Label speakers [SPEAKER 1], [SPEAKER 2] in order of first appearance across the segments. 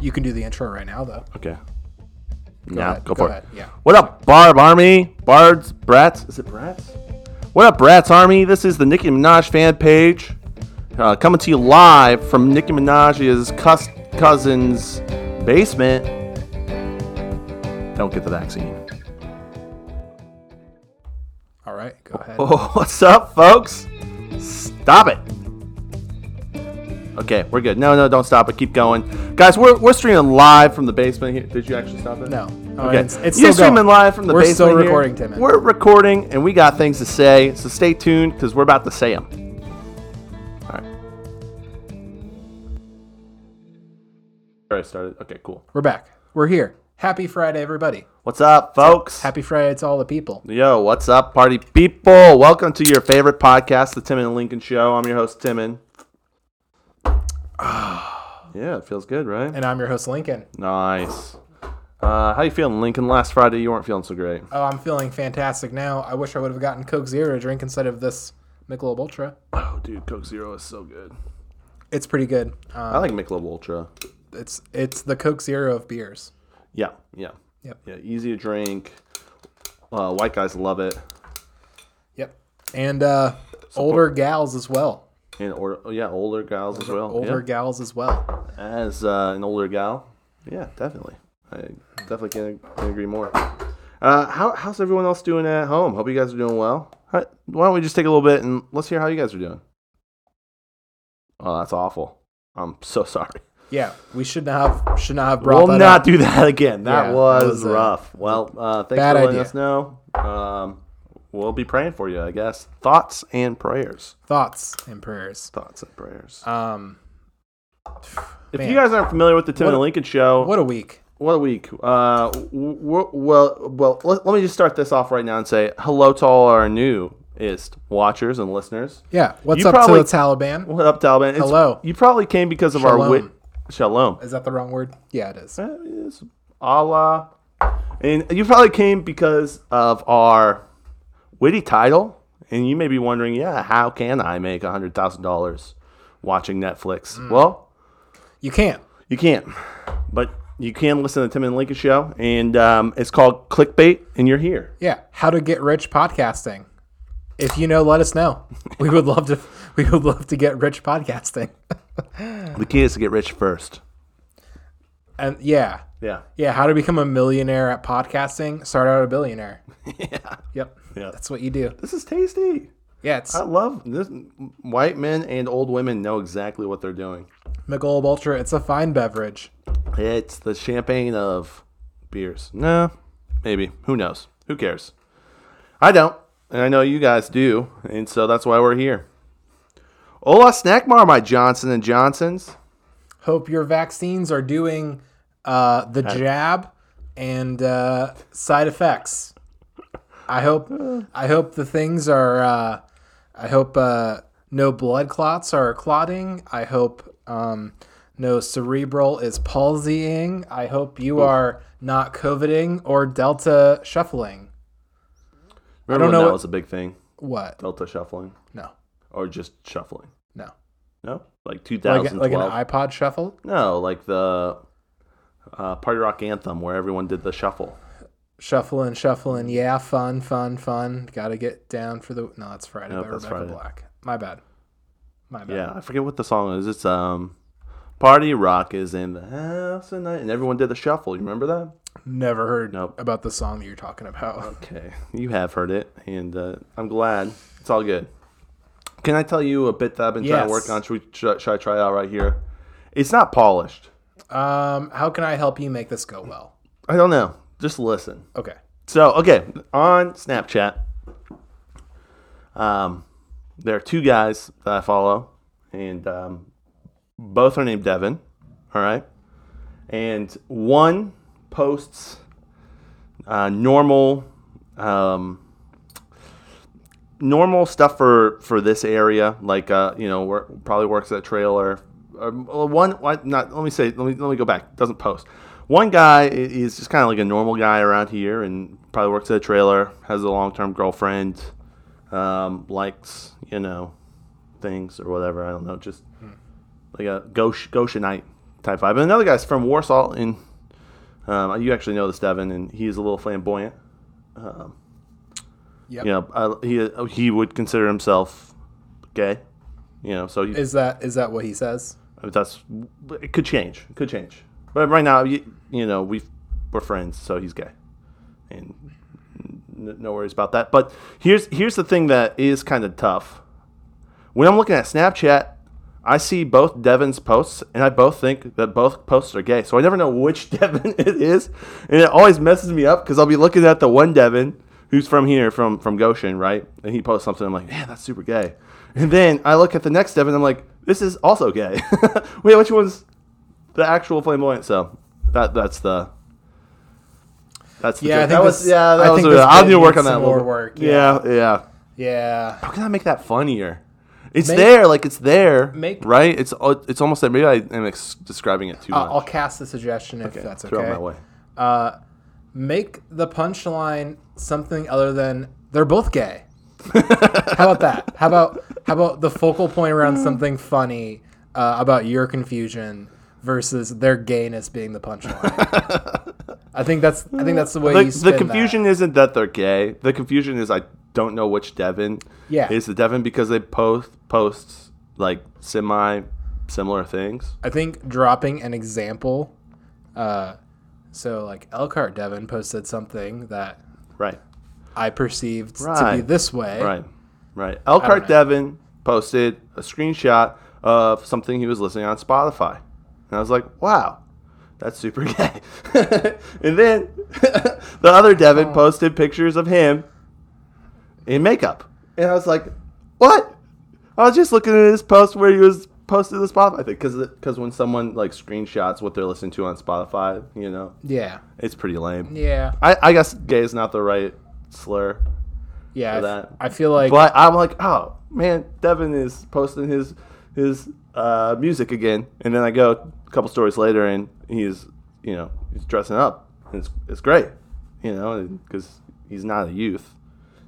[SPEAKER 1] You can do the intro right now, though.
[SPEAKER 2] Okay. Go
[SPEAKER 1] ahead,
[SPEAKER 2] go,
[SPEAKER 1] go
[SPEAKER 2] for
[SPEAKER 1] ahead,
[SPEAKER 2] it.
[SPEAKER 1] yeah.
[SPEAKER 2] What up, Barb Army? Bards, Brats? Is it Brats? What up, Brats Army? This is the Nicki Minaj fan page. Uh, coming to you live from Nicki Minaj's cus- cousin's basement. Don't get the vaccine.
[SPEAKER 1] All right, go ahead.
[SPEAKER 2] Oh, what's up, folks? Stop it. Okay, we're good. No, no, don't stop it. Keep going. Guys, we're, we're streaming live from the basement here. Did you actually stop it?
[SPEAKER 1] No. Oh,
[SPEAKER 2] Okay.
[SPEAKER 1] It's, it's
[SPEAKER 2] You're
[SPEAKER 1] still going.
[SPEAKER 2] streaming live from the
[SPEAKER 1] We're
[SPEAKER 2] basement.
[SPEAKER 1] still
[SPEAKER 2] here.
[SPEAKER 1] recording, Tim.
[SPEAKER 2] We're recording, and we got things to say, so stay tuned because we're about to say them. All right. All right, started. Okay, cool.
[SPEAKER 1] We're back. We're here. Happy Friday, everybody.
[SPEAKER 2] What's up, folks?
[SPEAKER 1] Happy Friday to all the people.
[SPEAKER 2] Yo, what's up, party people? Welcome to your favorite podcast, The Tim and Lincoln Show. I'm your host, Timon. yeah, it feels good, right?
[SPEAKER 1] And I'm your host, Lincoln.
[SPEAKER 2] Nice. Uh, how you feeling, Lincoln? Last Friday, you weren't feeling so great.
[SPEAKER 1] Oh, I'm feeling fantastic now. I wish I would have gotten Coke Zero to drink instead of this Michelob Ultra.
[SPEAKER 2] Oh, dude, Coke Zero is so good.
[SPEAKER 1] It's pretty good. Um,
[SPEAKER 2] I like Michelob Ultra.
[SPEAKER 1] it's it's the Coke Zero of beers.
[SPEAKER 2] Yeah, yeah,
[SPEAKER 1] Yep.
[SPEAKER 2] yeah. Easy to drink. Uh, white guys love it.
[SPEAKER 1] Yep. And uh, older gals as well.
[SPEAKER 2] And or oh, yeah, older gals as well.
[SPEAKER 1] Older gals as well.
[SPEAKER 2] yeah. as uh, an older gal, yeah, definitely. I definitely can, can agree more. Uh, how, how's everyone else doing at home? Hope you guys are doing well. Hi- Why don't we just take a little bit and let's hear how you guys are doing? Oh, that's awful. I'm so sorry.
[SPEAKER 1] Yeah, we should not have should not have brought
[SPEAKER 2] We'll
[SPEAKER 1] that
[SPEAKER 2] not
[SPEAKER 1] up.
[SPEAKER 2] do that again. That
[SPEAKER 1] Yeah, that
[SPEAKER 2] was,
[SPEAKER 1] was a-
[SPEAKER 2] rough. Well, uh, thanks
[SPEAKER 1] bad
[SPEAKER 2] for letting
[SPEAKER 1] idea.
[SPEAKER 2] us know. Um, we'll be praying for you, I guess. Thoughts and prayers.
[SPEAKER 1] Thoughts and prayers.
[SPEAKER 2] Thoughts and prayers.
[SPEAKER 1] Um,
[SPEAKER 2] if
[SPEAKER 1] man.
[SPEAKER 2] you guys aren't familiar with the Tim
[SPEAKER 1] What
[SPEAKER 2] and
[SPEAKER 1] a-
[SPEAKER 2] Lincoln show, what,
[SPEAKER 1] what a week.
[SPEAKER 2] a week. Uh, w- w- well, well, let, let me just start this off right now and say hello to all our newest watchers and listeners.
[SPEAKER 1] Yeah. What's
[SPEAKER 2] You
[SPEAKER 1] up
[SPEAKER 2] probably-
[SPEAKER 1] to the Taliban?
[SPEAKER 2] What up, Taliban? It's-
[SPEAKER 1] Hello.
[SPEAKER 2] You probably came because of our wit.
[SPEAKER 1] Shalom.
[SPEAKER 2] Shalom.
[SPEAKER 1] Is that the wrong word? Yeah, it is.
[SPEAKER 2] Eh, it's Allah. And you probably came because of our witty title. And you may be wondering, yeah, how can I make $100,000 watching Netflix? Well,
[SPEAKER 1] You can't.
[SPEAKER 2] you can't. But you can listen to the Tim and Lincoln show. And um, it's called Clickbait, and you're here.
[SPEAKER 1] Yeah. How to get rich podcasting. If you know, let us know. We would love to we would love to get rich podcasting.
[SPEAKER 2] The key is to get rich first.
[SPEAKER 1] And yeah.
[SPEAKER 2] Yeah.
[SPEAKER 1] Yeah, how to become a millionaire at podcasting. Start out a billionaire.
[SPEAKER 2] Yeah.
[SPEAKER 1] Yep.
[SPEAKER 2] Yeah.
[SPEAKER 1] That's what you do.
[SPEAKER 2] This is tasty.
[SPEAKER 1] Yeah, it's
[SPEAKER 2] I love this. White men and old women know exactly what they're doing.
[SPEAKER 1] Michelob Ultra. It's a fine beverage.
[SPEAKER 2] It's the champagne of beers. No, maybe. Who knows? Who cares? I don't, and I know you guys do, and so that's why we're here. Hola, Snackmar, my Johnson and Johnsons.
[SPEAKER 1] Hope your vaccines are doing uh, the jab and uh, side effects. I hope I hope the things are. Uh, I hope uh, no blood clots are clotting. I hope um, no cerebral is palsying. I hope you are not coveting or delta shuffling.
[SPEAKER 2] Remember
[SPEAKER 1] don't
[SPEAKER 2] when
[SPEAKER 1] know
[SPEAKER 2] that
[SPEAKER 1] what-
[SPEAKER 2] was a big thing?
[SPEAKER 1] What?
[SPEAKER 2] Delta shuffling,
[SPEAKER 1] No,
[SPEAKER 2] or just shuffling?
[SPEAKER 1] no.
[SPEAKER 2] No, like
[SPEAKER 1] Like, like
[SPEAKER 2] 2012.
[SPEAKER 1] an iPod shuffle.
[SPEAKER 2] no, like the uh, party rock anthem where everyone did the shuffle.
[SPEAKER 1] shuffling, shuffling. Yeah, fun, fun, fun. Got to get down for the. No, that's Friday by
[SPEAKER 2] that's
[SPEAKER 1] Rebecca
[SPEAKER 2] Friday.
[SPEAKER 1] Black. My bad. My bad.
[SPEAKER 2] Yeah, I forget what the song is. It's um, party rock is in the house tonight, and everyone did the shuffle. You remember that?
[SPEAKER 1] Never heard
[SPEAKER 2] Nope.
[SPEAKER 1] about the song that you're talking about.
[SPEAKER 2] Okay, you have heard it, and uh, I'm glad. It's all good. Can I tell you a bit that I've been trying to work
[SPEAKER 1] Yes.
[SPEAKER 2] on? Should, we, should, should I try it out right here? It's not polished.
[SPEAKER 1] Um, how can I help you make this go well?
[SPEAKER 2] I don't know. Just listen.
[SPEAKER 1] Okay.
[SPEAKER 2] So, okay, on Snapchat, um, there are two guys that I follow, and um, both are named Devin. All right, and one posts uh, normal, um, normal stuff for for this area, like uh, you know, wor probably works at a trailer. Um, well, one, one- not let me say, let me let me go back. Doesn't post. One guy i- is just kind of like a normal guy around here, and probably works at a trailer. Has a long term girlfriend. Um, likes you know things or whatever. I don't know, just like a Gosh, Goshenite type five. And another guy's from Warsaw, and um, you actually know this Devin, and he's a little flamboyant. Um,
[SPEAKER 1] Yep.
[SPEAKER 2] You know, I, he he would consider himself gay. You know, so he,
[SPEAKER 1] Is that is that what he says?
[SPEAKER 2] that's it could change. It could change. But right now, you, you know, we we're friends, so he's gay, and n- no worries about that. But here's here's the thing that is kind of tough. When I'm looking at Snapchat, I see both Devin's posts, and I both think that both posts are gay. So I never know which Devin it is, and it always messes me up because I'll be looking at the one Devin who's from here, from from Goshen, right? And he posts something, I'm like, man, that's super gay. And then I look at the next Devin, I'm like, this is also gay. Wait, which one's the actual flamboyant? So that that's the that's the
[SPEAKER 1] Yeah, I
[SPEAKER 2] joke.
[SPEAKER 1] think
[SPEAKER 2] that was
[SPEAKER 1] this-
[SPEAKER 2] yeah. That
[SPEAKER 1] I
[SPEAKER 2] was
[SPEAKER 1] think
[SPEAKER 2] a-
[SPEAKER 1] this
[SPEAKER 2] I'll
[SPEAKER 1] bit
[SPEAKER 2] need to work on
[SPEAKER 1] needs
[SPEAKER 2] that. a
[SPEAKER 1] some
[SPEAKER 2] little
[SPEAKER 1] more work,
[SPEAKER 2] bit. Yeah, yeah.
[SPEAKER 1] Yeah.
[SPEAKER 2] How can I make that funnier? It's
[SPEAKER 1] Make-
[SPEAKER 2] there, like it's there,
[SPEAKER 1] make-
[SPEAKER 2] right? It's al- it's almost there. Maybe I am ex- describing it too
[SPEAKER 1] Uh, I'll
[SPEAKER 2] much.
[SPEAKER 1] cast a suggestion if that's okay.
[SPEAKER 2] Throw it my way.
[SPEAKER 1] Make the punchline something other than they're both gay. how about that? How about how about the focal point around something funny uh, about your confusion versus their gayness being the punchline? I think that's I think that's the way
[SPEAKER 2] The,
[SPEAKER 1] you
[SPEAKER 2] the
[SPEAKER 1] spin that.
[SPEAKER 2] confusion is isn't that they're gay. The confusion is I don't know which Devin
[SPEAKER 1] Yeah.
[SPEAKER 2] is the Devin because they both post like semi similar things.
[SPEAKER 1] I think dropping an example. Uh, so like Elkhart Devin posted something that
[SPEAKER 2] Right.
[SPEAKER 1] I perceived to be
[SPEAKER 2] Right.
[SPEAKER 1] this way.
[SPEAKER 2] Right. Right. Elkhart Devin posted a screenshot of something he was listening on Spotify. And I was like, wow, that's super gay. and then the other Devin posted pictures of him in makeup. And I was like, what? I was just looking at his post where he was posted the Spotify thing. Because when someone like screenshots what they're listening to on Spotify, you know,
[SPEAKER 1] Yeah.
[SPEAKER 2] it's pretty lame.
[SPEAKER 1] Yeah.
[SPEAKER 2] I, I guess gay is not the right slur.
[SPEAKER 1] Yeah. I, f-
[SPEAKER 2] that.
[SPEAKER 1] I feel like
[SPEAKER 2] But I'm like, oh man, Devin is posting his his uh, music again, and then I go a couple stories later, and he's you know he's dressing up, and it's it's great, you know, because he's not a youth.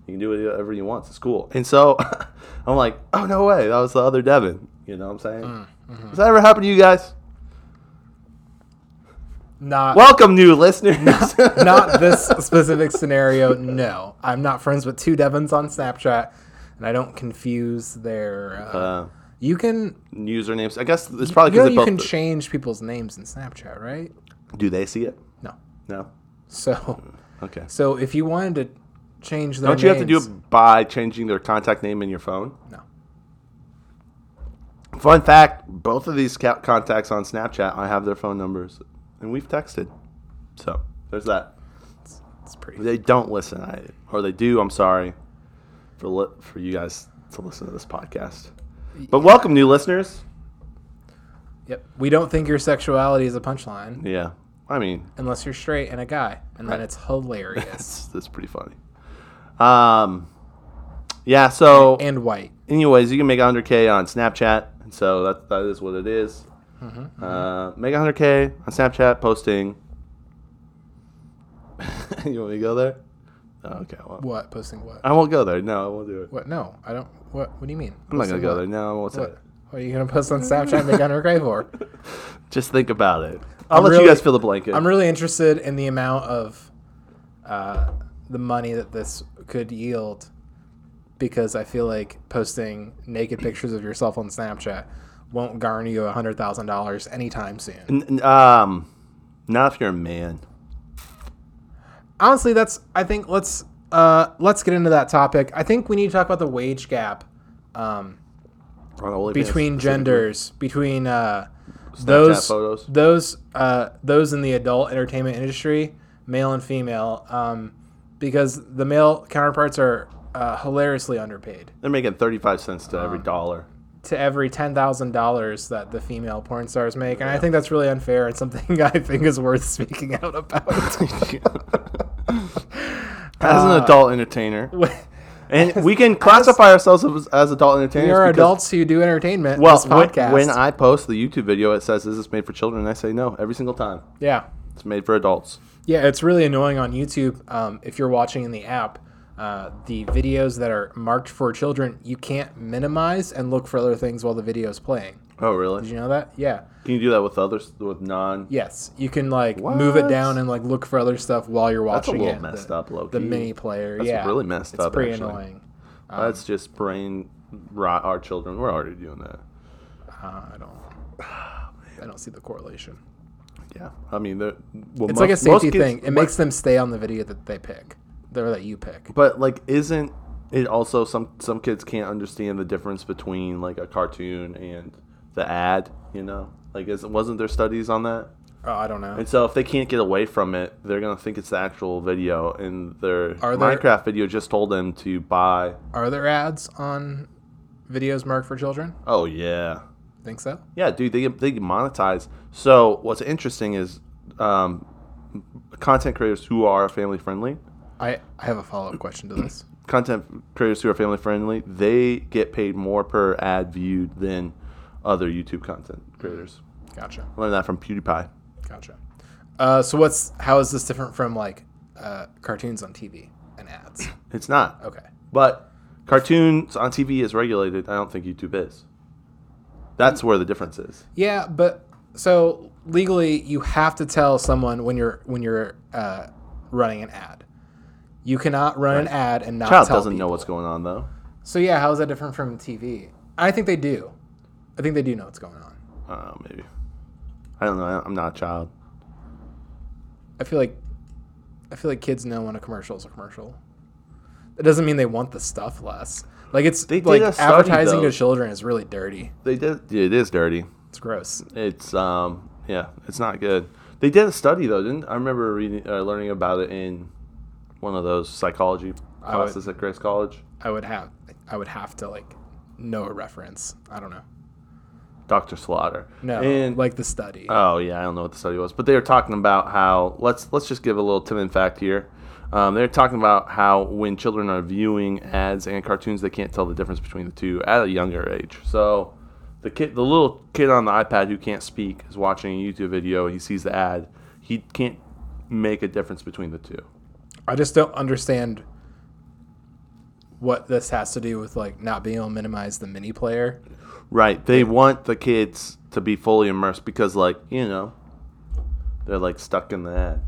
[SPEAKER 2] He can do whatever he wants at school, and so I'm like, oh no way, that was the other Devin. You know what I'm saying?
[SPEAKER 1] Mm, mm-hmm.
[SPEAKER 2] Has that ever happened to you guys?
[SPEAKER 1] not
[SPEAKER 2] Welcome, new listeners.
[SPEAKER 1] not this specific scenario. No, I'm not friends with two Devons on Snapchat, and I don't confuse their. Uh,
[SPEAKER 2] uh,
[SPEAKER 1] you can
[SPEAKER 2] usernames. I guess it's probably
[SPEAKER 1] you, know
[SPEAKER 2] because
[SPEAKER 1] you
[SPEAKER 2] they
[SPEAKER 1] can
[SPEAKER 2] both.
[SPEAKER 1] change people's names in Snapchat, right?
[SPEAKER 2] do they see it?
[SPEAKER 1] No.
[SPEAKER 2] No.
[SPEAKER 1] So
[SPEAKER 2] Okay.
[SPEAKER 1] so if you wanted to change their
[SPEAKER 2] Don't you have to do
[SPEAKER 1] names-
[SPEAKER 2] it by changing their contact name in your phone?
[SPEAKER 1] No.
[SPEAKER 2] Fun fact: both of these ca- contacts on Snapchat, I have their phone numbers, and we've texted. So there's that.
[SPEAKER 1] It's pretty.
[SPEAKER 2] They don't listen, I, or they do. I'm sorry for li- for you guys to listen to this podcast. But welcome, new listeners.
[SPEAKER 1] Yep. We don't think your sexuality is a punchline
[SPEAKER 2] Yeah, I mean
[SPEAKER 1] unless you're straight and a guy, and then it's hilarious
[SPEAKER 2] that's that's pretty funny. Um, yeah. So
[SPEAKER 1] and white.
[SPEAKER 2] anyways, you can make 100k on Snapchat, and so that that is what it is.
[SPEAKER 1] Mm-hmm,
[SPEAKER 2] Uh, make 100k on Snapchat posting. you want me to go there? Oh, okay. Well,
[SPEAKER 1] What posting what?
[SPEAKER 2] I won't go there. No, I won't do it.
[SPEAKER 1] What? No, I don't. What? What do you mean?
[SPEAKER 2] I'm not gonna go there. No, I won't say it.
[SPEAKER 1] What? What are you gonna post on Snapchat? Make Gunner Gray for?
[SPEAKER 2] Just think about it. I'll
[SPEAKER 1] I'm
[SPEAKER 2] let
[SPEAKER 1] really-
[SPEAKER 2] you guys fill the blanket.
[SPEAKER 1] I'm really interested in the amount of uh, the money that this could yield, because I feel like posting naked pictures of yourself on Snapchat won't garner you hundred thousand dollars anytime soon.
[SPEAKER 2] N- n- um, not if you're a man.
[SPEAKER 1] Honestly, that's. I think let's uh, let's get into that topic. I think we need to talk about the wage gap. Um,
[SPEAKER 2] On OnlyFans.
[SPEAKER 1] between genders, between uh,
[SPEAKER 2] Snapchat
[SPEAKER 1] those
[SPEAKER 2] photos.
[SPEAKER 1] those uh, those in the adult entertainment industry, male and female, um, because the male counterparts are uh, hilariously underpaid.
[SPEAKER 2] They're making 35 cents to
[SPEAKER 1] Uh.
[SPEAKER 2] every dollar.
[SPEAKER 1] To every ten thousand dollars that the female porn stars make, and I think that's really unfair and something I think is worth speaking out about.
[SPEAKER 2] As
[SPEAKER 1] Uh,
[SPEAKER 2] an adult entertainer, and we can classify ourselves as, as adult entertainers.
[SPEAKER 1] we are
[SPEAKER 2] because-
[SPEAKER 1] adults who do entertainment.
[SPEAKER 2] Well,
[SPEAKER 1] this
[SPEAKER 2] when,
[SPEAKER 1] podcast,
[SPEAKER 2] when I post the YouTube video, it says, "Is this made for children?" And I say no every single time.
[SPEAKER 1] yeah.
[SPEAKER 2] It's made for adults.
[SPEAKER 1] Yeah, it's really annoying on YouTube. Um, if you're watching in the app, uh, the videos that are marked for children, you can't minimize and look for other things while the video is playing.
[SPEAKER 2] Oh,
[SPEAKER 1] Did
[SPEAKER 2] really?
[SPEAKER 1] you know that? Yeah.
[SPEAKER 2] Can you do that with others with non?
[SPEAKER 1] Yes, you can like move it
[SPEAKER 2] What?
[SPEAKER 1] down and like look for other stuff while you're
[SPEAKER 2] That's a
[SPEAKER 1] watching
[SPEAKER 2] little
[SPEAKER 1] it.
[SPEAKER 2] messed
[SPEAKER 1] the,
[SPEAKER 2] up, low
[SPEAKER 1] The
[SPEAKER 2] key.
[SPEAKER 1] mini player.
[SPEAKER 2] That's
[SPEAKER 1] yeah,
[SPEAKER 2] really messed
[SPEAKER 1] it's
[SPEAKER 2] up,
[SPEAKER 1] pretty
[SPEAKER 2] actually.
[SPEAKER 1] annoying.
[SPEAKER 2] That's just brain rot. Our children. We're already doing that.
[SPEAKER 1] Uh, I don't. I don't see the correlation.
[SPEAKER 2] Yeah. I mean, they're- well,
[SPEAKER 1] It's like
[SPEAKER 2] most-
[SPEAKER 1] a
[SPEAKER 2] most
[SPEAKER 1] safety
[SPEAKER 2] kids-
[SPEAKER 1] thing. It
[SPEAKER 2] what-
[SPEAKER 1] makes them stay on the video that they pick, or that you pick.
[SPEAKER 2] But like, isn't it also some some kids can't understand the difference between like a cartoon and the ad? You know, like, is, wasn't there studies on that?
[SPEAKER 1] Oh, I don't know.
[SPEAKER 2] And so if they can't get away from it, they're gonna think it's the actual video, and their
[SPEAKER 1] Are there-
[SPEAKER 2] Minecraft video just told them to buy.
[SPEAKER 1] Are there ads on videos marked for children?
[SPEAKER 2] Oh yeah,
[SPEAKER 1] Think so?
[SPEAKER 2] yeah, dude, they they monetize. So what's interesting is um, content creators who are family friendly,
[SPEAKER 1] I I have a follow up question to this.
[SPEAKER 2] content creators who are family friendly, they get paid more per ad viewed than other YouTube content creators.
[SPEAKER 1] Gotcha.
[SPEAKER 2] I learned that from PewDiePie.
[SPEAKER 1] Gotcha. Uh, so what's how is this different from like uh, cartoons on TV and ads?
[SPEAKER 2] It's not,
[SPEAKER 1] Okay.
[SPEAKER 2] but cartoons on TV is regulated. I don't think YouTube is. That's where the difference is.
[SPEAKER 1] Yeah, but so legally you have to tell someone when you're when you're uh, running an ad. You cannot run an ad and not
[SPEAKER 2] Child
[SPEAKER 1] tell
[SPEAKER 2] doesn't know
[SPEAKER 1] people.
[SPEAKER 2] what's going on though.
[SPEAKER 1] So yeah, how is that different from TV? I think they do. I think they do know what's going on.
[SPEAKER 2] Uh, maybe. I don't know. I- I'm not a child.
[SPEAKER 1] I feel like I feel like kids know when a commercial is a commercial. That doesn't mean they want the stuff less. Like it's
[SPEAKER 2] They did
[SPEAKER 1] like
[SPEAKER 2] a study,
[SPEAKER 1] advertising
[SPEAKER 2] though.
[SPEAKER 1] to children is really dirty.
[SPEAKER 2] They did. yeah, It is dirty.
[SPEAKER 1] It's gross.
[SPEAKER 2] It's um. Yeah. It's not good. They did a study though, didn't I? Remember reading, uh, learning about it in one of those psychology
[SPEAKER 1] I would-
[SPEAKER 2] classes at Grace College.
[SPEAKER 1] I would have I would have to like know a reference. I don't know.
[SPEAKER 2] Doctor Slaughter.
[SPEAKER 1] No,
[SPEAKER 2] And
[SPEAKER 1] like the study.
[SPEAKER 2] Oh yeah, I don't know what the study was, but they were talking about how let's let's just give a little Tim and fact here. Um, they're talking about how when children are viewing ads and cartoons, they can't tell the difference between the two at a younger age. So the kid, the little kid on the iPad who can't speak is watching a YouTube video. He sees the ad. He can't make a difference between the two.
[SPEAKER 1] I just don't understand what this has to do with like not being able to minimize the mini player.
[SPEAKER 2] Right. They want the kids to be fully immersed because, like you know, they're like stuck in the ad.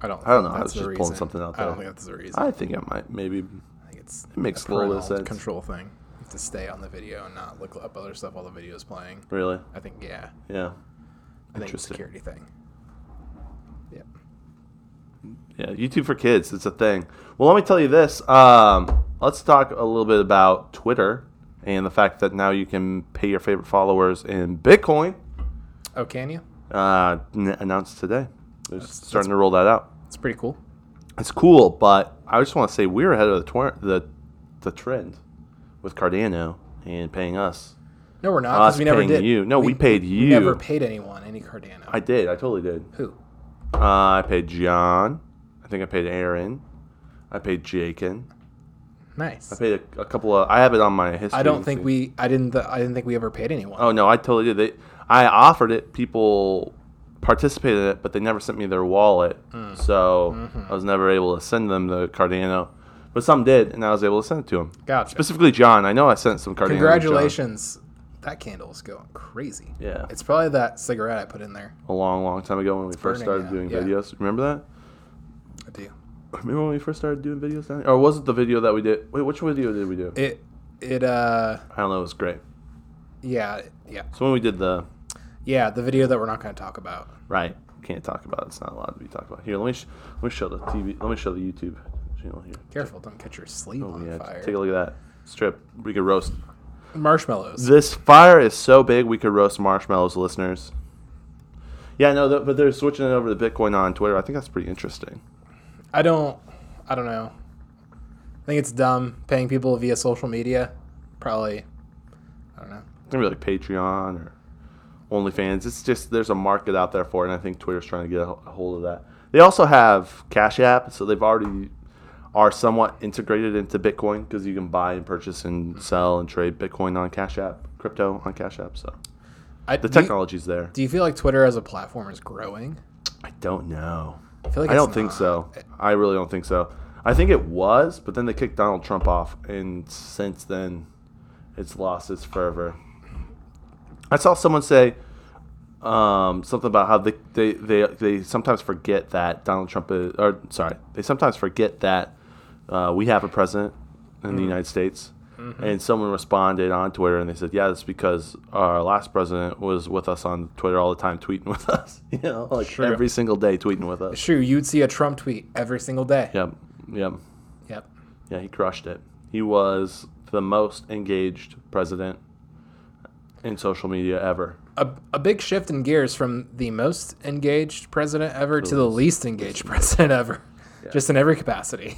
[SPEAKER 1] I don't.
[SPEAKER 2] I don't know.
[SPEAKER 1] think
[SPEAKER 2] I was
[SPEAKER 1] the
[SPEAKER 2] just pulling something out
[SPEAKER 1] I don't
[SPEAKER 2] there.
[SPEAKER 1] think that's the reason.
[SPEAKER 2] I think it might maybe
[SPEAKER 1] I think it's
[SPEAKER 2] it makes
[SPEAKER 1] a
[SPEAKER 2] a little
[SPEAKER 1] parental
[SPEAKER 2] sense.
[SPEAKER 1] control thing. You have to stay on the video and not look up other stuff while the video is playing.
[SPEAKER 2] Really?
[SPEAKER 1] I think yeah. I
[SPEAKER 2] Yeah.
[SPEAKER 1] think it's a
[SPEAKER 2] Interesting.
[SPEAKER 1] security thing. Yep.
[SPEAKER 2] Yeah, YouTube for kids. It's a thing. Well, let me tell you this. Um, let's talk a little bit about Twitter and the fact that now you can pay your favorite followers in Bitcoin.
[SPEAKER 1] Oh, can you?
[SPEAKER 2] Uh, n- announced today. They're starting to roll that out.
[SPEAKER 1] It's pretty cool.
[SPEAKER 2] It's cool, but I just want to say we're ahead of the, twer- the the trend with Cardano and paying us.
[SPEAKER 1] No, we're not
[SPEAKER 2] Us
[SPEAKER 1] because we never
[SPEAKER 2] paying
[SPEAKER 1] did.
[SPEAKER 2] you. No, we paid you.
[SPEAKER 1] never paid anyone any Cardano.
[SPEAKER 2] I did. I totally did.
[SPEAKER 1] Who?
[SPEAKER 2] Uh, I paid John. I think I paid Aaron. I paid Jakin. I
[SPEAKER 1] Nice.
[SPEAKER 2] paid a, a couple of. I have it on my history.
[SPEAKER 1] I don't
[SPEAKER 2] to
[SPEAKER 1] think
[SPEAKER 2] see.
[SPEAKER 1] we. I didn't. Th- I didn't think we ever paid anyone.
[SPEAKER 2] Oh no, I totally did. They, I offered it. People participated in it, but they never sent me their wallet,
[SPEAKER 1] Mm.
[SPEAKER 2] so
[SPEAKER 1] Mm-hmm.
[SPEAKER 2] I was never able to send them the Cardano. But some did, and I was able to send it to them.
[SPEAKER 1] Gotcha.
[SPEAKER 2] Specifically, John. I know I sent some Cardano. to John.
[SPEAKER 1] Congratulations. That candle's going crazy.
[SPEAKER 2] Yeah,
[SPEAKER 1] It's probably that cigarette I put in there.
[SPEAKER 2] a long, long time ago when we first
[SPEAKER 1] burning
[SPEAKER 2] started
[SPEAKER 1] now,
[SPEAKER 2] doing
[SPEAKER 1] yeah.
[SPEAKER 2] videos. Remember that?
[SPEAKER 1] I do.
[SPEAKER 2] Remember when we first started doing videos down here? Or was it the video that we did? Wait, which video did we do?
[SPEAKER 1] It. It. Uh.
[SPEAKER 2] I don't know. It was great.
[SPEAKER 1] Yeah. Yeah.
[SPEAKER 2] So when we did the
[SPEAKER 1] Yeah. The video that we're not going to talk about.
[SPEAKER 2] Right. Can't talk about it. It's not allowed to be talked about. Here, let me sh- let me show the TV. Let me show the YouTube channel here.
[SPEAKER 1] Careful! Don't catch your sleeve on
[SPEAKER 2] Oh, Yeah,
[SPEAKER 1] fire.
[SPEAKER 2] take a look at that strip. We could roast.
[SPEAKER 1] Marshmallows.
[SPEAKER 2] This fire is so big we could roast marshmallows, listeners. Yeah, no, th- but they're switching it over to Bitcoin on Twitter. I think that's pretty interesting.
[SPEAKER 1] I don't. I don't know. I think it's dumb paying people via social media. Probably. I don't know.
[SPEAKER 2] Maybe like Patreon or OnlyFans. It's just there's a market out there for it, and I think Twitter's trying to get a h- a hold of that. They also have Cash App, so they've already are somewhat integrated into Bitcoin because you can buy and purchase and sell and trade Bitcoin on Cash App, crypto on Cash App. So
[SPEAKER 1] I,
[SPEAKER 2] the
[SPEAKER 1] do, you,
[SPEAKER 2] technology's there.
[SPEAKER 1] do you feel like Twitter as a platform is growing?
[SPEAKER 2] I don't know.
[SPEAKER 1] I feel like
[SPEAKER 2] I
[SPEAKER 1] it's
[SPEAKER 2] don't think
[SPEAKER 1] not.
[SPEAKER 2] so. I really don't think so. I think it was, but then they kicked Donald Trump off, and since then, it's lost its fervor. I saw someone say um, something about how they, they, they, they sometimes forget that Donald Trump is, or sorry, they sometimes forget that uh, we have a president in
[SPEAKER 1] Mm.
[SPEAKER 2] the United States.
[SPEAKER 1] Mm-hmm.
[SPEAKER 2] And someone responded on Twitter and they said, "Yeah, that's because our last president was with us on Twitter all the time, tweeting with us. You know, like
[SPEAKER 1] Sure.
[SPEAKER 2] every single day, tweeting with us.
[SPEAKER 1] True, you'd see a Trump tweet every single day.
[SPEAKER 2] Yep, yep."
[SPEAKER 1] Yep.
[SPEAKER 2] Yeah, he crushed it. He was the most engaged president in social media ever.
[SPEAKER 1] A, a big shift in gears from the most engaged president ever to the least engaged president ever, just in every capacity.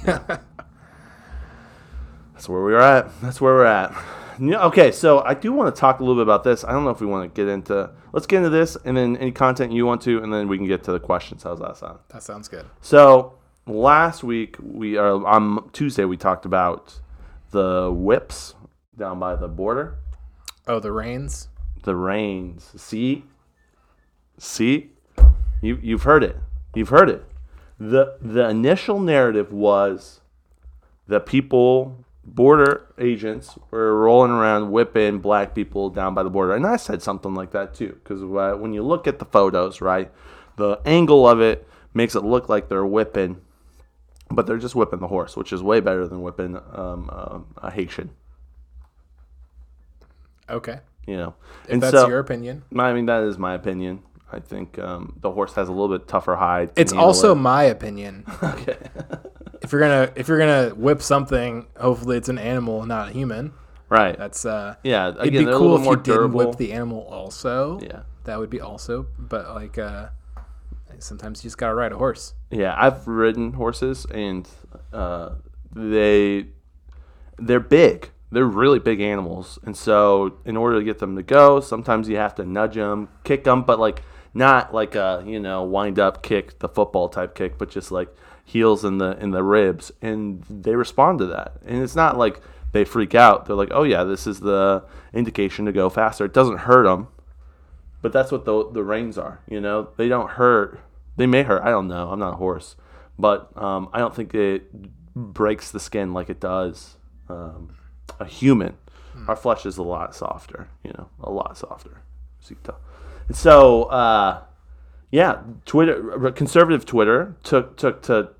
[SPEAKER 2] That's where we're at. That's where we're at. Yeah, okay, so I do want to talk a little bit about this. I don't know if we want to get into. Let's get into this, and then any content you want to, and then we can get to the questions. How's that sound?
[SPEAKER 1] that sounds good.
[SPEAKER 2] So last week we are on Tuesday we talked about the whips down by the border,
[SPEAKER 1] Oh, the rains.
[SPEAKER 2] the rains. See, see, you you've heard it. You've heard it. the The initial narrative was the people, border agents, were rolling around whipping black people down by the border, and I said something like that too. Because when you look at the photos, right, the angle of it makes it look like they're whipping, but they're just whipping the horse, which is way better than whipping um, um, a Haitian.
[SPEAKER 1] Okay.
[SPEAKER 2] You know,
[SPEAKER 1] If
[SPEAKER 2] and
[SPEAKER 1] that's
[SPEAKER 2] so-
[SPEAKER 1] your opinion.
[SPEAKER 2] I mean, that is my opinion. I think um, the horse has a little bit tougher hide. can
[SPEAKER 1] It's
[SPEAKER 2] handle
[SPEAKER 1] also
[SPEAKER 2] it.
[SPEAKER 1] my opinion. okay. if you're gonna if you're gonna whip something, hopefully it's an animal, not a human.
[SPEAKER 2] right.
[SPEAKER 1] That's uh.
[SPEAKER 2] yeah, again,
[SPEAKER 1] It'd be
[SPEAKER 2] they're a
[SPEAKER 1] cool
[SPEAKER 2] little
[SPEAKER 1] if
[SPEAKER 2] more
[SPEAKER 1] you didn't
[SPEAKER 2] durable.
[SPEAKER 1] whip the animal. Also,
[SPEAKER 2] yeah,
[SPEAKER 1] that would be also. But like, uh, sometimes you just gotta ride a horse.
[SPEAKER 2] yeah. I've ridden horses, and uh, they they're big. They're really big animals, and so in order to get them to go, sometimes you have to nudge them, kick them, but like not like a you know wind up kick, the football type kick, but just like heels in the in the ribs, and they respond to that. And it's not like they freak out. They're like, oh yeah, this is the indication to go faster. It doesn't hurt them, but that's what the the reins are. You know, they don't hurt. They may hurt. I don't know. I'm not a horse, but um, I don't think it breaks the skin like it does um, a human. Our flesh is a lot softer. You know, a lot softer. As you can tell. And so, uh, yeah, Twitter, conservative Twitter took took to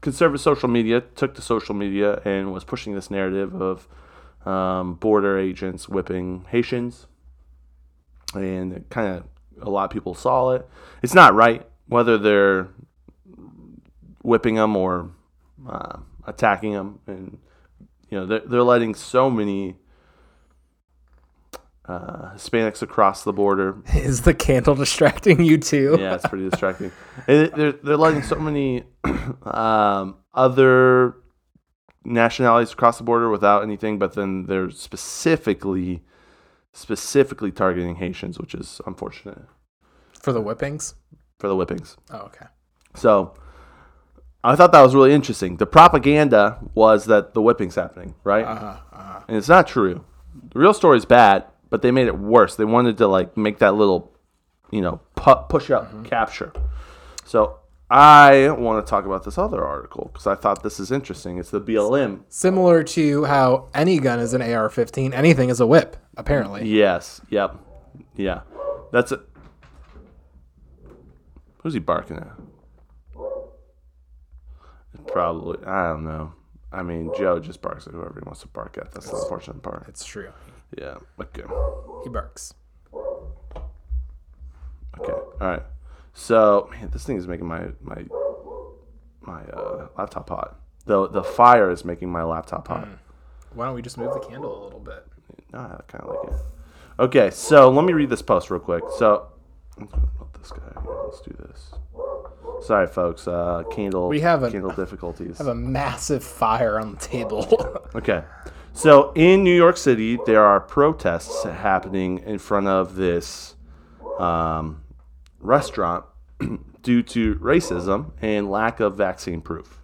[SPEAKER 2] conservative social media took to social media and was pushing this narrative of um, border agents whipping Haitians and kind of a lot of people saw it. It's not right whether they're whipping them or uh, attacking them, and you know they're they're letting so many uh, Hispanics across the border.
[SPEAKER 1] Is the candle distracting you too?
[SPEAKER 2] Yeah, it's pretty distracting. And they're they're letting so many um, other nationalities across the border without anything, but then they're specifically specifically targeting Haitians, which is unfortunate.
[SPEAKER 1] For the whippings.
[SPEAKER 2] for the whippings.
[SPEAKER 1] Oh, okay.
[SPEAKER 2] So I thought that was really interesting. The propaganda was that the whipping's happening, right? And it's not true. The real story's bad, but they made it worse. They wanted to like make that little, you know, pu- push up capture. So I want to talk about this other article because I thought this is interesting. It's the BLM.
[SPEAKER 1] Similar to how any gun is an AR-15, anything is a whip. Apparently,
[SPEAKER 2] Yes. Yep. Yeah. That's it. Who's he barking at? Probably. I don't know. I mean, Joe just barks at whoever he wants to bark at. That's the unfortunate part.
[SPEAKER 1] it's true.
[SPEAKER 2] Yeah. Okay.
[SPEAKER 1] He barks.
[SPEAKER 2] Okay. All right. So, man, this thing is making my my my uh, laptop hot. The the fire is making my laptop hot.
[SPEAKER 1] Why don't we just move the candle a little bit?
[SPEAKER 2] No, I kind of like it. Okay, so let me read this post real quick. So, let's put this guy. here. Let's do this. Sorry, folks. Uh, candle.
[SPEAKER 1] We have a-
[SPEAKER 2] candle difficulties.
[SPEAKER 1] Have a massive fire on the table.
[SPEAKER 2] Okay. So in New York City, there are protests happening in front of this um, restaurant due to racism and lack of vaccine proof.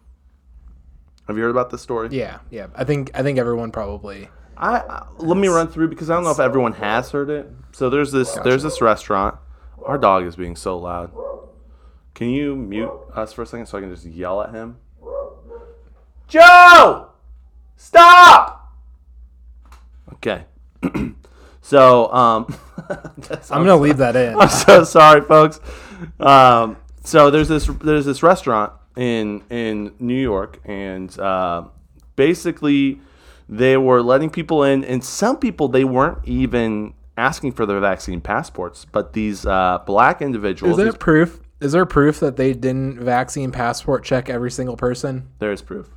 [SPEAKER 2] Have you heard about this story?
[SPEAKER 1] yeah, yeah. I think I think everyone probably.
[SPEAKER 2] I, I let me run through because I don't know if everyone has heard it. So there's this there's this restaurant. Our dog is being so loud. Can you mute us for a second so I can just yell at him? Joe, stop. Okay. So um,
[SPEAKER 1] I'm gonna leave that in.
[SPEAKER 2] I'm so sorry, folks. Um, so there's this there's this restaurant in in New York, and uh, basically they were letting people in, and some people they weren't even asking for their vaccine passports, but these uh, black individuals.
[SPEAKER 1] Is there
[SPEAKER 2] these-
[SPEAKER 1] proof? Is there proof that they didn't vaccine passport check every single person?
[SPEAKER 2] there is proof.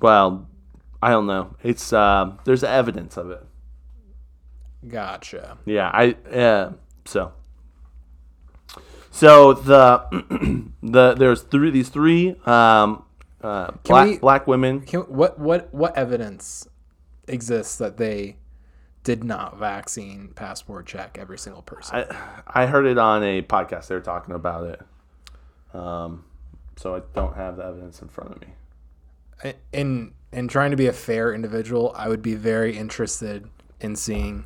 [SPEAKER 2] Well, I don't know. It's uh, there's evidence of it.
[SPEAKER 1] Gotcha.
[SPEAKER 2] Yeah, I uh, so so the the there's three these three um, uh, black
[SPEAKER 1] we-
[SPEAKER 2] black women.
[SPEAKER 1] Can, what what what evidence exists that they did not vaccine passport check every single person?
[SPEAKER 2] I I heard it on a podcast. They were talking about it. Um, so I don't have the evidence in front of me.
[SPEAKER 1] I, in in trying to be a fair individual, I would be very interested in seeing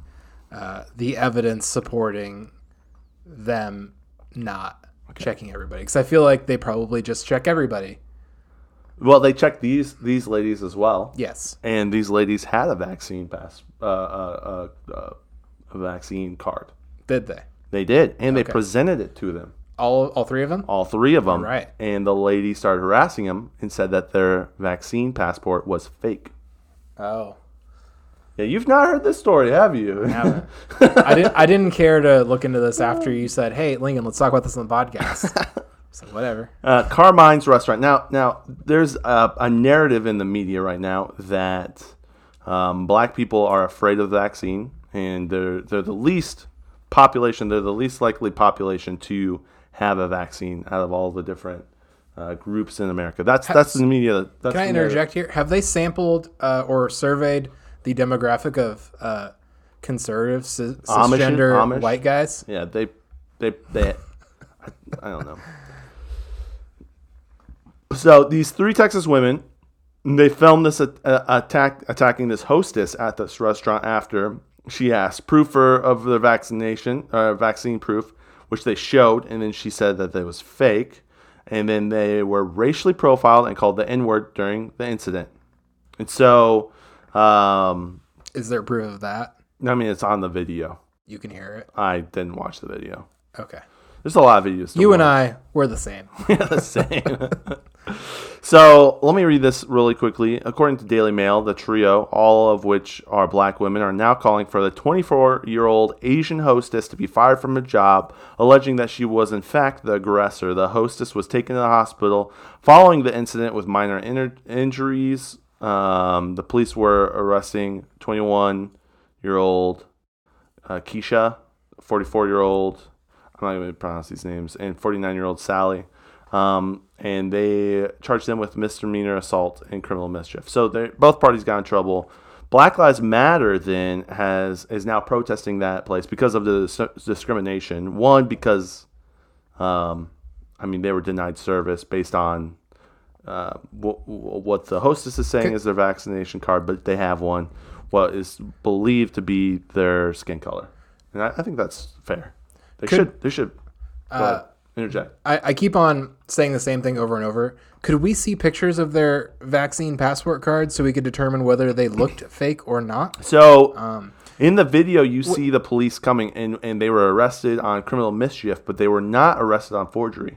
[SPEAKER 1] uh, the evidence supporting them not checking everybody because I feel like they probably just check everybody.
[SPEAKER 2] Well, they checked these these ladies as well.
[SPEAKER 1] Yes.
[SPEAKER 2] and these ladies had a vaccine pass, uh, uh, uh, uh, a vaccine card.
[SPEAKER 1] Did they?
[SPEAKER 2] They did, and they presented it to them.
[SPEAKER 1] All all three of them?
[SPEAKER 2] all three of them.
[SPEAKER 1] right.
[SPEAKER 2] And the lady started harassing him and said that their vaccine passport was fake.
[SPEAKER 1] Oh.
[SPEAKER 2] Yeah, you've not heard this story, have you?
[SPEAKER 1] I didn't I didn't care to look into this after you said, "Hey, Lincoln, let's talk about this on the podcast." so whatever.
[SPEAKER 2] uh, Carmine's restaurant. Now, now there's a, a narrative in the media right now that um, black people are afraid of the vaccine, and they're they're the least population. They're the least likely population to have a vaccine out of all the different uh, groups in America. That's that's the media. That's
[SPEAKER 1] Can I
[SPEAKER 2] the narrative.
[SPEAKER 1] interject here? Have they sampled uh, or surveyed the demographic of uh, conservative cis-
[SPEAKER 2] Amish-
[SPEAKER 1] cisgender
[SPEAKER 2] Amish?
[SPEAKER 1] white guys?
[SPEAKER 2] Yeah, they, they, they. I, I don't know. So these three Texas women, they filmed this at, uh, attack attacking this hostess at this restaurant after she asked proof for, of their vaccination, uh, vaccine proof, which they showed, and then she said that it was fake, and then they were racially profiled and called the N word during the incident, and so, um,
[SPEAKER 1] Is there proof of that?
[SPEAKER 2] I mean it's on the video.
[SPEAKER 1] You can hear it.
[SPEAKER 2] I didn't watch the video.
[SPEAKER 1] Okay.
[SPEAKER 2] There's a lot of videos. To
[SPEAKER 1] You
[SPEAKER 2] watch.
[SPEAKER 1] and I were the same.
[SPEAKER 2] Yeah, the same. so let me read this really quickly. According to Daily Mail, the trio, all of which are black women, are now calling for the 24 year old Asian hostess to be fired from her job, alleging that she was, in fact, the aggressor. The hostess was taken to the hospital following the incident with minor inner injuries. Um, the police were arresting 21 year old uh, Keisha, 44 year old, I'm not going to pronounce these names, and 49 year old Sally. Um, and they charged them with misdemeanor assault and criminal mischief. So they both parties got in trouble. Black Lives Matter then has is now protesting that place because of the dis- discrimination. One because, um, I mean, they were denied service based on uh, what, what the hostess is saying is their vaccination card, but they have one. What is believed to be their skin color, and I, I think that's fair. They should they should uh, interject.
[SPEAKER 1] I, I keep on saying the same thing over and over. Could we see pictures of their vaccine passport cards so we could determine whether they looked fake or not?
[SPEAKER 2] So um, in the video, you see the police coming and and they were arrested on criminal mischief, but they were not arrested on forgery.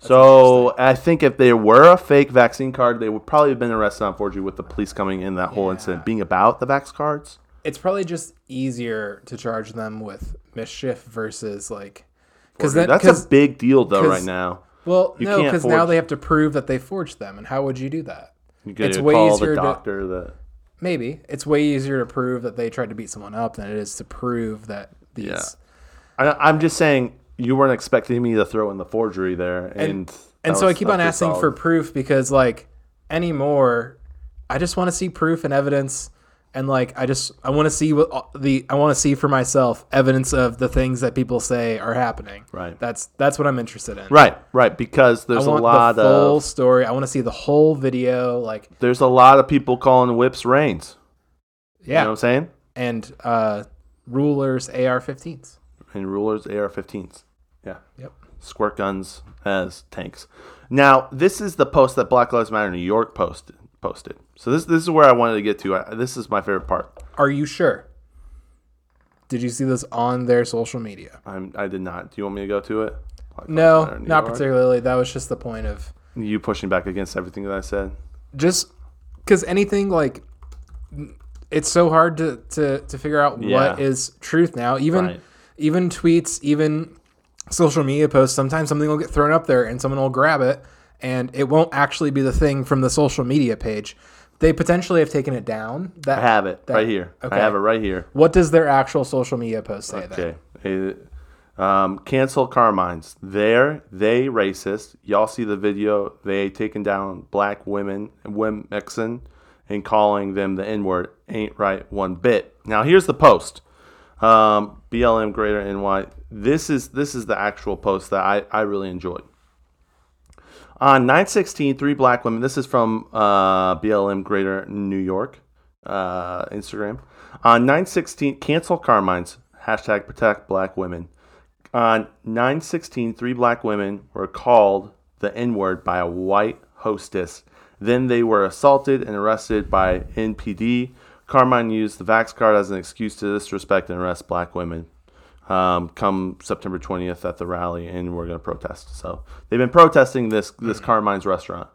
[SPEAKER 2] So I think if there were a fake vaccine card, they would probably have been arrested on forgery with the police coming in that whole incident being about the vax cards.
[SPEAKER 1] It's probably just easier to charge them with mischief versus like because then
[SPEAKER 2] That's
[SPEAKER 1] because
[SPEAKER 2] a big deal though
[SPEAKER 1] 'cause-
[SPEAKER 2] right now.
[SPEAKER 1] well no
[SPEAKER 2] can't
[SPEAKER 1] because now
[SPEAKER 2] forge-
[SPEAKER 1] they have to prove that they forged them and how would you do that?
[SPEAKER 2] You get
[SPEAKER 1] It's
[SPEAKER 2] to
[SPEAKER 1] way
[SPEAKER 2] call
[SPEAKER 1] easier
[SPEAKER 2] the
[SPEAKER 1] to-
[SPEAKER 2] doctor the
[SPEAKER 1] Maybe it's way easier to prove that they tried to beat someone up than it is to prove that these.
[SPEAKER 2] Yeah. I, I'm just saying you weren't expecting me to throw in the forgery there, and
[SPEAKER 1] And
[SPEAKER 2] that
[SPEAKER 1] so I
[SPEAKER 2] was-
[SPEAKER 1] keep
[SPEAKER 2] that
[SPEAKER 1] on
[SPEAKER 2] was
[SPEAKER 1] asking
[SPEAKER 2] solid.
[SPEAKER 1] for proof because like anymore, I just want to see proof and evidence, and like I just I want to see what all- the I want to see for myself evidence of the things that people say are happening.
[SPEAKER 2] Right.
[SPEAKER 1] That's that's what I'm interested in.
[SPEAKER 2] right, right, because there's
[SPEAKER 1] I
[SPEAKER 2] a
[SPEAKER 1] want
[SPEAKER 2] lot
[SPEAKER 1] the full
[SPEAKER 2] of
[SPEAKER 1] story. I want to see the whole video. Like
[SPEAKER 2] there's a lot of people calling whips reins.
[SPEAKER 1] yeah,
[SPEAKER 2] You know what I'm saying?
[SPEAKER 1] and uh, rulers AR-15s.
[SPEAKER 2] And rulers, AR-15s. Yeah.
[SPEAKER 1] Yep.
[SPEAKER 2] squirt guns as tanks. Now, this is the post that Black Lives Matter New York posted. Posted. So this this is where I wanted to get to. I, this is my favorite part.
[SPEAKER 1] Are you sure? Did you see this on their social media?
[SPEAKER 2] I'm, I did not. Do you want me to go to it? Black
[SPEAKER 1] No,
[SPEAKER 2] Lives Matter, New
[SPEAKER 1] not
[SPEAKER 2] York.
[SPEAKER 1] particularly. That was just the point of
[SPEAKER 2] You pushing back against everything that I said.
[SPEAKER 1] just because anything like it's so hard to to, to figure out
[SPEAKER 2] Yeah.
[SPEAKER 1] what is truth now. Even
[SPEAKER 2] Right.
[SPEAKER 1] even tweets, even social media posts. Sometimes something will get thrown up there, and someone will grab it, and it won't actually be the thing from the social media page. They potentially have taken it down. That
[SPEAKER 2] I have it
[SPEAKER 1] that-
[SPEAKER 2] right here.
[SPEAKER 1] okay.
[SPEAKER 2] I have it right here.
[SPEAKER 1] What does their actual social media post say? Then?
[SPEAKER 2] Okay. Uh, Um, cancel Carmines. There, they racist. Y'all see the video? They taking down black women, women Mexican, and calling them the N word. Ain't right one bit. Now here's the post. Um, BLM greater NY. This is this is the actual post that I, I really enjoyed. On 916, Uh, three black women. This is from uh, BLM Greater New York uh, Instagram. On 916, cancel Carmines. Hashtag protect black women. On 916, three black women were called the N word by a white hostess. Then they were assaulted and arrested by NPD. Carmine used the Vax card as an excuse to disrespect and arrest black women um, come September 20th at the rally, and we're going to protest. So they've been protesting this this Carmine's restaurant.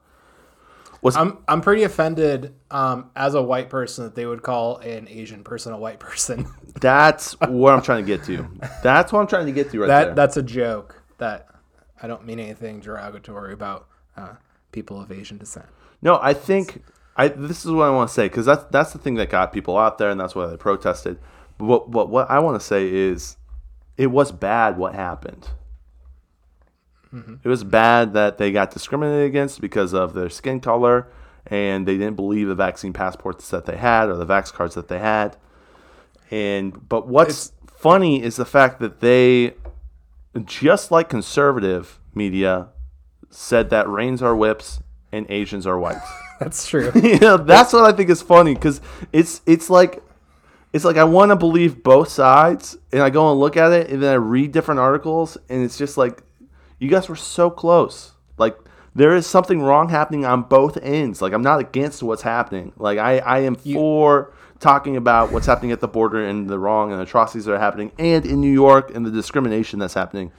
[SPEAKER 1] I'm I'm pretty offended um, as a white person that they would call an Asian person a white person.
[SPEAKER 2] That's what I'm trying to get to. That's what I'm trying to get to right
[SPEAKER 1] that
[SPEAKER 2] there.
[SPEAKER 1] that's a joke. That I don't mean anything derogatory about uh, people of Asian descent.
[SPEAKER 2] No, I think I this is what I want to say because that's that's the thing that got people out there, and that's why they protested. But what what, what I want to say is, it was bad what happened. It was bad that they got discriminated against because of their skin color, and they didn't believe the vaccine passports that they had or the vax cards that they had. And but what's funny is the fact that they, just like conservative media, said that rains are whips and Asians are whites.
[SPEAKER 1] That's true.
[SPEAKER 2] you know, that's what I think is funny because it's it's like it's like I want to believe both sides, and I go and look at it, and then I read different articles, and it's just like you guys were so close. Like there is something wrong happening on both ends. Like I'm not against what's happening. Like I I am for talking about what's happening at the border and the wrong and atrocities that are happening, and in New York and the discrimination that's happening.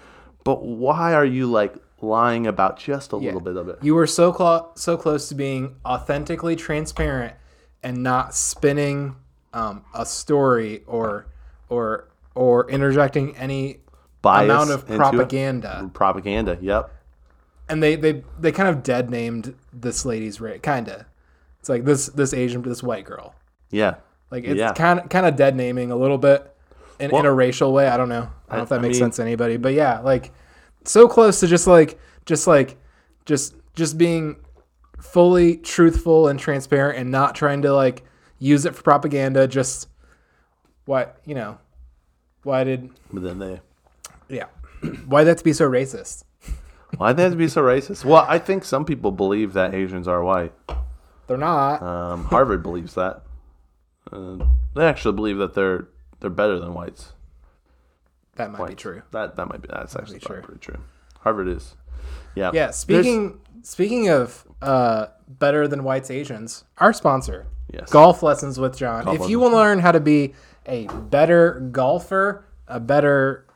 [SPEAKER 2] But why are you like lying about just a little bit of it?
[SPEAKER 1] You were so close so close to being authentically transparent and not spinning um, a story or or or interjecting any
[SPEAKER 2] Bias
[SPEAKER 1] amount of
[SPEAKER 2] into it?
[SPEAKER 1] propaganda.
[SPEAKER 2] Propaganda. Yep.
[SPEAKER 1] and they they they kind of dead named this lady's race kind of it's like this this asian this white girl
[SPEAKER 2] Yeah.
[SPEAKER 1] like it's
[SPEAKER 2] Yeah.
[SPEAKER 1] kind of kind of dead naming a little bit in, in a racial way i don't know i don't know if that
[SPEAKER 2] I
[SPEAKER 1] makes
[SPEAKER 2] mean-
[SPEAKER 1] sense to anybody but yeah like so close to just like just like just just being fully truthful and transparent and not trying to like use it for propaganda just what you know why did
[SPEAKER 2] But then they
[SPEAKER 1] yeah why that to be so racist
[SPEAKER 2] Why they have to be so racist? Well, I think some people believe that Asians are white.
[SPEAKER 1] they're not
[SPEAKER 2] Um, Harvard believes that. Uh, they actually believe that they're they're better than whites.
[SPEAKER 1] that might be true
[SPEAKER 2] That that might be that's actually
[SPEAKER 1] true.
[SPEAKER 2] pretty true. Harvard is. Yeah.
[SPEAKER 1] Yeah,
[SPEAKER 2] There's-
[SPEAKER 1] speaking speaking of uh, better than whites Asians, our sponsor,
[SPEAKER 2] Yes.
[SPEAKER 1] Golf Lessons with John. if you
[SPEAKER 2] Lessons
[SPEAKER 1] will learn how to be a better golfer, a better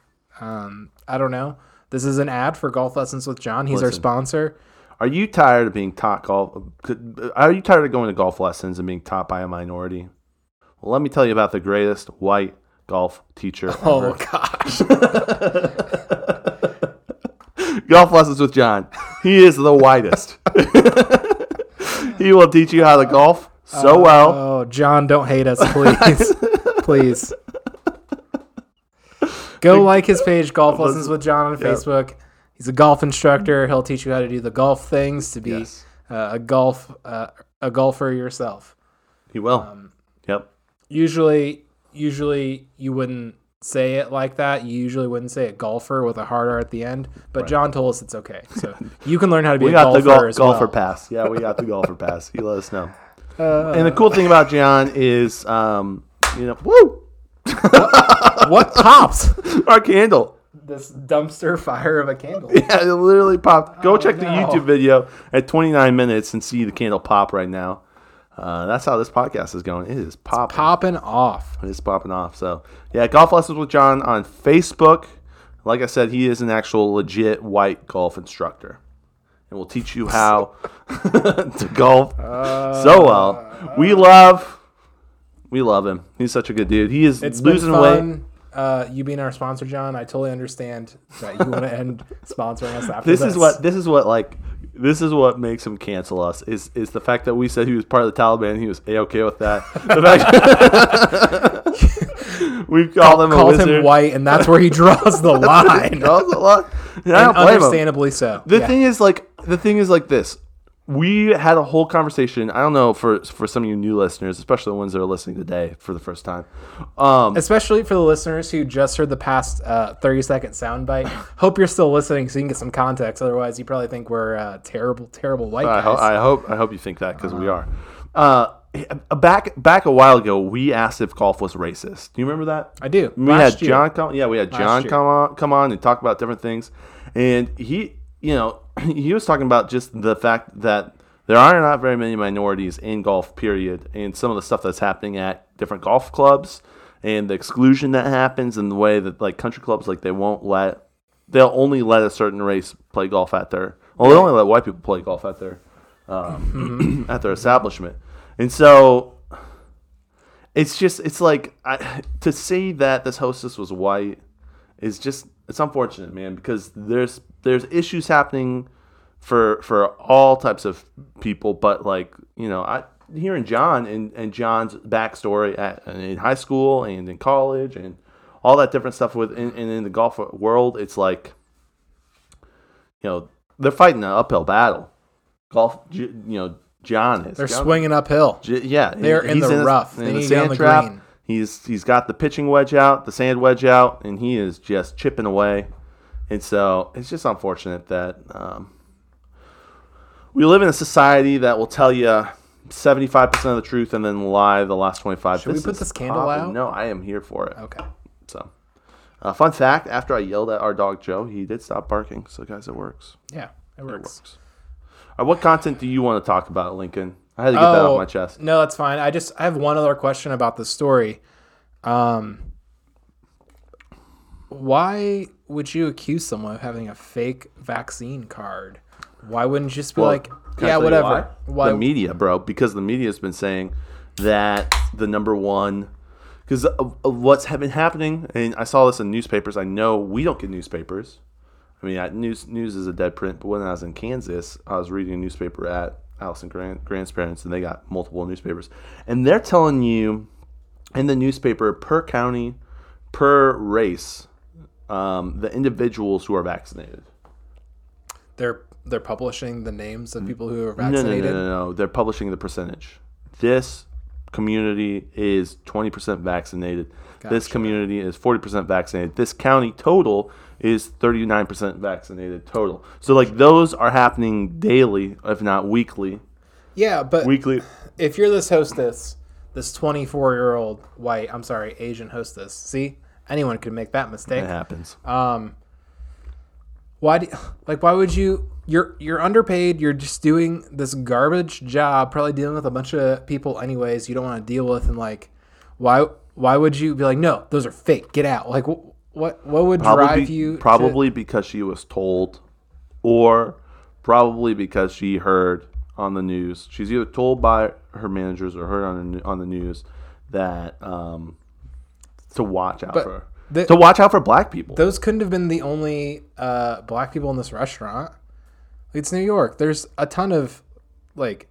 [SPEAKER 1] um, I don't know. This is an ad for Golf Lessons with John. He's our
[SPEAKER 2] Listen.
[SPEAKER 1] sponsor.
[SPEAKER 2] Are you tired of being taught golf? Are you tired of going to golf lessons and being taught by a minority? Well, let me tell you about the greatest white golf teacher.
[SPEAKER 1] Oh gosh.
[SPEAKER 2] golf lessons with John. He is the whitest. he will teach you how to golf so well.
[SPEAKER 1] Oh, John, don't hate us, please. please. Go like his page, Golf Lessons with John on Facebook. He's a golf instructor. He'll teach you how to do the golf things to be
[SPEAKER 2] Yes.
[SPEAKER 1] uh, a golf uh, a golfer yourself.
[SPEAKER 2] He will. yep.
[SPEAKER 1] Usually, usually you wouldn't say it like that. You usually wouldn't say a golfer with a hard R at the end. But John told us it's okay, so you can learn how to be
[SPEAKER 2] We
[SPEAKER 1] a
[SPEAKER 2] got
[SPEAKER 1] golfer
[SPEAKER 2] the gol-
[SPEAKER 1] as
[SPEAKER 2] golfer
[SPEAKER 1] well.
[SPEAKER 2] pass. Yeah, we got the golfer pass. He let us know.
[SPEAKER 1] Uh,
[SPEAKER 2] and the cool thing about John is, um, you know, woo,
[SPEAKER 1] what pops?
[SPEAKER 2] our candle.
[SPEAKER 1] This dumpster fire of a candle.
[SPEAKER 2] Yeah, it literally popped. Go check the
[SPEAKER 1] Oh, no.
[SPEAKER 2] YouTube video at 29 minutes and see the candle pop right now. uh, that's how this podcast is going. It is popping.
[SPEAKER 1] Popping off.
[SPEAKER 2] It's popping off. So yeah, golf lessons with John on Facebook. Like I said, he is an actual legit white golf instructor, and will teach you how to golf
[SPEAKER 1] Uh,
[SPEAKER 2] so well. We love, we love him. He's such a good dude. He is
[SPEAKER 1] It's
[SPEAKER 2] losing
[SPEAKER 1] been
[SPEAKER 2] weight.
[SPEAKER 1] fun. Uh, you being our sponsor, John, I totally understand that you want to end sponsoring us after
[SPEAKER 2] This
[SPEAKER 1] this.
[SPEAKER 2] is what this is what like this is what makes him cancel us is is the fact that we said he was part of the Taliban. He was a okay with that. The fact we've called him a
[SPEAKER 1] called
[SPEAKER 2] wizard.
[SPEAKER 1] him white, and that's where he draws the line.
[SPEAKER 2] That was a lot. And I
[SPEAKER 1] And
[SPEAKER 2] don't blame him.
[SPEAKER 1] understandably so.
[SPEAKER 2] The
[SPEAKER 1] Yeah.
[SPEAKER 2] thing is, like, the thing is, like this. We had a whole conversation. I don't know for for some of you new listeners, especially the ones that are listening today for the first time. Um,
[SPEAKER 1] especially for the listeners who just heard the past uh, 30 second soundbite. Hope you're still listening so you can get some context. Otherwise, you probably think we're uh, terrible, terrible white
[SPEAKER 2] I,
[SPEAKER 1] guys.
[SPEAKER 2] ho- Uh, I hope I hope you think that because we are. Uh, back back a while ago, we asked if golf was racist. Do you remember that?
[SPEAKER 1] I do.
[SPEAKER 2] We
[SPEAKER 1] Last
[SPEAKER 2] had
[SPEAKER 1] year.
[SPEAKER 2] John come. Yeah, we had John
[SPEAKER 1] year.
[SPEAKER 2] come on, come on and talk about different things, and he, you know, he was talking about just the fact that there are not very many minorities in golf. Period, and some of the stuff that's happening at different golf clubs, and the exclusion that happens, and the way that like country clubs, like they won't let, they'll only let a certain race play golf at their. Well, they only let white people play golf at their, um, at their establishment, and so it's just it's like I, to say that this hostess was white is just it's unfortunate man because there's there's issues happening for for all types of people but like you know i hearing john and, and john's backstory at in high school and in college and all that different stuff with and, and in the golf world it's like you know they're fighting an uphill battle golf J- you know john is
[SPEAKER 1] They're
[SPEAKER 2] John-
[SPEAKER 1] swinging uphill.
[SPEAKER 2] J- yeah,
[SPEAKER 1] They're in the rough. They need to get on the green.
[SPEAKER 2] He's he's got the pitching wedge out, the sand wedge out, and he is just chipping away. And so it's just unfortunate that um, we live in a society that will tell you seventy five percent of the truth and then lie the last twenty five. Should
[SPEAKER 1] we put this candle out? Oh.
[SPEAKER 2] No, I am here for it.
[SPEAKER 1] Okay.
[SPEAKER 2] So, uh, fun fact: after I yelled at our dog Joe, he did stop barking. So, guys, it works.
[SPEAKER 1] Yeah, it
[SPEAKER 2] It
[SPEAKER 1] works.
[SPEAKER 2] works. Uh, what content do you want to talk about, Lincoln? I had to get that
[SPEAKER 1] Oh,
[SPEAKER 2] off my chest.
[SPEAKER 1] No, that's fine. I just I have one other question about the story. Um, why would you accuse someone of having a fake vaccine card? Why wouldn't you just be
[SPEAKER 2] Well,
[SPEAKER 1] like,
[SPEAKER 2] can I
[SPEAKER 1] yeah,
[SPEAKER 2] tell you
[SPEAKER 1] whatever?
[SPEAKER 2] Why? The media, bro, because the media has been saying that the number one, because of, of what's ha- been happening, and I saw this in newspapers. I know we don't get newspapers. I mean, I, news news is a dead print. But when I was in Kansas, I was reading a newspaper at Allison Grant, Grant's parents, and they got multiple newspapers, and they're telling you in the newspaper per county, per race, um, the individuals who are vaccinated.
[SPEAKER 1] they're they're publishing the names of people who are
[SPEAKER 2] Mm. No, no,
[SPEAKER 1] vaccinated.
[SPEAKER 2] no, no, no. They're publishing the percentage. This community is 20% vaccinated. This community is 40% vaccinated. This county total is 39% vaccinated total. So, like, those are happening daily, if not weekly.
[SPEAKER 1] Yeah, but
[SPEAKER 2] Weekly.
[SPEAKER 1] if you're this hostess, this 24 year old white, I'm sorry, Asian hostess. See, anyone could make that mistake.
[SPEAKER 2] It happens.
[SPEAKER 1] Why do like why would you? You're you're underpaid. You're just doing this garbage job. Probably dealing with a bunch of people anyways. You don't want to deal with and like, why why would you be like no? Those are fake. Get out. Like wh- what what would
[SPEAKER 2] probably,
[SPEAKER 1] drive you? to-
[SPEAKER 2] probably because she was told, or probably because she heard on the news. She's either told by her managers or heard on the, on the news that um, to watch out for
[SPEAKER 1] the-
[SPEAKER 2] to watch out for black people.
[SPEAKER 1] those couldn't have been the only uh, black people in this restaurant. It's New York. There's a ton of like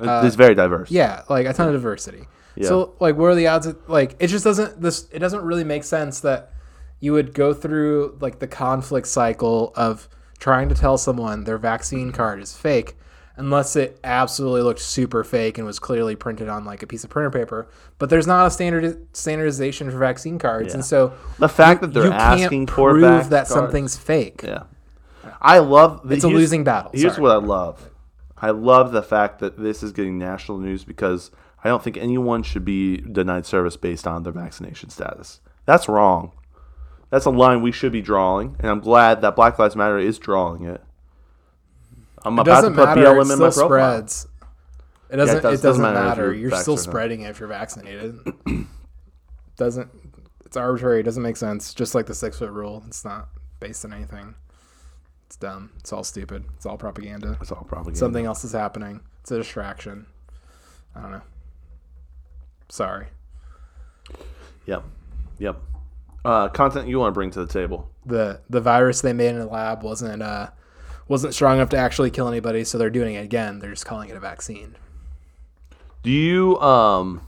[SPEAKER 2] it's very diverse.
[SPEAKER 1] uh, Yeah, like a ton of diversity. So like what are the odds of like it just doesn't this it doesn't really make sense that you would go through like the conflict cycle of trying to tell someone their vaccine
[SPEAKER 2] Mm-hmm.
[SPEAKER 1] card is fake unless it absolutely looked super fake and was clearly printed on like a piece of printer paper but there's not a standard standardization for vaccine cards and so
[SPEAKER 2] The fact that they're
[SPEAKER 1] you can't
[SPEAKER 2] asking for
[SPEAKER 1] prove
[SPEAKER 2] vax
[SPEAKER 1] that
[SPEAKER 2] cards-
[SPEAKER 1] something's fake
[SPEAKER 2] Yeah, I love.
[SPEAKER 1] It's a losing battle.
[SPEAKER 2] Here's
[SPEAKER 1] Sorry.
[SPEAKER 2] what I love. I love the fact that this is getting national news because I don't think anyone should be denied service based on their vaccination status. That's wrong. That's a line we should be drawing, and I'm glad that Black Lives Matter is drawing it. I'm
[SPEAKER 1] it
[SPEAKER 2] about to
[SPEAKER 1] doesn't
[SPEAKER 2] put
[SPEAKER 1] matter
[SPEAKER 2] BLM
[SPEAKER 1] it
[SPEAKER 2] in my
[SPEAKER 1] still
[SPEAKER 2] profile.
[SPEAKER 1] spreads It doesn't.
[SPEAKER 2] it does-
[SPEAKER 1] it doesn't,
[SPEAKER 2] doesn't matter if
[SPEAKER 1] matter.
[SPEAKER 2] you're
[SPEAKER 1] You're still
[SPEAKER 2] vaccinated.
[SPEAKER 1] spreading it if you're vaccinated. doesn't. It's arbitrary. It doesn't make sense. Just like the six foot rule. It's not based on anything. It's dumb. It's all stupid. It's all propaganda.
[SPEAKER 2] It's all propaganda.
[SPEAKER 1] Something else is happening. It's a distraction. I don't know. Sorry.
[SPEAKER 2] Yep. Yep. Uh, content you want to bring to the table.
[SPEAKER 1] the the virus they made in a lab wasn't uh wasn't strong enough to actually kill anybody, so they're doing it again. They're just calling it a vaccine.
[SPEAKER 2] Do you um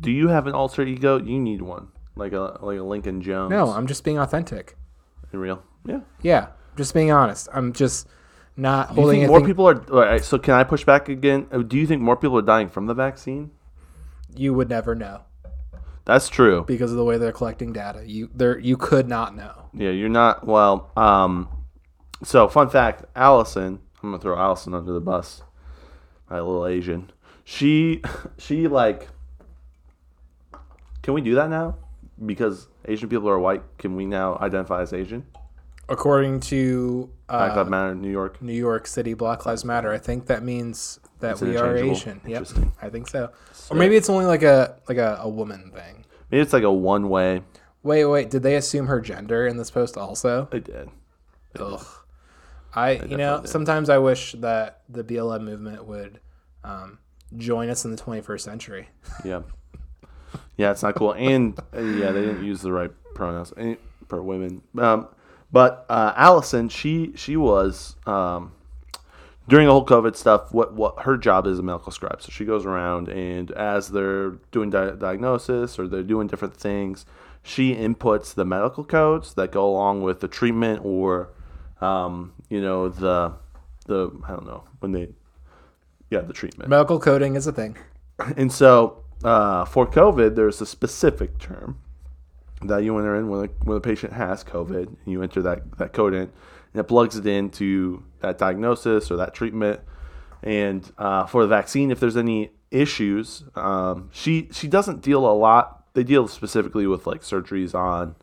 [SPEAKER 2] do you have an alter ego? You need one. Like a like a Lincoln Jones.
[SPEAKER 1] No, I'm just being authentic.
[SPEAKER 2] In real. Yeah.
[SPEAKER 1] Yeah, just being honest. I'm just not
[SPEAKER 2] Do you
[SPEAKER 1] holding
[SPEAKER 2] think
[SPEAKER 1] anything.
[SPEAKER 2] more people are all right, so can I push back again? Uh, Do you think more people are dying from the vaccine?
[SPEAKER 1] you would never know
[SPEAKER 2] That's true.
[SPEAKER 1] because of the way they're collecting data. You there you could not know.
[SPEAKER 2] Yeah, you're not well, um so fun fact, Allison, I'm gonna throw Allison under the bus. My little Asian. She she like Can we do that now? Because Asian people are white, can we now identify as Asian?
[SPEAKER 1] According to
[SPEAKER 2] Black
[SPEAKER 1] uh,
[SPEAKER 2] Lives Matter in New York.
[SPEAKER 1] New York City Black Lives Matter, I think that means that we are
[SPEAKER 2] interchangeable.
[SPEAKER 1] Asian. Yep,
[SPEAKER 2] Interesting.
[SPEAKER 1] I think so. Or maybe it's only like a like a, a woman thing.
[SPEAKER 2] Maybe it's like a one way.
[SPEAKER 1] Wait, wait. Did they assume her gender in this post also?
[SPEAKER 2] They did.
[SPEAKER 1] Ugh. I, you know, sometimes I wish that the BLM movement would um, join us in the 21st century.
[SPEAKER 2] Yeah. Yeah, it's not cool. And uh, yeah, they didn't use the right pronouns eh, for women. Um, but uh, Allison, she she was um, during the whole COVID stuff. What what her job is a medical scribe, so she goes around and as they're doing di- diagnosis or they're doing different things, she inputs the medical codes that go along with the treatment or um, you know the the I don't know when they yeah the treatment.
[SPEAKER 1] Medical coding is a thing.
[SPEAKER 2] And so uh, for COVID, there's a specific term that you enter in when a, when a patient has COVID, and you enter that, that code in, and it plugs it into that diagnosis or that treatment. And uh, for the vaccine, if there's any issues, um, she she doesn't deal a lot. They deal specifically with like surgeries on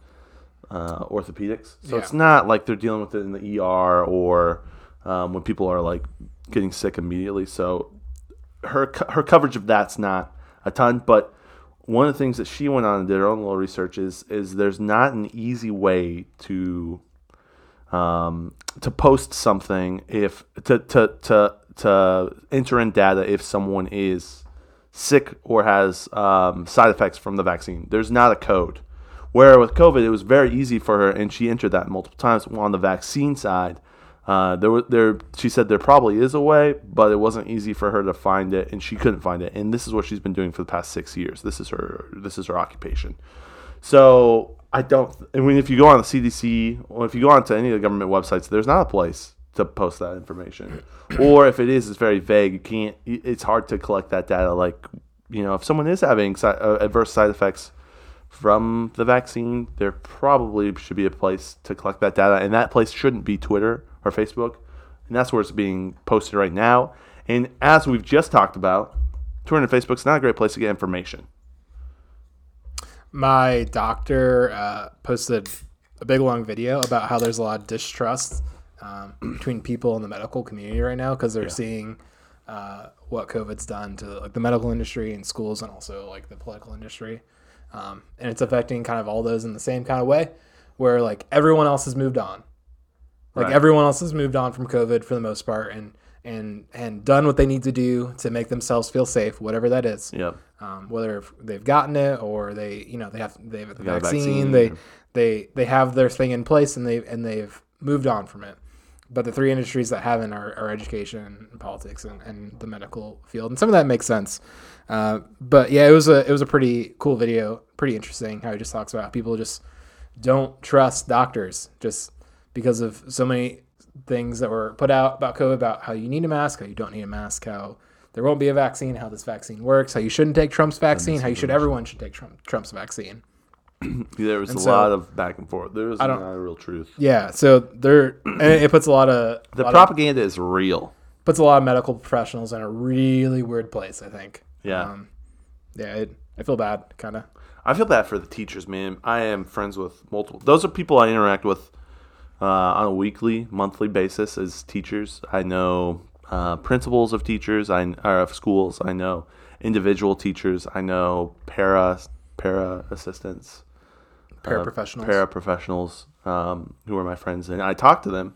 [SPEAKER 2] uh, orthopedics, so
[SPEAKER 1] Yeah.
[SPEAKER 2] it's not like they're dealing with it in the ER or um, when people are like getting sick immediately. So her co- her coverage of that's not a ton, but one of the things that she went on and did her own little research is is there's not an easy way to um, to post something if to to to to enter in data if someone is sick or has um, side effects from the vaccine. There's not a code. Where with COVID, it was very easy for her, and she entered that multiple times. On the vaccine side, uh, there were there. She said there probably is a way, but it wasn't easy for her to find it, and she couldn't find it. And this is what she's been doing for the past six years. This is her. This is her occupation. So I don't. I mean, if you go on the CDC or if you go onto any of the government websites, there's not a place to post that information. or if it is, it's very vague. You can't. It's hard to collect that data. Like, you know, if someone is having si- uh, adverse side effects from the vaccine, there probably should be a place to collect that data, and that place shouldn't be Twitter or Facebook. And that's where it's being posted right now. And as we've just talked about, Twitter and Facebook's not a great place to get information.
[SPEAKER 1] My doctor uh, posted a big long video about how there's a lot of distrust um, between people in the medical community right now because they're seeing uh, what COVID's done to like the medical industry and schools and also like the political industry. Um, and it's affecting kind of all those in the same kind of way where like everyone else has moved on. Like
[SPEAKER 2] Right.
[SPEAKER 1] everyone else has moved on from COVID for the most part and and and done what they need to do to make themselves feel safe, whatever that is
[SPEAKER 2] Yep.
[SPEAKER 1] um, whether if they've gotten it or they you know they have they have the
[SPEAKER 2] got a
[SPEAKER 1] vaccine,
[SPEAKER 2] vaccine
[SPEAKER 1] they
[SPEAKER 2] or-
[SPEAKER 1] they they have their thing in place and they and they've moved on from it but the three industries that haven't are, are education politics and, and the medical field and some of that makes sense uh, but yeah it was a it was a pretty cool video pretty interesting how he just talks about how people just don't trust doctors just because of so many things that were put out about COVID, about how you need a mask, how you don't need a mask, how there won't be a vaccine, how this vaccine works, how you shouldn't take Trump's vaccine, how you should everyone should take Trump, Trump's vaccine.
[SPEAKER 2] There was a
[SPEAKER 1] so-
[SPEAKER 2] lot of back and forth. There was not
[SPEAKER 1] don't-
[SPEAKER 2] a real truth.
[SPEAKER 1] Yeah, so there and it puts a lot of
[SPEAKER 2] The
[SPEAKER 1] lot of-
[SPEAKER 2] propaganda is real.
[SPEAKER 1] puts a lot of medical professionals in a really weird place. I think.
[SPEAKER 2] Yeah.
[SPEAKER 1] Um, yeah, it, I feel bad, kind of.
[SPEAKER 2] I feel bad for the teachers, man. I am friends with multiple. Those are people I interact with uh, on a weekly, monthly basis as teachers. I know uh, principals of teachers I or of schools I know individual teachers I know para para assistants
[SPEAKER 1] Paraprofessionals.
[SPEAKER 2] paraprofessionals um, who are my friends and I talk to them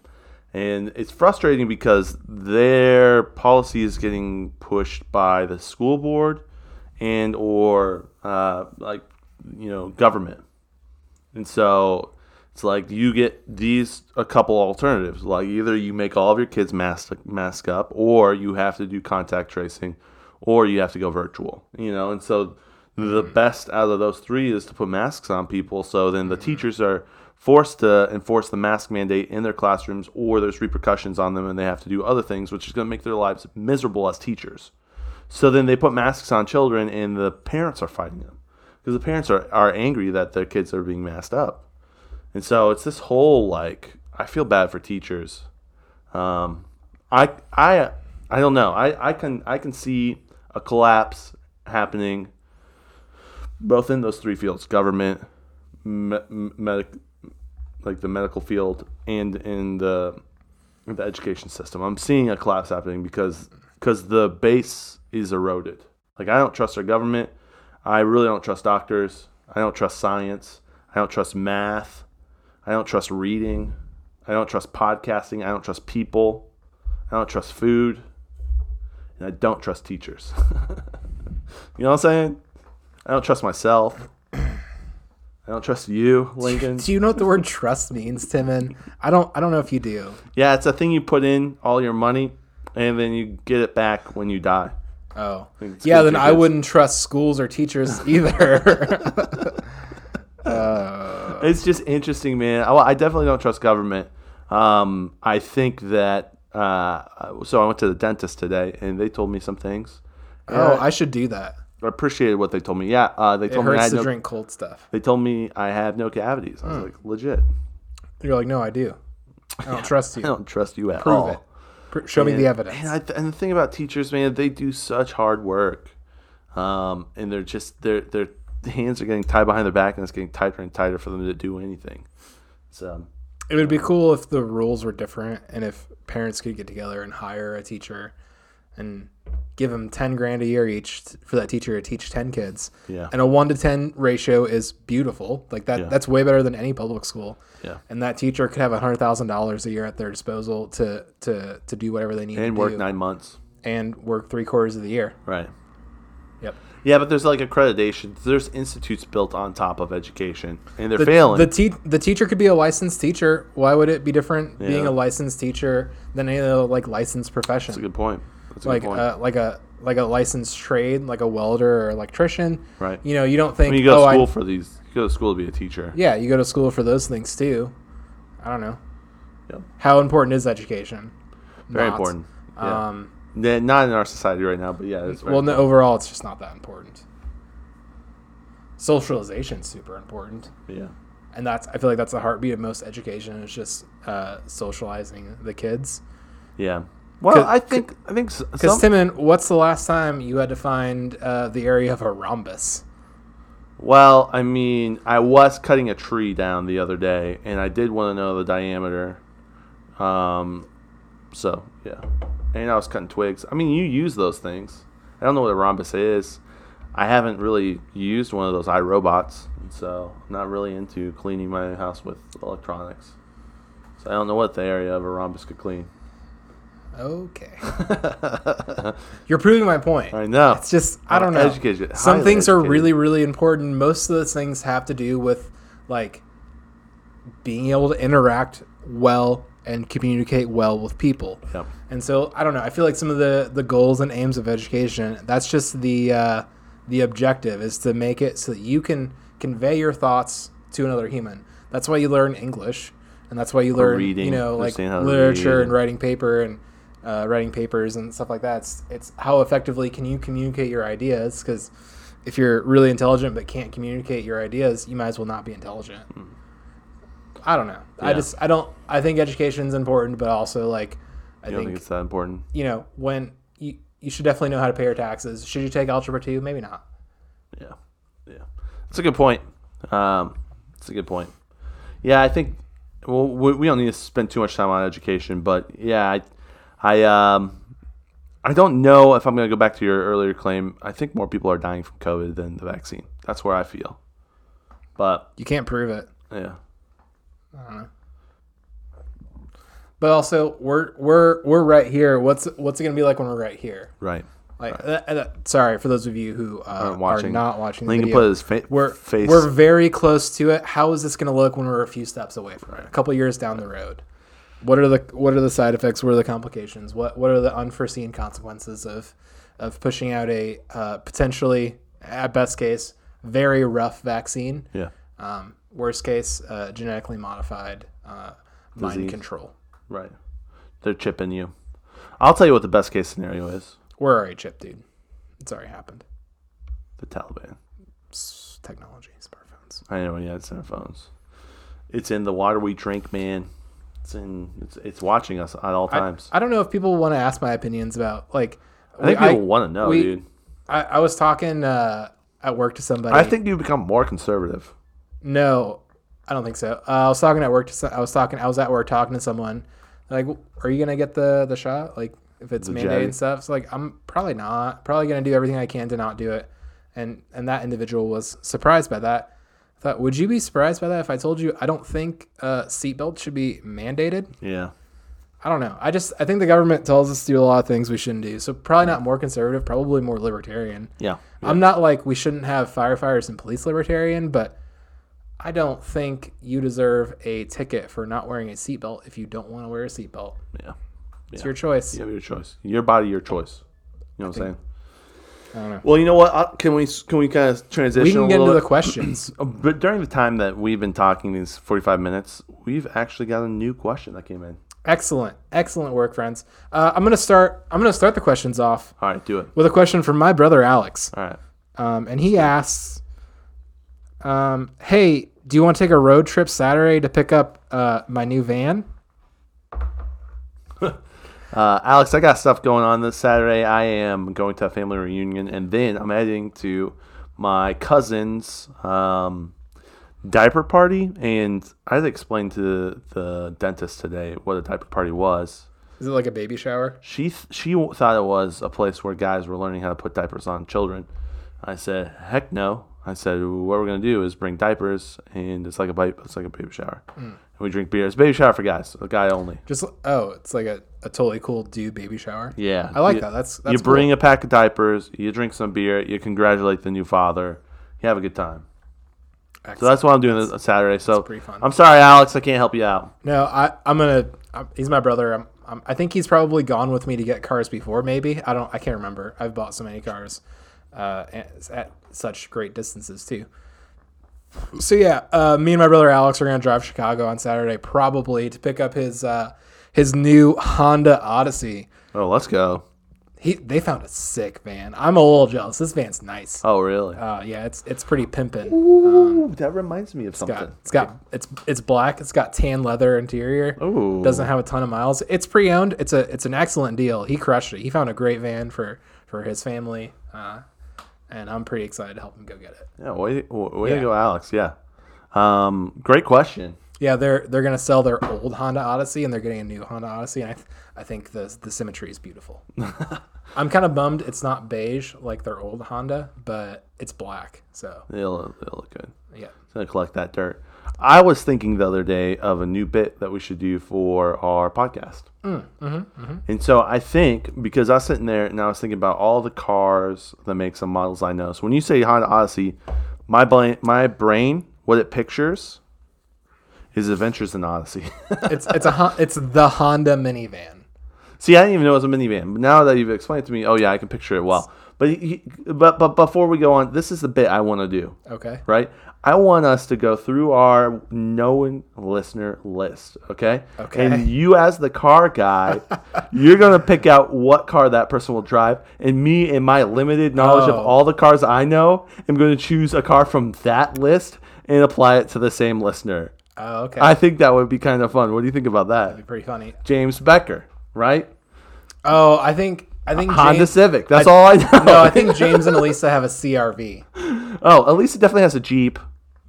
[SPEAKER 2] and it's frustrating because their policy is getting pushed by the school board and or uh, like you know government and so it's like you get these a couple alternatives. Like either you make all of your kids mask mask up, or you have to do contact tracing, or you have to go virtual. You know, and so the best out of those three is to put masks on people. So then the teachers are forced to enforce the mask mandate in their classrooms, or there's repercussions on them, and they have to do other things, which is going to make their lives miserable as teachers. So then they put masks on children, and the parents are fighting them because the parents are, are angry that their kids are being masked up. And so it's this whole like I feel bad for teachers. Um, I I I don't know. I, I can I can see a collapse happening both in those three fields: government, me, m- medic, like the medical field, and in the in the education system. I'm seeing a collapse happening because because the base is eroded. Like I don't trust our government. I really don't trust doctors. I don't trust science. I don't trust math. I don't trust reading. I don't trust podcasting. I don't trust people. I don't trust food. And I don't trust teachers. you know what I'm saying? I don't trust myself. I don't trust you, Lincoln.
[SPEAKER 1] Do you know what the word trust means, Timon? I don't. I don't know if you do.
[SPEAKER 2] Yeah, it's a thing you put in all your money and then you get it back when you die.
[SPEAKER 1] Oh,
[SPEAKER 2] think
[SPEAKER 1] yeah.
[SPEAKER 2] school
[SPEAKER 1] Then I
[SPEAKER 2] teachers-
[SPEAKER 1] wouldn't trust schools or teachers either.
[SPEAKER 2] It's just interesting, man. I, I definitely don't trust government. Um, I think that uh, so I went to the dentist today and they told me some things.
[SPEAKER 1] oh, I should do that.
[SPEAKER 2] I appreciated what they told me. Yeah, uh, they
[SPEAKER 1] It
[SPEAKER 2] told me I
[SPEAKER 1] hurts
[SPEAKER 2] had
[SPEAKER 1] to
[SPEAKER 2] no,
[SPEAKER 1] drink Hmm. cold stuff.
[SPEAKER 2] They told me I have no cavities. I was like, legit.
[SPEAKER 1] You're like, no, I do. I don't trust
[SPEAKER 2] I
[SPEAKER 1] you.
[SPEAKER 2] don't trust you at all.
[SPEAKER 1] Prove it. Pr- show me the evidence.
[SPEAKER 2] And, I, and the thing about teachers, man, they do such hard work, um, and they're just their their hands are getting tied behind their back, and it's getting tighter and tighter for them to do anything. So
[SPEAKER 1] It would be cool if the rules were different and if parents could get together and hire a teacher and give them 10 grand a year each t- for that teacher to teach 10 kids.
[SPEAKER 2] Yeah.
[SPEAKER 1] And a 1 to 10 ratio is beautiful. Like that that's way better than any public school.
[SPEAKER 2] Yeah.
[SPEAKER 1] And that teacher could have $100,000 a year at their disposal to to to do whatever they need
[SPEAKER 2] and
[SPEAKER 1] to
[SPEAKER 2] work
[SPEAKER 1] do
[SPEAKER 2] nine months,
[SPEAKER 1] and work 3 quarters of the year.
[SPEAKER 2] right?
[SPEAKER 1] Yep.
[SPEAKER 2] Yeah, but there's like accreditation. There's institutes built on top of education, and they're failing.
[SPEAKER 1] The te- the teacher could be a licensed teacher. Why would it be different being
[SPEAKER 2] Yeah.
[SPEAKER 1] a licensed teacher than any other like licensed profession?
[SPEAKER 2] That's a good point. That's a
[SPEAKER 1] like
[SPEAKER 2] good point.
[SPEAKER 1] uh, like a like a licensed trade, like a welder or electrician.
[SPEAKER 2] Right.
[SPEAKER 1] You know, you don't think
[SPEAKER 2] when you go
[SPEAKER 1] oh,
[SPEAKER 2] to school
[SPEAKER 1] I,
[SPEAKER 2] for these, you go to school to be a teacher.
[SPEAKER 1] yeah, you go to school for those things too. I don't know.
[SPEAKER 2] Yep.
[SPEAKER 1] How important is education?
[SPEAKER 2] Very
[SPEAKER 1] Not.
[SPEAKER 2] important. Yeah.
[SPEAKER 1] Um,
[SPEAKER 2] N- not in our society right now, but yeah, it's very
[SPEAKER 1] well, no, overall, it's just not that important. Socialization super important,
[SPEAKER 2] Yeah.
[SPEAKER 1] and that's I feel like that's the heartbeat of most education is just uh, socializing the kids.
[SPEAKER 2] Yeah. Well,
[SPEAKER 1] 'Cause-
[SPEAKER 2] I think I think s-
[SPEAKER 1] Because
[SPEAKER 2] some,
[SPEAKER 1] Timon, what's the last time you had to find uh, the area of a rhombus?
[SPEAKER 2] well, I mean, I was cutting a tree down the other day and I did want to know the diameter. Um so, yeah. And I was cutting twigs. I mean, you use those things. I don't know what a rhombus is. I haven't really used one of those iRobots, and so I'm not really into cleaning my house with electronics. So I don't know what the area of a rhombus could clean.
[SPEAKER 1] Okay. You're proving my point.
[SPEAKER 2] I know.
[SPEAKER 1] It's just I
[SPEAKER 2] I'm
[SPEAKER 1] don't know.
[SPEAKER 2] educated,
[SPEAKER 1] Some
[SPEAKER 2] highly
[SPEAKER 1] things are
[SPEAKER 2] educated.
[SPEAKER 1] really really important. Most of those things have to do with like being able to interact well and communicate well with people.
[SPEAKER 2] Yep.
[SPEAKER 1] And so I don't know. I feel like some of the the goals and aims of education that's just the uh, the objective is to make it so that you can convey your thoughts to another human. That's why you learn English, and that's why you learn
[SPEAKER 2] reading,
[SPEAKER 1] you know like
[SPEAKER 2] understand how to
[SPEAKER 1] literature
[SPEAKER 2] read.
[SPEAKER 1] and writing paper and uh, writing papers and stuff like that. It's, it's how effectively can you communicate your ideas because if you're really intelligent but can't communicate your ideas, you might as well not be intelligent. I don't know. I
[SPEAKER 2] Hmm. Yeah.
[SPEAKER 1] just I don't. I think education's important, but also like I
[SPEAKER 2] I don't think
[SPEAKER 1] think
[SPEAKER 2] it's that important.
[SPEAKER 1] you know when you you should definitely know how to pay your taxes. Should you take algebra two? Maybe not.
[SPEAKER 2] Yeah, yeah, that's a good point. Um, that's a good point. Yeah, I think. Well, we, we don't need to spend too much time on education, but yeah, I, I um, I don't know if I'm going to go back to your earlier claim. I think more people are dying from COVID than the vaccine. That's where I feel. But
[SPEAKER 1] You can't prove it.
[SPEAKER 2] yeah,
[SPEAKER 1] But also, we're we're we're right here. What's what's it gonna be like when we're right here?
[SPEAKER 2] right.
[SPEAKER 1] Like, uh, uh, sorry for those of you who uh, are,
[SPEAKER 2] watching.
[SPEAKER 1] not watching. The
[SPEAKER 2] Lincoln
[SPEAKER 1] video.
[SPEAKER 2] put his fa-
[SPEAKER 1] we're
[SPEAKER 2] face.
[SPEAKER 1] we're very close to it. How is this going to look when we're a few steps away from it? A couple years down the road. What are the what are the side effects? What are the complications? What what are the unforeseen consequences of of pushing out a uh, potentially at best case very rough vaccine?
[SPEAKER 2] yeah,
[SPEAKER 1] Um, worst case, uh, genetically modified uh, mind
[SPEAKER 2] Disease.
[SPEAKER 1] control.
[SPEAKER 2] right. They're chipping you. I'll tell you what the best case scenario is:
[SPEAKER 1] We're already chipped, dude. It's already happened.
[SPEAKER 2] the Taliban.
[SPEAKER 1] It's technology, smartphones.
[SPEAKER 2] I know, yeah, it's in our phones. It's in the water we drink, man. It's in. It's it's watching us at all times. I,
[SPEAKER 1] I don't know if people want to ask my opinions about like.
[SPEAKER 2] think people want to know,
[SPEAKER 1] we-
[SPEAKER 2] dude.
[SPEAKER 1] I, I was talking uh, at work to somebody.
[SPEAKER 2] I think you become more conservative.
[SPEAKER 1] no, I don't think so. Uh, I was talking at work to so, I was talking I was at work talking to someone. Like, are you gonna get the the shot? Like, if it's mandated
[SPEAKER 2] jab?
[SPEAKER 1] and stuff. So like, I'm probably not. Probably gonna do everything I can to not do it. And and that individual was surprised by that. I thought, would you be surprised by that if I told you I don't think uh, seatbelts should be mandated?
[SPEAKER 2] Yeah.
[SPEAKER 1] I don't know. I just I think the government tells us to do a lot of things we shouldn't do. So probably not more conservative. Probably more libertarian.
[SPEAKER 2] Yeah.
[SPEAKER 1] I'm not like we shouldn't have firefighters and police libertarian, but I don't think you deserve a ticket for not wearing a seatbelt if you don't want to wear a seatbelt.
[SPEAKER 2] Yeah.
[SPEAKER 1] It's your choice.
[SPEAKER 2] You have your choice. Your body, your choice. You know what I'm saying?
[SPEAKER 1] I don't know.
[SPEAKER 2] Well, you know what? I- Can we can we kind of transition?
[SPEAKER 1] We can
[SPEAKER 2] a
[SPEAKER 1] get
[SPEAKER 2] little
[SPEAKER 1] into the
[SPEAKER 2] bit?
[SPEAKER 1] questions.
[SPEAKER 2] Oh, But during the time that we've been talking, these 45 minutes, we've actually got a new question that came in.
[SPEAKER 1] excellent, excellent work, friends. Uh, I'm gonna start. I'm gonna start the questions off
[SPEAKER 2] All right, do it.
[SPEAKER 1] with a question from my brother Alex,
[SPEAKER 2] All right.
[SPEAKER 1] um, and he asks, um, "Hey, do you want to take a road trip Saturday to pick up uh, my new van?"
[SPEAKER 2] Uh, Alex, I got stuff going on this Saturday. I am going to a family reunion, and then I'm heading to my cousin's um, diaper party. And I had explained to the dentist today what a diaper party was.
[SPEAKER 1] Is it like a baby shower?
[SPEAKER 2] She th- she w- thought it was a place where guys were learning how to put diapers on children. I said, heck no. I said, what we're gonna do is bring diapers, and it's like a baby, it's like a baby shower, and we drink beer. It's a baby shower for guys, a guy only.
[SPEAKER 1] Just oh, it's like a, a totally cool do baby shower.
[SPEAKER 2] Yeah,
[SPEAKER 1] I like
[SPEAKER 2] You-
[SPEAKER 1] that. That's that's
[SPEAKER 2] you bring a pack of diapers, you drink some beer, you congratulate the new father, you have a good time.
[SPEAKER 1] cool.
[SPEAKER 2] So that's what I'm doing this on Saturday. So
[SPEAKER 1] pretty fun.
[SPEAKER 2] I'm sorry, Alex, I can't help you out.
[SPEAKER 1] No, I, I'm gonna. i he's my brother. I'm, I'm, I think he's probably gone with me to get cars before. Maybe I don't. I can't remember. I've bought so many cars, uh, at, at such great distances too. So yeah, uh, me and my brother Alex are gonna drive to Chicago on Saturday probably to pick up his uh, his new Honda Odyssey.
[SPEAKER 2] Oh, let's go.
[SPEAKER 1] He they found a sick van. I'm a little jealous. This van's nice.
[SPEAKER 2] Oh, really?
[SPEAKER 1] Uh, um, yeah, it's it's pretty pimpin'.
[SPEAKER 2] Ooh, that reminds me of something.
[SPEAKER 1] got it's got it's it's black. It's got tan leather interior.
[SPEAKER 2] Ooh.
[SPEAKER 1] doesn't have a ton of miles. It's pre-owned. It's a it's an excellent deal. He crushed it. He found a great van for for his family, uh, and I'm pretty excited to help him go get it.
[SPEAKER 2] Yeah, way, way
[SPEAKER 1] Yeah.
[SPEAKER 2] to go, Alex. Yeah. Um, great question.
[SPEAKER 1] Yeah, they're they're gonna sell their old Honda Odyssey and they're getting a new Honda Odyssey, and I th- I think the the symmetry is beautiful. I'm kind of bummed it's not beige like their old Honda, but it's black. So
[SPEAKER 2] It'll, it'll look good.
[SPEAKER 1] yeah,
[SPEAKER 2] It's gonna collect that dirt. I was thinking the other day of a new bit that we should do for our podcast. And so I think because I was sitting there and I was thinking about all the cars, the makes and models I know. So when you say Honda Odyssey, my brain, my brain, what it pictures is Adventures in Odyssey.
[SPEAKER 1] it's it's a Hon- it's the Honda minivan.
[SPEAKER 2] See, I didn't even know it was a minivan. But now that you've explained it to me, oh yeah, I can picture it well. But he, but but before we go on, this is the bit I want to do.
[SPEAKER 1] Okay,
[SPEAKER 2] right? I want us to go through our known listener list, okay?
[SPEAKER 1] Okay.
[SPEAKER 2] And you, as the car guy, you're gonna pick out what car that person will drive, and me, in my limited knowledge
[SPEAKER 1] Oh.
[SPEAKER 2] of all the cars I know, am going to choose a car from that list and apply it to the same listener.
[SPEAKER 1] oh, okay,
[SPEAKER 2] I think that would be kind of fun. What do you think about that,
[SPEAKER 1] pretty funny.
[SPEAKER 2] James Becker? Right?
[SPEAKER 1] Oh, I think I think
[SPEAKER 2] Honda
[SPEAKER 1] James,
[SPEAKER 2] Civic. That's all I know.
[SPEAKER 1] No, I think James and Elisa have a CRV.
[SPEAKER 2] oh, Elisa definitely has a Jeep.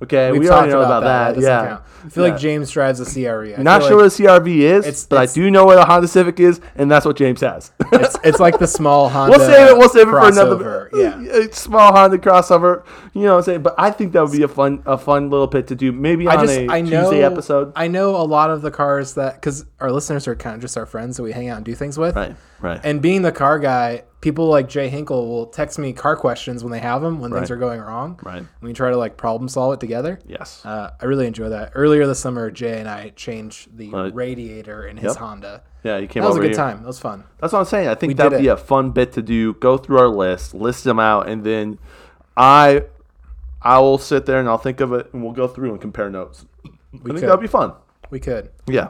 [SPEAKER 2] Okay,
[SPEAKER 1] We've
[SPEAKER 2] we
[SPEAKER 1] talked
[SPEAKER 2] already know
[SPEAKER 1] about, that. That
[SPEAKER 2] Yeah,
[SPEAKER 1] doesn't count. I feel
[SPEAKER 2] Yeah.
[SPEAKER 1] like James drives a CRE. I
[SPEAKER 2] Not
[SPEAKER 1] feel
[SPEAKER 2] sure
[SPEAKER 1] like
[SPEAKER 2] what a CRV is,
[SPEAKER 1] It's-
[SPEAKER 2] but
[SPEAKER 1] it's-
[SPEAKER 2] I do know what a Honda Civic is, and that's what James has.
[SPEAKER 1] it's, it's like the small Honda.
[SPEAKER 2] we'll save it. We'll save it for another
[SPEAKER 1] crossover. Yeah.
[SPEAKER 2] a small Honda crossover. You know what I'm saying? But I think that would be a fun, a fun little pit to do. Maybe on
[SPEAKER 1] I just
[SPEAKER 2] a
[SPEAKER 1] I know
[SPEAKER 2] Tuesday episode.
[SPEAKER 1] I know a lot of the cars that because our listeners are kind of just our friends that we hang out and do things with.
[SPEAKER 2] Right, right.
[SPEAKER 1] And being the car guy, people like Jay Hinkle will text me car questions when they have them when things
[SPEAKER 2] Right.
[SPEAKER 1] are going wrong.
[SPEAKER 2] Right.
[SPEAKER 1] We try to like problem solve it together.
[SPEAKER 2] yes.
[SPEAKER 1] Uh, I really enjoy that. Earlier this summer, Jay and I changed the
[SPEAKER 2] Right.
[SPEAKER 1] radiator in his
[SPEAKER 2] Yep.
[SPEAKER 1] Honda.
[SPEAKER 2] yeah, you came
[SPEAKER 1] That was a
[SPEAKER 2] over
[SPEAKER 1] good
[SPEAKER 2] here.
[SPEAKER 1] time. That was fun.
[SPEAKER 2] That's what I'm saying. I think
[SPEAKER 1] did
[SPEAKER 2] that'd be
[SPEAKER 1] it.
[SPEAKER 2] a fun bit to do. Go through our list, list them out, and then I, I will sit there and I'll think of it, and we'll go through and compare notes. I think
[SPEAKER 1] could.
[SPEAKER 2] that'd be fun.
[SPEAKER 1] We could.
[SPEAKER 2] Yeah.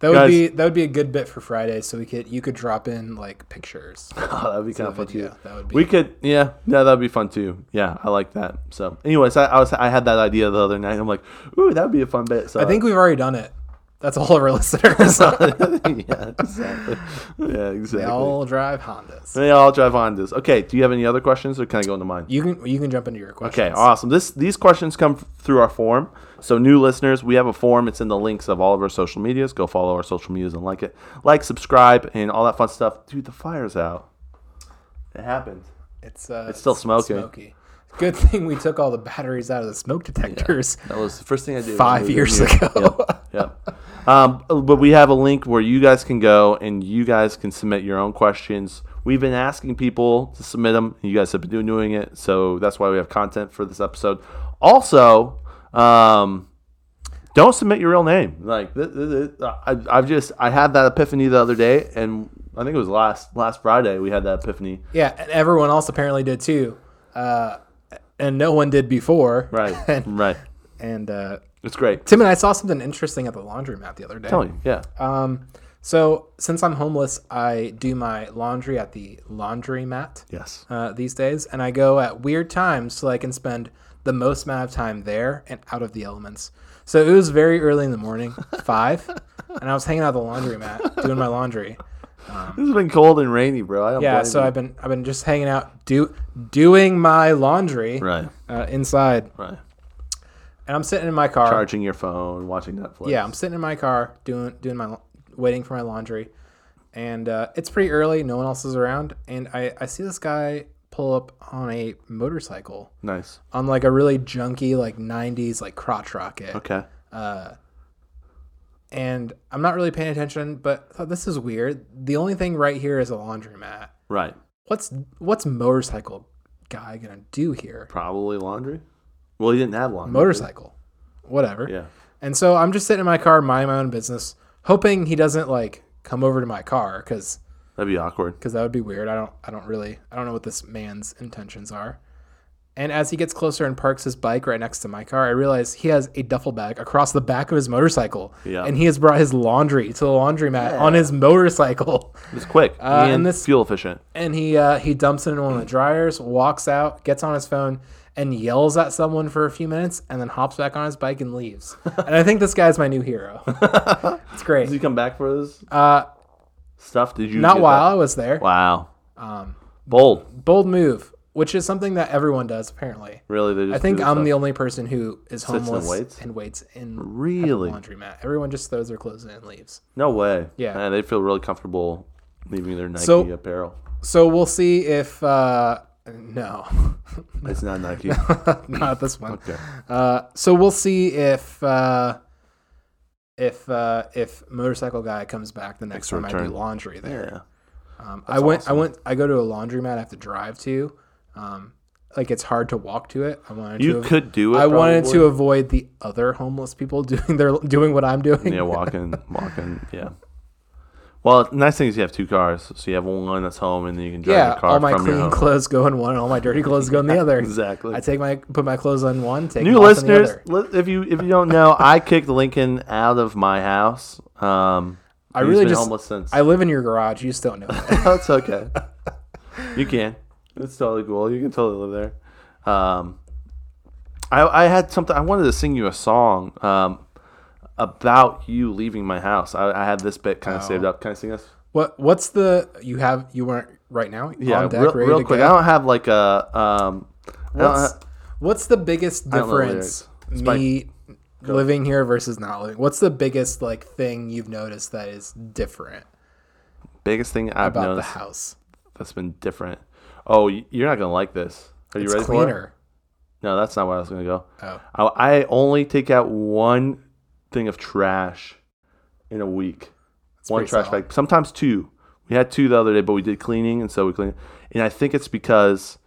[SPEAKER 1] That would
[SPEAKER 2] Guys-
[SPEAKER 1] be that would be a good bit for Friday, so we could you could drop in like pictures.
[SPEAKER 2] Oh, that'd be kind of fun
[SPEAKER 1] video.
[SPEAKER 2] too.
[SPEAKER 1] That would be-
[SPEAKER 2] We could, yeah, yeah, that'd be fun too. Yeah, I like that. So, anyways, I, I was I had that idea the other night. I'm like, ooh, that'd be a fun bit. So
[SPEAKER 1] I think we've already done it. That's all of our listeners.
[SPEAKER 2] yeah, exactly. Yeah, exactly.
[SPEAKER 1] they all drive Hondas.
[SPEAKER 2] They all drive Hondas. Okay, do you have any other questions, or can I go into mine?
[SPEAKER 1] You can you can jump into your question.
[SPEAKER 2] Okay, awesome. This these questions come f- through our form. So new listeners, we have a form. It's in the links of all of our social medias. Go follow our social medias and like it, like, subscribe, and all that fun stuff. Dude, the fire's out. It happened.
[SPEAKER 1] It's uh, it's
[SPEAKER 2] still smoky.
[SPEAKER 1] smoky. Good thing we took all the batteries out of the smoke detectors.
[SPEAKER 2] That was the first thing I did. when
[SPEAKER 1] Five
[SPEAKER 2] I moved
[SPEAKER 1] years
[SPEAKER 2] in here.
[SPEAKER 1] ago.
[SPEAKER 2] Yeah. yeah. Um, but we have a link where you guys can go and you guys can submit your own questions. We've been asking people to submit them. You guys have been doing- doing it, so that's why we have content for this episode. Also, um, don't submit your real name. Like th- th- th- I, I've just I had that epiphany the other day, and I think it was last last Friday we had that epiphany.
[SPEAKER 1] Yeah, and everyone else apparently did too, uh, and no one did before.
[SPEAKER 2] Right.
[SPEAKER 1] and
[SPEAKER 2] right.
[SPEAKER 1] and uh,
[SPEAKER 2] It's great.
[SPEAKER 1] Tim and I saw something interesting at the laundromat the other day.
[SPEAKER 2] Tell you. Yeah.
[SPEAKER 1] Um, so since I'm homeless, I do my laundry at the laundromat
[SPEAKER 2] yes.
[SPEAKER 1] uh, these days, and I go at weird times so I can spend the most amount of time there and out of the elements. So it was very early in the morning, five, and I was hanging out at the laundromat doing my laundry.
[SPEAKER 2] This has been cold and rainy, bro. I don't
[SPEAKER 1] Yeah,
[SPEAKER 2] blame
[SPEAKER 1] so
[SPEAKER 2] you.
[SPEAKER 1] I've been I've been just hanging out do doing my laundry
[SPEAKER 2] Right.
[SPEAKER 1] uh, inside,
[SPEAKER 2] Right.
[SPEAKER 1] and I'm sitting in my car.
[SPEAKER 2] Charging your phone, watching Netflix.
[SPEAKER 1] Yeah, I'm sitting in my car doing doing my la- waiting for my laundry, and uh, it's pretty early. No one else is around, and I I see this guy pull up on a motorcycle
[SPEAKER 2] Nice.
[SPEAKER 1] on like a really junky like '90s like crotch rocket,
[SPEAKER 2] Okay.
[SPEAKER 1] and I'm not really paying attention, but I thought this is weird. The only thing right here is a laundromat.
[SPEAKER 2] Right.
[SPEAKER 1] What's what's motorcycle guy gonna do here?
[SPEAKER 2] Probably laundry. Well, he didn't have laundry.
[SPEAKER 1] Motorcycle, whatever.
[SPEAKER 2] Yeah.
[SPEAKER 1] And so I'm just sitting in my car, minding my own business, hoping he doesn't like come over to my car because.
[SPEAKER 2] That'd be awkward.
[SPEAKER 1] because that would be weird. I don't I don't really I don't know what this man's intentions are. And as he gets closer and parks his bike right next to my car, I realize he has a duffel bag across the back of his motorcycle.
[SPEAKER 2] Yeah.
[SPEAKER 1] And he has brought his laundry to the laundromat on his motorcycle.
[SPEAKER 2] It's quick and,
[SPEAKER 1] Uh, and this-
[SPEAKER 2] fuel efficient.
[SPEAKER 1] And he uh, he dumps it in one of the dryers, walks out, gets on his phone, and yells at someone for a few minutes, and then hops back on his bike and leaves. and I think this guy's my new hero. it's great.
[SPEAKER 2] Did you come back for this
[SPEAKER 1] Uh,
[SPEAKER 2] stuff? Did you?
[SPEAKER 1] not
[SPEAKER 2] get
[SPEAKER 1] while I
[SPEAKER 2] that?
[SPEAKER 1] was there.
[SPEAKER 2] Wow. Um, Bold.
[SPEAKER 1] Bold move, which is something that everyone does apparently.
[SPEAKER 2] Really? They just
[SPEAKER 1] I think
[SPEAKER 2] do
[SPEAKER 1] I'm the
[SPEAKER 2] stuff.
[SPEAKER 1] only person who is
[SPEAKER 2] and
[SPEAKER 1] homeless and waits,
[SPEAKER 2] waits?
[SPEAKER 1] in
[SPEAKER 2] Really?
[SPEAKER 1] laundromat. Everyone just throws their clothes in and leaves.
[SPEAKER 2] No way.
[SPEAKER 1] Yeah.
[SPEAKER 2] Man, they feel really comfortable leaving their Nike
[SPEAKER 1] So-
[SPEAKER 2] apparel.
[SPEAKER 1] So we'll see if uh, no,
[SPEAKER 2] It's not Nike.
[SPEAKER 1] not this one.
[SPEAKER 2] Okay.
[SPEAKER 1] Uh, so we'll see if uh, if uh, if motorcycle guy comes back the next time I do
[SPEAKER 2] return.
[SPEAKER 1] laundry there.
[SPEAKER 2] yeah.
[SPEAKER 1] Um, I went. I went. I go to a laundromat. I have to drive to. Um, like it's hard to walk to it. I wanted to.
[SPEAKER 2] You
[SPEAKER 1] have-
[SPEAKER 2] could do it.
[SPEAKER 1] I wanted
[SPEAKER 2] probably.
[SPEAKER 1] to avoid the other homeless people doing their doing what I'm doing.
[SPEAKER 2] Yeah, walking, walking. Yeah. Well, nice thing is you have two cars, so you have one that's home, and then you can drive
[SPEAKER 1] yeah,
[SPEAKER 2] your car
[SPEAKER 1] all my
[SPEAKER 2] from your
[SPEAKER 1] clean
[SPEAKER 2] home.
[SPEAKER 1] clothes go in one, all my dirty clothes go in the other.
[SPEAKER 2] Exactly.
[SPEAKER 1] I take my put my clothes on one, take
[SPEAKER 2] New
[SPEAKER 1] them off in the
[SPEAKER 2] listeners,
[SPEAKER 1] other.
[SPEAKER 2] li- if you if you don't know, I kicked Lincoln out of my house. Um,
[SPEAKER 1] I
[SPEAKER 2] he's
[SPEAKER 1] really
[SPEAKER 2] been
[SPEAKER 1] just-
[SPEAKER 2] homeless since.
[SPEAKER 1] I live in your garage. You just don't know. that.
[SPEAKER 2] That's okay. you can. It's totally cool. You can totally live there. Um, I I had something. I wanted to sing you a song um, about you leaving my house. I, I had this bit kind
[SPEAKER 1] Oh.
[SPEAKER 2] of saved up. Can I sing this?
[SPEAKER 1] what what's the you have you weren't right now?
[SPEAKER 2] Yeah,
[SPEAKER 1] on deck,
[SPEAKER 2] real,
[SPEAKER 1] ready
[SPEAKER 2] real
[SPEAKER 1] to
[SPEAKER 2] quick.
[SPEAKER 1] go?
[SPEAKER 2] I don't have like a um. I don't
[SPEAKER 1] What's,
[SPEAKER 2] ha-
[SPEAKER 1] what's the biggest
[SPEAKER 2] I don't know the
[SPEAKER 1] difference
[SPEAKER 2] lyrics.
[SPEAKER 1] me living here versus not living. What's the biggest like thing you've noticed that is different
[SPEAKER 2] Biggest thing I've
[SPEAKER 1] about
[SPEAKER 2] noticed
[SPEAKER 1] the house?
[SPEAKER 2] that's been different. Oh, y- you're not gonna like this. Are you
[SPEAKER 1] It's
[SPEAKER 2] ready for it?
[SPEAKER 1] cleaner.
[SPEAKER 2] No, that's not where I was gonna go.
[SPEAKER 1] Oh.
[SPEAKER 2] I, I only take out one thing of trash in a week. one
[SPEAKER 1] pretty
[SPEAKER 2] trash
[SPEAKER 1] solid.
[SPEAKER 2] bag, sometimes two. We had two the other day, but we did cleaning, and so we cleaned. And I think it's because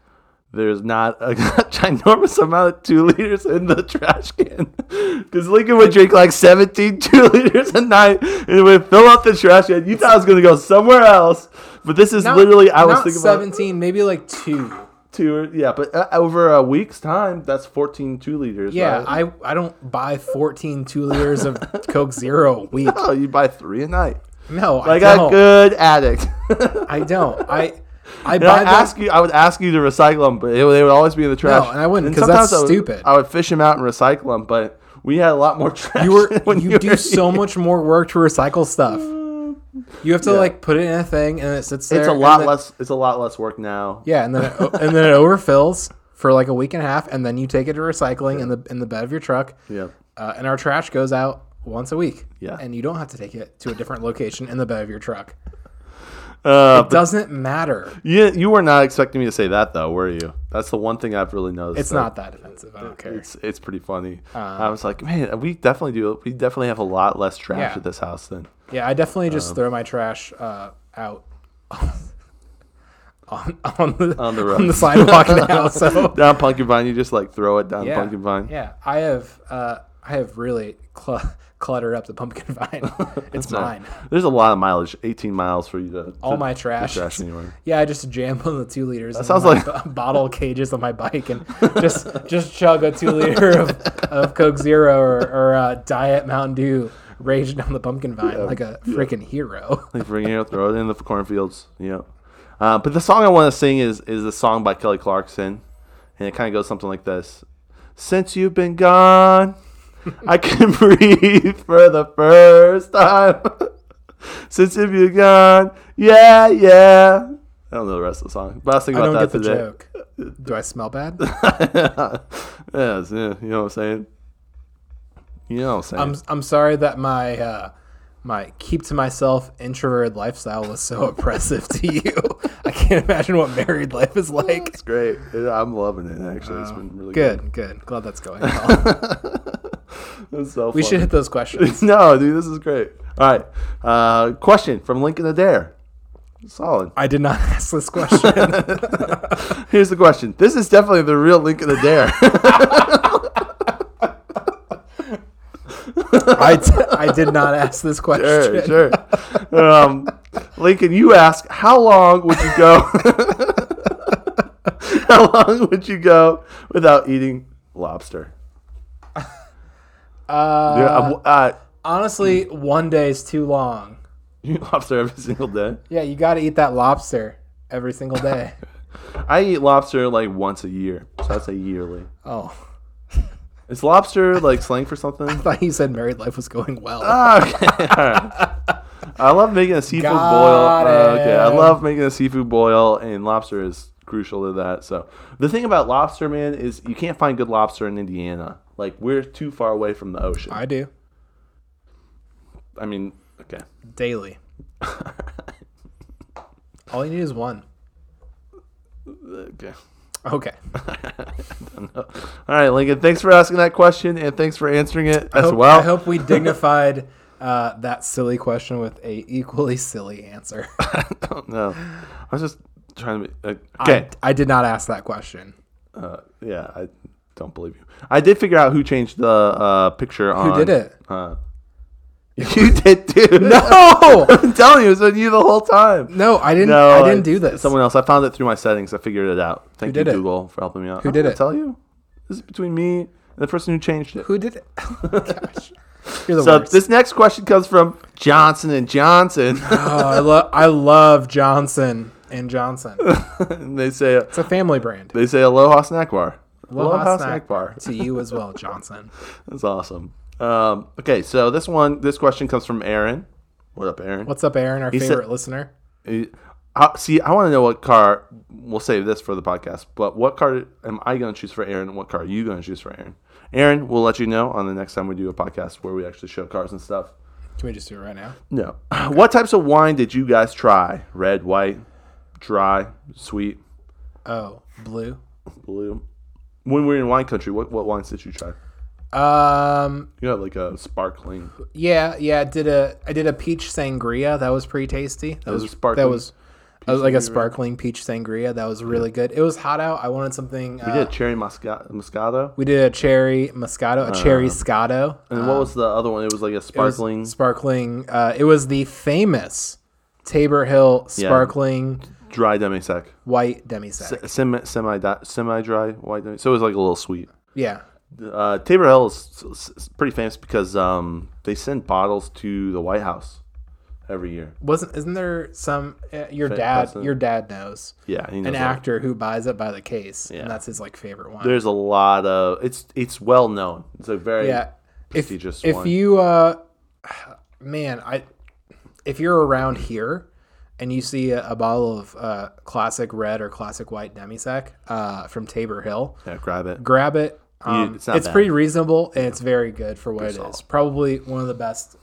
[SPEAKER 2] there's not a ginormous amount of two liters in the trash can. Because Lincoln would drink like 17 two liters a night, and it would fill up the trash can. You thought I was going to go somewhere else, but this is
[SPEAKER 1] Not-
[SPEAKER 2] literally I was
[SPEAKER 1] not
[SPEAKER 2] thinking about
[SPEAKER 1] seventeen, maybe like two.
[SPEAKER 2] two. or- Yeah, but uh, over a week's time, that's 14 two liters.
[SPEAKER 1] Yeah,
[SPEAKER 2] right?
[SPEAKER 1] I, I don't buy 14 two liters of Coke Zero a week.
[SPEAKER 2] Oh, you buy three a night.
[SPEAKER 1] No, I,
[SPEAKER 2] Like a
[SPEAKER 1] don't.
[SPEAKER 2] good addict.
[SPEAKER 1] I don't. I I
[SPEAKER 2] And I
[SPEAKER 1] buy them.
[SPEAKER 2] ask you, I would ask you to recycle them, but it, they would always be in the trash.
[SPEAKER 1] and I wouldn't, 'cause that's
[SPEAKER 2] sometimes I would-
[SPEAKER 1] stupid.
[SPEAKER 2] I would fish them out and recycle them, but we had a lot more trash.
[SPEAKER 1] you were
[SPEAKER 2] when
[SPEAKER 1] you,
[SPEAKER 2] were
[SPEAKER 1] do so much more work to recycle stuff. You have to like put it in a thing and it sits there.
[SPEAKER 2] It's a
[SPEAKER 1] and
[SPEAKER 2] lot
[SPEAKER 1] then-
[SPEAKER 2] less. It's a lot less work now.
[SPEAKER 1] Yeah, and then it, and then it overfills for like a week and a half, and then you take it to recycling in the in the bed of your truck.
[SPEAKER 2] Yeah.
[SPEAKER 1] Uh, and our trash goes out once a week.
[SPEAKER 2] Yeah.
[SPEAKER 1] and you don't have to take it to a different location in the bed of your truck.
[SPEAKER 2] Uh, but
[SPEAKER 1] Doesn't matter.
[SPEAKER 2] you you were not expecting me to say that though, were you? That's the one thing I've really noticed.
[SPEAKER 1] It's
[SPEAKER 2] that
[SPEAKER 1] not Uh, that offensive. I don't care.
[SPEAKER 2] It's it's pretty funny. I was like, man, we definitely do. We definitely have a lot less trash
[SPEAKER 1] Yeah.
[SPEAKER 2] at this house than.
[SPEAKER 1] Yeah, I definitely
[SPEAKER 2] Um,
[SPEAKER 1] just throw my trash uh, out on on the
[SPEAKER 2] On
[SPEAKER 1] on
[SPEAKER 2] the
[SPEAKER 1] the,
[SPEAKER 2] road.
[SPEAKER 1] sidewalk now. So
[SPEAKER 2] Down Pumpkin Vine, you just like throw it down
[SPEAKER 1] yeah,
[SPEAKER 2] Pumpkin Vine.
[SPEAKER 1] Yeah, I have uh, I have really cl- cluttered up the pumpkin vine. It's
[SPEAKER 2] So,
[SPEAKER 1] mine.
[SPEAKER 2] There's a lot of mileage, 18 miles for you to.
[SPEAKER 1] All
[SPEAKER 2] to-
[SPEAKER 1] my
[SPEAKER 2] to
[SPEAKER 1] trash.
[SPEAKER 2] trash anywhere.
[SPEAKER 1] Yeah, I just jam on the two liters. That
[SPEAKER 2] sounds
[SPEAKER 1] bottle cages on my bike and just just chug a two liter of, of Coke Zero or, or uh, Diet Mountain Dew, rage down the pumpkin vine like a freaking hero.
[SPEAKER 2] Like bring it, throw it in the cornfields. You know. Uh, but the song I want to sing is is a song by Kelly Clarkson, and it kind of goes something like this: Since you've been gone, I can breathe for the first time. Since you've been gone, yeah, yeah. I don't know the rest of the song, but I was thinking
[SPEAKER 1] I don't get
[SPEAKER 2] about that
[SPEAKER 1] the
[SPEAKER 2] today.
[SPEAKER 1] joke. Do I smell bad?
[SPEAKER 2] yes, yeah, you know what I'm saying. You know what I'm saying.
[SPEAKER 1] I'm I'm sorry that my uh, my keep to myself introverted lifestyle was so oppressive to you. I can't imagine what married life is like.
[SPEAKER 2] it's great. It- I'm loving it. Actually, it's been really good.
[SPEAKER 1] Good, good. Glad that's going well.
[SPEAKER 2] It's so
[SPEAKER 1] We should
[SPEAKER 2] funny.
[SPEAKER 1] hit those questions.
[SPEAKER 2] no, dude, this is great. All right. Uh, question from Lincoln Adair. Solid.
[SPEAKER 1] I did not ask this question.
[SPEAKER 2] Here's the question. This is definitely the real Lincoln Adair.
[SPEAKER 1] I, d- I did not ask this question.
[SPEAKER 2] sure, sure. Um, Lincoln, you ask, how long would you go? how long would you go without eating lobster?
[SPEAKER 1] Uh,
[SPEAKER 2] Yeah, I'm- uh,
[SPEAKER 1] honestly, one day is too long.
[SPEAKER 2] you eat lobster every single day.
[SPEAKER 1] Yeah, you got to eat that lobster every single day.
[SPEAKER 2] I eat lobster like once a year, so that's a yearly.
[SPEAKER 1] oh,
[SPEAKER 2] Is lobster like slang for something?
[SPEAKER 1] I thought you said married life was going well.
[SPEAKER 2] Ah, okay. All right. I love making a seafood
[SPEAKER 1] Got
[SPEAKER 2] boil. Uh, okay, I
[SPEAKER 1] him.
[SPEAKER 2] love making a seafood boil, and lobster is crucial to that. So the thing about lobster, man, is you can't find good lobster in Indiana. Like we're too far away from the ocean. I,
[SPEAKER 1] I do
[SPEAKER 2] mean, okay,
[SPEAKER 1] daily. All you need is one.
[SPEAKER 2] okay.
[SPEAKER 1] Okay.
[SPEAKER 2] All right, Lincoln. Thanks for asking that question, and thanks for answering it as
[SPEAKER 1] hope-
[SPEAKER 2] well.
[SPEAKER 1] I hope we dignified uh, that silly question with a equally silly answer.
[SPEAKER 2] no, I was just trying to. Be, uh, okay,
[SPEAKER 1] I, I did not ask that question.
[SPEAKER 2] uh, yeah, I don't believe you. I did figure out who changed the uh, picture on.
[SPEAKER 1] did it?
[SPEAKER 2] Uh, you did too.
[SPEAKER 1] No,
[SPEAKER 2] I'm telling you, it was on you the whole time.
[SPEAKER 1] no, I didn't.
[SPEAKER 2] No,
[SPEAKER 1] I didn't do this.
[SPEAKER 2] Someone else. I found it through my settings. I figured it out. Thank
[SPEAKER 1] did
[SPEAKER 2] you,
[SPEAKER 1] it?
[SPEAKER 2] Google, for helping me out. Who
[SPEAKER 1] did it?
[SPEAKER 2] Tell you. This is between me and the person who changed it.
[SPEAKER 1] Who did it? Oh Gosh, you're the
[SPEAKER 2] so
[SPEAKER 1] worst.
[SPEAKER 2] this next question comes from Johnson and Johnson.
[SPEAKER 1] oh, I love. I love Johnson and Johnson. It's
[SPEAKER 2] and they say
[SPEAKER 1] a family brand.
[SPEAKER 2] they say Aloha Snack Bar.
[SPEAKER 1] to you as well, Johnson.
[SPEAKER 2] That's awesome. Um, okay, so this one, this question comes from Aaron. What up, Aaron?
[SPEAKER 1] What's up, Aaron? Our
[SPEAKER 2] said-
[SPEAKER 1] favorite listener.
[SPEAKER 2] Uh, I- see, I want to know what car. We'll save this for the podcast. But what car am I going to choose for Aaron? and What car are you going to choose for Aaron? Aaron, we'll let you know on the next time we do a podcast where we actually show cars and stuff.
[SPEAKER 1] Can we just do it right now?
[SPEAKER 2] No. What types of wine did you guys try? Red, white, dry, sweet,
[SPEAKER 1] Oh, blue.
[SPEAKER 2] blue. When we were in wine country, what, what wines did you try?
[SPEAKER 1] Um,
[SPEAKER 2] You had like a sparkling.
[SPEAKER 1] yeah, yeah. I did a I did a peach sangria. That was pretty tasty. That
[SPEAKER 2] was
[SPEAKER 1] was,
[SPEAKER 2] a sparkling
[SPEAKER 1] that was, that was like a sparkling peach sangria. That was really good. It was hot out. I wanted something.
[SPEAKER 2] You
[SPEAKER 1] Uh,
[SPEAKER 2] did cherry mosca- moscato.
[SPEAKER 1] we did a cherry moscato, a cherry scotto.
[SPEAKER 2] Uh, And what was the other one? It was like a sparkling.
[SPEAKER 1] sparkling. Uh, it was the famous Tabor Hill sparkling
[SPEAKER 2] dry demi sec,
[SPEAKER 1] white demi sec.
[SPEAKER 2] semi semi semi dry white demi. So it was like a little sweet.
[SPEAKER 1] Yeah,
[SPEAKER 2] Uh, Tabor Hill is, is- is pretty famous because um, they send bottles to the White House every year.
[SPEAKER 1] wasn't isn't there some? Uh, your dad,
[SPEAKER 2] precedent.
[SPEAKER 1] your dad knows
[SPEAKER 2] Yeah, he knows
[SPEAKER 1] an
[SPEAKER 2] that.
[SPEAKER 1] actor who buys it by the case, and that's his like favorite one.
[SPEAKER 2] There's a lot of it's it's well known. It's a very
[SPEAKER 1] yeah, if
[SPEAKER 2] prestigious
[SPEAKER 1] if
[SPEAKER 2] one.
[SPEAKER 1] you uh, man, I if you're around here and you see a, a bottle of uh, classic red or classic white demi sec uh, from Tabor Hill,
[SPEAKER 2] yeah, grab it.
[SPEAKER 1] grab it. Um,
[SPEAKER 2] it's
[SPEAKER 1] it's
[SPEAKER 2] not bad.
[SPEAKER 1] pretty reasonable and it's very good for what it is.
[SPEAKER 2] solid.
[SPEAKER 1] Probably one of the best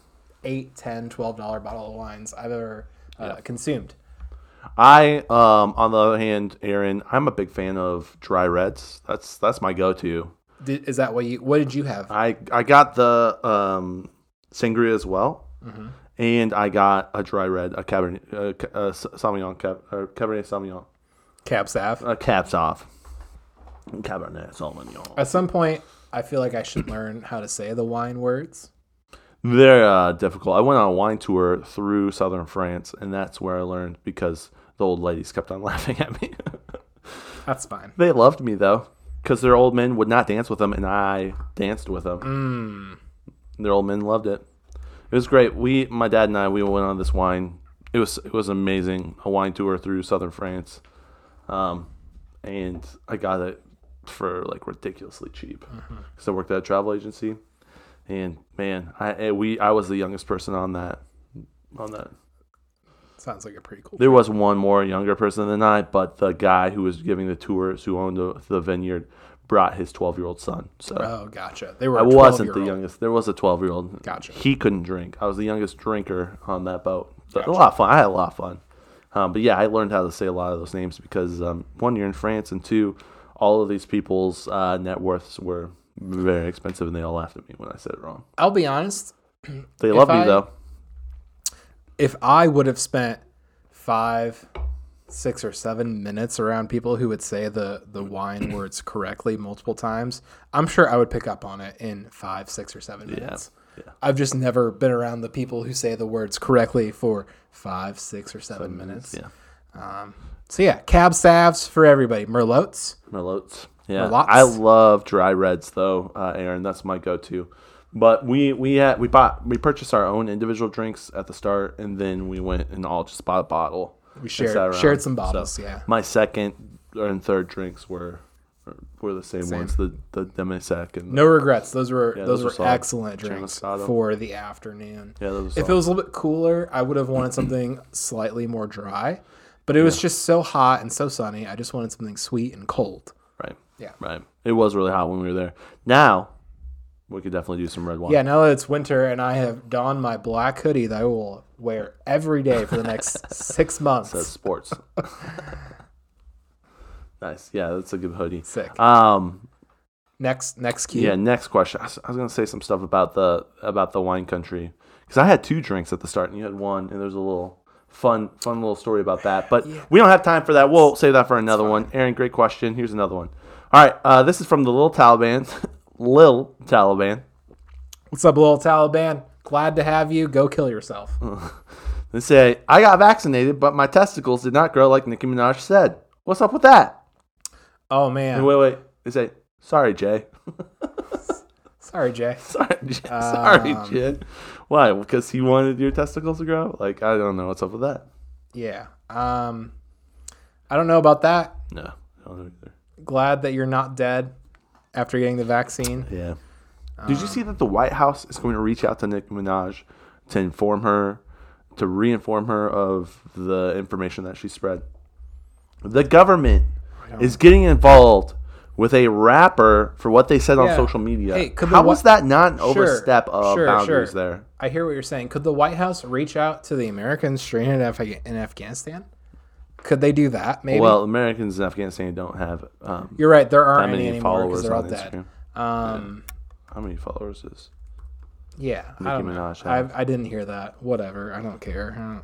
[SPEAKER 1] 8 10 $12 bottle of wines I've ever uh, consumed.
[SPEAKER 2] I um on the other hand, Aaron, I'm a big fan of dry reds. That's that's my go-to.
[SPEAKER 1] Did, is that what you? What did you have?
[SPEAKER 2] I I got the um sangria as well,
[SPEAKER 1] Mm-hmm.
[SPEAKER 2] and I got a dry red, a cabernet, a, Ca- a S- sauvignon, Cab, or cabernet sauvignon,
[SPEAKER 1] Cab Sav.
[SPEAKER 2] a caps off, cabernet sauvignon.
[SPEAKER 1] At some point, I feel like I should learn how to say the wine words.
[SPEAKER 2] They're uh, difficult. I went on a wine tour through southern France, and that's where I learned because the old ladies kept on laughing at me.
[SPEAKER 1] That's fine.
[SPEAKER 2] They loved me though, because their old men would not dance with them, and I danced with them. Their old men loved it. It was great. We, my dad and I, we went on this wine. It was it was amazing. A wine tour through southern France, um, and I got it for like ridiculously cheap because I worked at a travel agency. And man, I I- we I was the youngest person on that on that
[SPEAKER 1] Sounds like a pretty cool.
[SPEAKER 2] there was one more younger person than I, but the guy who was giving the tours, who owned the, the vineyard, brought his 12 year old son. So
[SPEAKER 1] Oh, gotcha. They were.
[SPEAKER 2] I
[SPEAKER 1] I
[SPEAKER 2] wasn't the youngest. There was a 12 year old.
[SPEAKER 1] Gotcha.
[SPEAKER 2] He couldn't drink. I was the youngest drinker on that boat. So A lot of fun. I had a lot of fun. Um, but yeah, I learned how to say a lot of those names because um, one, you're in France, and two, all of these people's uh, net worths were very expensive, and they all laughed at me when I said it wrong.
[SPEAKER 1] I'll be honest.
[SPEAKER 2] They love me
[SPEAKER 1] I-
[SPEAKER 2] though.
[SPEAKER 1] If I would have spent five, six, or seven minutes around people who would say the the wine words correctly multiple times, I'm sure I would pick up on it in five, six, or seven minutes. I've just never been around the people who say the words correctly for five, six, or seven, minutes. Um,
[SPEAKER 2] Yeah,
[SPEAKER 1] So yeah, cab salves for everybody. Merlots.
[SPEAKER 2] Merlots. Yeah,
[SPEAKER 1] Merlots.
[SPEAKER 2] I love dry reds though, uh, Aaron. That's my go-to. But we we had, we bought we purchased our own individual drinks at the start, and then we went and all just bought a bottle.
[SPEAKER 1] We
[SPEAKER 2] and
[SPEAKER 1] shared-
[SPEAKER 2] sat around.
[SPEAKER 1] shared some bottles, yeah.
[SPEAKER 2] my second and third drinks were were the same, ones. The the demi sec and
[SPEAKER 1] No regrets. Those were those,
[SPEAKER 2] those are
[SPEAKER 1] were
[SPEAKER 2] solid.
[SPEAKER 1] excellent drinks
[SPEAKER 2] Moscato.
[SPEAKER 1] for the afternoon.
[SPEAKER 2] yeah, those were
[SPEAKER 1] if it
[SPEAKER 2] solid.
[SPEAKER 1] was a little bit cooler, I would have wanted something slightly more dry. But it was just so hot and so sunny. I just wanted something sweet and cold.
[SPEAKER 2] right.
[SPEAKER 1] Yeah.
[SPEAKER 2] right. It was really hot when we were there. Now we could definitely do some red wine.
[SPEAKER 1] Yeah, now that it's winter and I have donned my black hoodie that I will wear every day for the next six months.
[SPEAKER 2] That's sports. nice. Yeah, that's a good hoodie.
[SPEAKER 1] Sick.
[SPEAKER 2] Um,
[SPEAKER 1] next next cue.
[SPEAKER 2] Yeah. Next question. I was, I was gonna say some stuff about the about the wine country because I had two drinks at the start and you had one, and there's a little fun fun little story about that. But we don't have time for that. We'll save that for another one. Aaron, great question. Here's another one. All right. Uh, this is from the Little Taliban. Lil Taliban.
[SPEAKER 1] What's up, little Taliban? Glad to have you. Go kill yourself.
[SPEAKER 2] They say I got vaccinated, but my testicles did not grow like Nicki Minaj said. What's up with that?
[SPEAKER 1] Oh man.
[SPEAKER 2] Wait, wait. They say sorry, Jay.
[SPEAKER 1] Sorry, Jay.
[SPEAKER 2] Sorry, Jay. Sorry, Jay. Why? Because he wanted your testicles to grow? Like I don't know what's up with that.
[SPEAKER 1] Yeah. Um I don't know about that.
[SPEAKER 2] No, I don't know either.
[SPEAKER 1] Glad that you're not dead after getting the vaccine.
[SPEAKER 2] Yeah. Did you see that the White House is going to reach out to Nick Minaj to inform her, to reinform her of the information that she spread? The government is getting involved with a rapper for what they said on
[SPEAKER 1] Yeah.
[SPEAKER 2] social media.
[SPEAKER 1] Hey, could the
[SPEAKER 2] How
[SPEAKER 1] Whi-
[SPEAKER 2] was that not an
[SPEAKER 1] Sure,
[SPEAKER 2] overstep of
[SPEAKER 1] sure,
[SPEAKER 2] boundaries
[SPEAKER 1] sure.
[SPEAKER 2] there?
[SPEAKER 1] I hear what you're saying. Could the White House reach out to the Americans stranded in, Af- in Afghanistan? Could they do that? Maybe.
[SPEAKER 2] Well, Americans in Afghanistan don't have um,
[SPEAKER 1] you're right. There
[SPEAKER 2] how
[SPEAKER 1] aren't any
[SPEAKER 2] many
[SPEAKER 1] anymore because
[SPEAKER 2] followers
[SPEAKER 1] they're all
[SPEAKER 2] on
[SPEAKER 1] dead.
[SPEAKER 2] Instagram.
[SPEAKER 1] Um,
[SPEAKER 2] How many followers is?
[SPEAKER 1] yeah. I,
[SPEAKER 2] Nicki
[SPEAKER 1] don't know.
[SPEAKER 2] Minaj
[SPEAKER 1] I, I didn't hear that. Whatever. I don't care. I don't-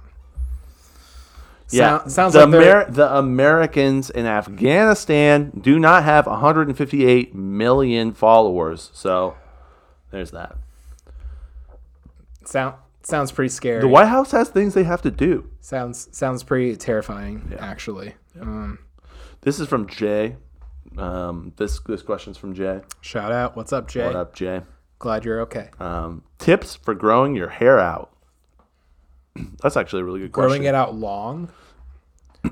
[SPEAKER 2] Yeah,
[SPEAKER 1] Sound- sounds
[SPEAKER 2] the
[SPEAKER 1] like they're-
[SPEAKER 2] Amer- the Americans in Afghanistan do not have 158 million followers. So there's that.
[SPEAKER 1] sound sounds pretty scary.
[SPEAKER 2] The White House has things they have to do.
[SPEAKER 1] sounds sounds pretty terrifying. Actually. Um,
[SPEAKER 2] This is from Jay. Um, this this question's from Jay.
[SPEAKER 1] shout out. What's up, Jay?
[SPEAKER 2] What up, Jay?
[SPEAKER 1] Glad you're okay.
[SPEAKER 2] Um, tips for growing your hair out. That's actually a really good
[SPEAKER 1] growing
[SPEAKER 2] question.
[SPEAKER 1] it out long.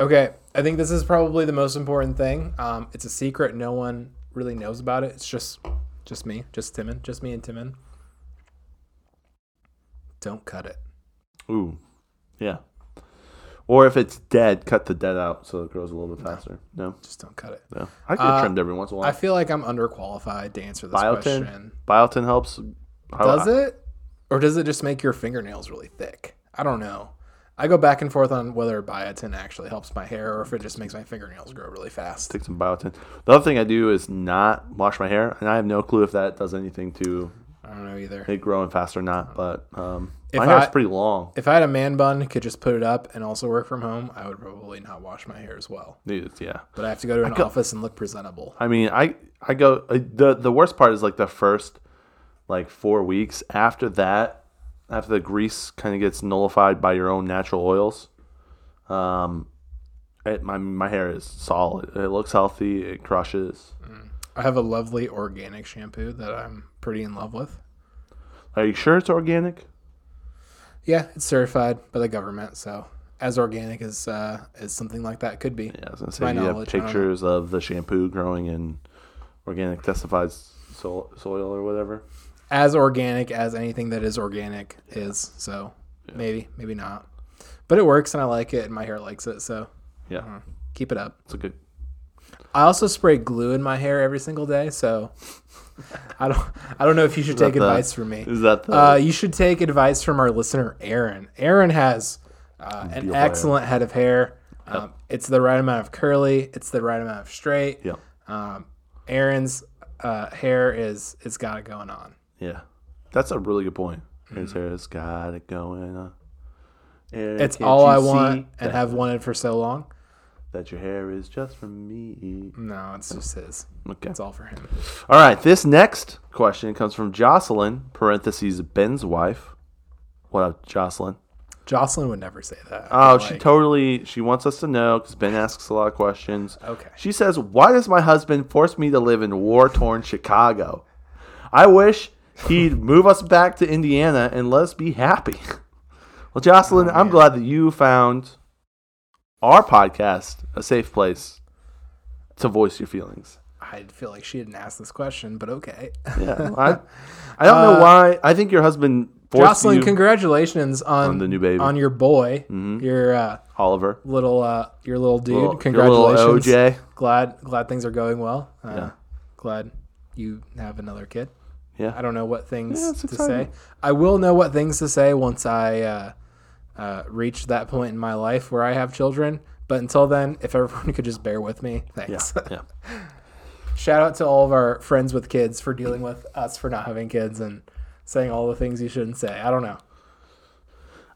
[SPEAKER 1] okay, I think this is probably the most important thing. Um, it's a secret; no one really knows about it. It's just, just me, just Timon, just me and Timon. Don't cut it.
[SPEAKER 2] Ooh, yeah. Or if it's dead, cut the dead out so it grows a little bit faster. No,
[SPEAKER 1] Just don't cut it.
[SPEAKER 2] no. I get trimmed every once in a while.
[SPEAKER 1] Uh, I feel like I'm underqualified to answer this
[SPEAKER 2] biotin Oh,
[SPEAKER 1] question.
[SPEAKER 2] biotin helps I-
[SPEAKER 1] Does it, or does it just make your fingernails really thick? I don't know. I go back and forth on whether biotin actually helps my hair or if it just makes my fingernails grow really fast.
[SPEAKER 2] take some biotin the other thing i do is not wash my hair and i have no clue if that does anything to
[SPEAKER 1] I don't know either.
[SPEAKER 2] it growing fast or not but um
[SPEAKER 1] If
[SPEAKER 2] my hair's
[SPEAKER 1] I-
[SPEAKER 2] pretty long
[SPEAKER 1] If I had a man bun, could just put it up and also work from home, I would probably not wash my hair as well.
[SPEAKER 2] It's- yeah
[SPEAKER 1] But I have to go to an office and look presentable.
[SPEAKER 2] i mean i i go I- the the worst part is like the first like four weeks after that after the grease kind of gets nullified by your own natural oils um it, my, my hair is solid it looks healthy it crushes
[SPEAKER 1] I have a lovely organic shampoo that I'm pretty in love with.
[SPEAKER 2] are you sure it's organic
[SPEAKER 1] Yeah, it's certified by the government, so as organic as uh, as something like that could be.
[SPEAKER 2] Yeah, I was
[SPEAKER 1] my
[SPEAKER 2] gonna say you have
[SPEAKER 1] knowledge, I don't know.
[SPEAKER 2] pictures of the shampoo growing in organic testified soil, soil or whatever.
[SPEAKER 1] As organic as anything that is organic is. So maybe, maybe not. But it works and I like it and my hair likes it, so
[SPEAKER 2] Yeah,
[SPEAKER 1] Uh-huh. keep it up.
[SPEAKER 2] it's a good.
[SPEAKER 1] I also spray glue in my hair every single day, so I don't I don't know if you should take
[SPEAKER 2] the-
[SPEAKER 1] advice from me.
[SPEAKER 2] Is that the
[SPEAKER 1] Uh, you should take advice from our listener, Aaron. Aaron has uh, an
[SPEAKER 2] Beautiful hair.
[SPEAKER 1] excellent head of hair. Um, it's the right amount of curly. It's the right amount of straight.
[SPEAKER 2] yeah
[SPEAKER 1] Um, Aaron's uh, hair is it's got it going on.
[SPEAKER 2] yeah? That's a really good point. His hair has got it going. On. Aaron,
[SPEAKER 1] Mm-hmm. It's
[SPEAKER 2] can't
[SPEAKER 1] all
[SPEAKER 2] you
[SPEAKER 1] I want
[SPEAKER 2] see
[SPEAKER 1] and
[SPEAKER 2] that,
[SPEAKER 1] have wanted for so long.
[SPEAKER 2] that your hair is just for me.
[SPEAKER 1] No, it's just his.
[SPEAKER 2] Okay.
[SPEAKER 1] It's all for him.
[SPEAKER 2] All right. This next question comes from Jocelyn (parentheses Ben's wife). What up, Jocelyn?
[SPEAKER 1] Jocelyn would never say that.
[SPEAKER 2] Oh,
[SPEAKER 1] Like,
[SPEAKER 2] she totally. She wants us to know because Ben asks a lot of questions.
[SPEAKER 1] Okay.
[SPEAKER 2] She says, "Why does my husband force me to live in war-torn Chicago? I wish he'd move us back to Indiana and let us be happy." Well, Jocelyn, I'm glad that you found our podcast a safe place to voice your feelings.
[SPEAKER 1] I feel like she didn't ask this question, but okay.
[SPEAKER 2] Yeah, I, I don't know why. I think your husband forced
[SPEAKER 1] Jocelyn,
[SPEAKER 2] you,
[SPEAKER 1] congratulations on,
[SPEAKER 2] the new baby. Mm-hmm.
[SPEAKER 1] on your boy, your uh,
[SPEAKER 2] Oliver.
[SPEAKER 1] little uh, your little dude.
[SPEAKER 2] Little- your little
[SPEAKER 1] congratulations,
[SPEAKER 2] OJ.
[SPEAKER 1] Glad glad things are going well. Uh, Glad you have another kid.
[SPEAKER 2] Yeah.
[SPEAKER 1] I don't know what things
[SPEAKER 2] Yeah, it's
[SPEAKER 1] to say.
[SPEAKER 2] exciting.
[SPEAKER 1] I will know what things to say once I uh, uh, reach that point in my life where I have children. But until then, if everyone could just bear with me, thanks.
[SPEAKER 2] Yeah.
[SPEAKER 1] Shout out to all of our friends with kids for dealing with us for not having kids and saying all the things you shouldn't say. I don't know.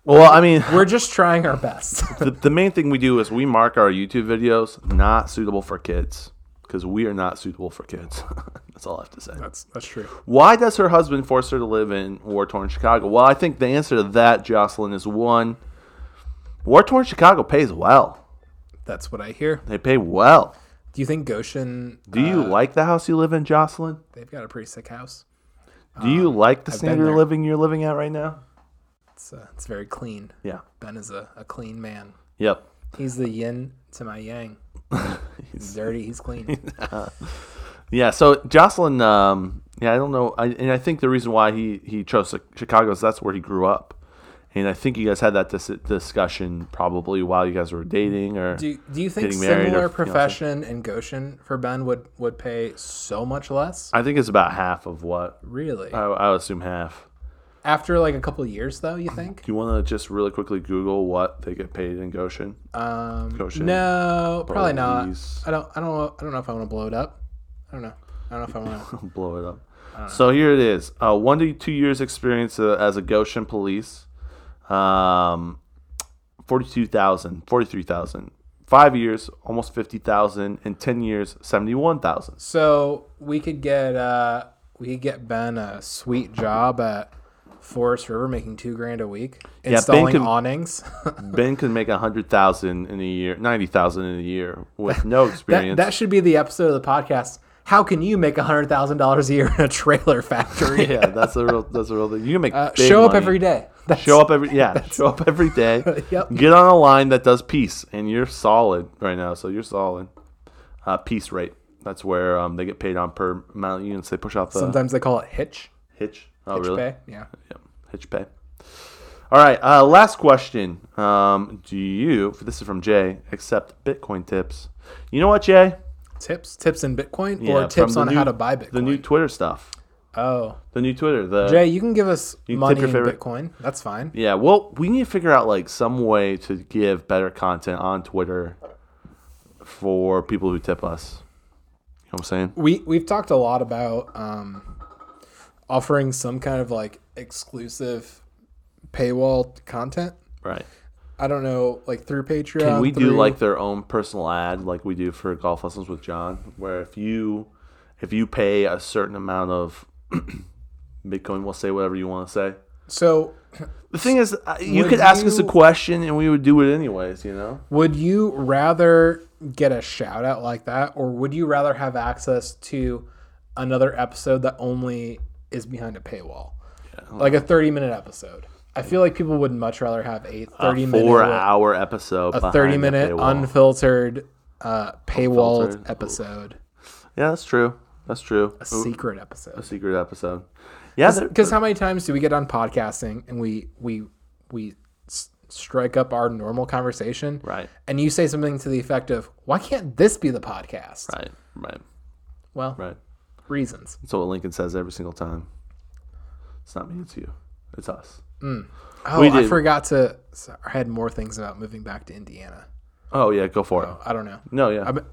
[SPEAKER 2] Well, I mean,
[SPEAKER 1] We're just trying our best.
[SPEAKER 2] the, the main thing we do is we mark our YouTube videos not suitable for kids because we are not suitable for kids. That's all I have to say.
[SPEAKER 1] that's that's true.
[SPEAKER 2] Why does her husband force her to live in war torn Chicago? Well, I think the answer to that, Jocelyn, is one war torn Chicago pays well.
[SPEAKER 1] That's what I hear.
[SPEAKER 2] They pay well.
[SPEAKER 1] Do you think Goshen?
[SPEAKER 2] Do you like the house you live in, Jocelyn?
[SPEAKER 1] They've got a pretty sick house.
[SPEAKER 2] Do you like the standard
[SPEAKER 1] there.
[SPEAKER 2] of living you're living at right now?
[SPEAKER 1] It's uh, it's very clean.
[SPEAKER 2] Yeah.
[SPEAKER 1] Ben is a, a clean man.
[SPEAKER 2] Yep.
[SPEAKER 1] He's the yin to my yang. he's dirty. He's clean.
[SPEAKER 2] Yeah, so Jocelyn, um, yeah, I don't know, I, and I think the reason why he he chose Chi- Chicago is that's where he grew up, And I think you guys had that dis- discussion probably while you guys were dating or
[SPEAKER 1] Do Do you think
[SPEAKER 2] Getting married
[SPEAKER 1] similar
[SPEAKER 2] or fiancé.
[SPEAKER 1] profession in Goshen for Ben would would pay so much less?
[SPEAKER 2] I uh, think it's about half of what
[SPEAKER 1] Really?
[SPEAKER 2] I, I would assume half.
[SPEAKER 1] After like a couple of years, though, you think?
[SPEAKER 2] Do you want to just really quickly Google what they get paid in Goshen?
[SPEAKER 1] Um,
[SPEAKER 2] Goshen.
[SPEAKER 1] no, probably not.
[SPEAKER 2] Police.
[SPEAKER 1] I don't. I don't. I don't know if I want to blow it up. I don't know. I don't know if I want to.
[SPEAKER 2] blow it up. So here it is. Uh, one to two years experience uh, as a Goshen police. Um, 42,000, 43,000. Five years, almost 50,000. And 10 years, 71,000.
[SPEAKER 1] So we could get uh, we could get Ben a sweet job at Forest River, making two grand a week,
[SPEAKER 2] Ben
[SPEAKER 1] installing
[SPEAKER 2] can-
[SPEAKER 1] awnings.
[SPEAKER 2] Ben could make 100,000 in a year, 90,000 in a year with no
[SPEAKER 1] that,
[SPEAKER 2] experience.
[SPEAKER 1] that should be the episode of the podcast. How can you make hundred thousand dollars a year in a trailer factory?
[SPEAKER 2] yeah, that's a real, that's a real thing. You can make
[SPEAKER 1] Uh, show up every
[SPEAKER 2] day.
[SPEAKER 1] day. That's,
[SPEAKER 2] Show up every yeah. Show up every day.
[SPEAKER 1] Yep.
[SPEAKER 2] Get on a line that does peace, and you're solid right now. So you're solid. Uh, peace rate. That's where um, they get paid on per amount of units they push off the
[SPEAKER 1] Sometimes they call it hitch.
[SPEAKER 2] hitch. Oh
[SPEAKER 1] Hitch
[SPEAKER 2] uh, really?
[SPEAKER 1] pay. Yeah.
[SPEAKER 2] Yeah. Hitch pay. All right. Uh, last question. Um, do you? This is from Jay. Accept Bitcoin tips. You know what, Jay?
[SPEAKER 1] Tips, tips in Bitcoin,
[SPEAKER 2] Yeah,
[SPEAKER 1] or tips
[SPEAKER 2] from
[SPEAKER 1] on
[SPEAKER 2] the
[SPEAKER 1] how
[SPEAKER 2] new-
[SPEAKER 1] to buy Bitcoin.
[SPEAKER 2] The new Twitter stuff.
[SPEAKER 1] oh,
[SPEAKER 2] The new Twitter. The
[SPEAKER 1] Jay, you can give us
[SPEAKER 2] can
[SPEAKER 1] money
[SPEAKER 2] tip your
[SPEAKER 1] in
[SPEAKER 2] favorite-
[SPEAKER 1] Bitcoin. That's fine.
[SPEAKER 2] Yeah, well, we need to figure out like some way to give better content on Twitter for people who tip us. You know what I'm saying?
[SPEAKER 1] we we've talked a lot about um, offering some kind of like exclusive paywall content.
[SPEAKER 2] Right.
[SPEAKER 1] I don't know, like through Patreon.
[SPEAKER 2] Can we do
[SPEAKER 1] through-
[SPEAKER 2] like their own personal ad like we do for golf lessons with John where if you if you pay a certain amount of Bitcoin, we'll say whatever you want to say.
[SPEAKER 1] so?
[SPEAKER 2] The thing is, uh, you
[SPEAKER 1] Would
[SPEAKER 2] could ask us a
[SPEAKER 1] you-
[SPEAKER 2] question and we would do it anyways, you know?
[SPEAKER 1] Would you rather get a shout out like that, or would you rather have access to another episode that only is behind a paywall, like a thirty minute episode? I feel like people would much rather have a thirty minute
[SPEAKER 2] Four hour episode.
[SPEAKER 1] a 30 minute
[SPEAKER 2] on.
[SPEAKER 1] unfiltered uh paywalled
[SPEAKER 2] Unfiltered.
[SPEAKER 1] episode
[SPEAKER 2] Yeah, that's true. That's true. A
[SPEAKER 1] secret episode
[SPEAKER 2] secret episode. Yeah, there-
[SPEAKER 1] because how many times do we get on podcasting and we we we s- strike up our normal conversation
[SPEAKER 2] Right.
[SPEAKER 1] and you say something to the effect of why can't this be the podcast
[SPEAKER 2] Right, right,
[SPEAKER 1] well
[SPEAKER 2] right.
[SPEAKER 1] reasons
[SPEAKER 2] That's what Lincoln says every single time. It's not me, it's you. It's us.
[SPEAKER 1] oh
[SPEAKER 2] We
[SPEAKER 1] i
[SPEAKER 2] did-
[SPEAKER 1] forgot to so i had more things about moving back to indiana
[SPEAKER 2] Oh yeah, go for it.
[SPEAKER 1] i don't know
[SPEAKER 2] No, yeah.
[SPEAKER 1] I'm-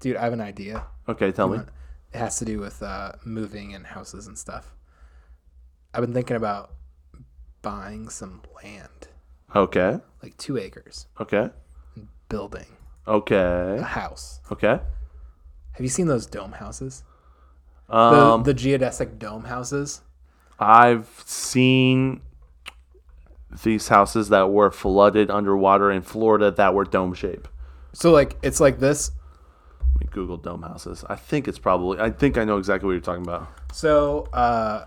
[SPEAKER 1] dude i have an idea
[SPEAKER 2] Okay, tell me.
[SPEAKER 1] it has to do with uh, moving and houses and stuff. I've been thinking about buying some land,
[SPEAKER 2] Okay,
[SPEAKER 1] like two acres,
[SPEAKER 2] okay,
[SPEAKER 1] building
[SPEAKER 2] okay,
[SPEAKER 1] a house.
[SPEAKER 2] okay.
[SPEAKER 1] Have you seen those dome houses? The,
[SPEAKER 2] Um,
[SPEAKER 1] the geodesic dome houses?
[SPEAKER 2] I've seen these houses that were flooded underwater in Florida that were dome shape.
[SPEAKER 1] So, like, it's like this.
[SPEAKER 2] Let me Google dome houses. I think it's probably. I think I know exactly what you're talking about.
[SPEAKER 1] So, uh, uh,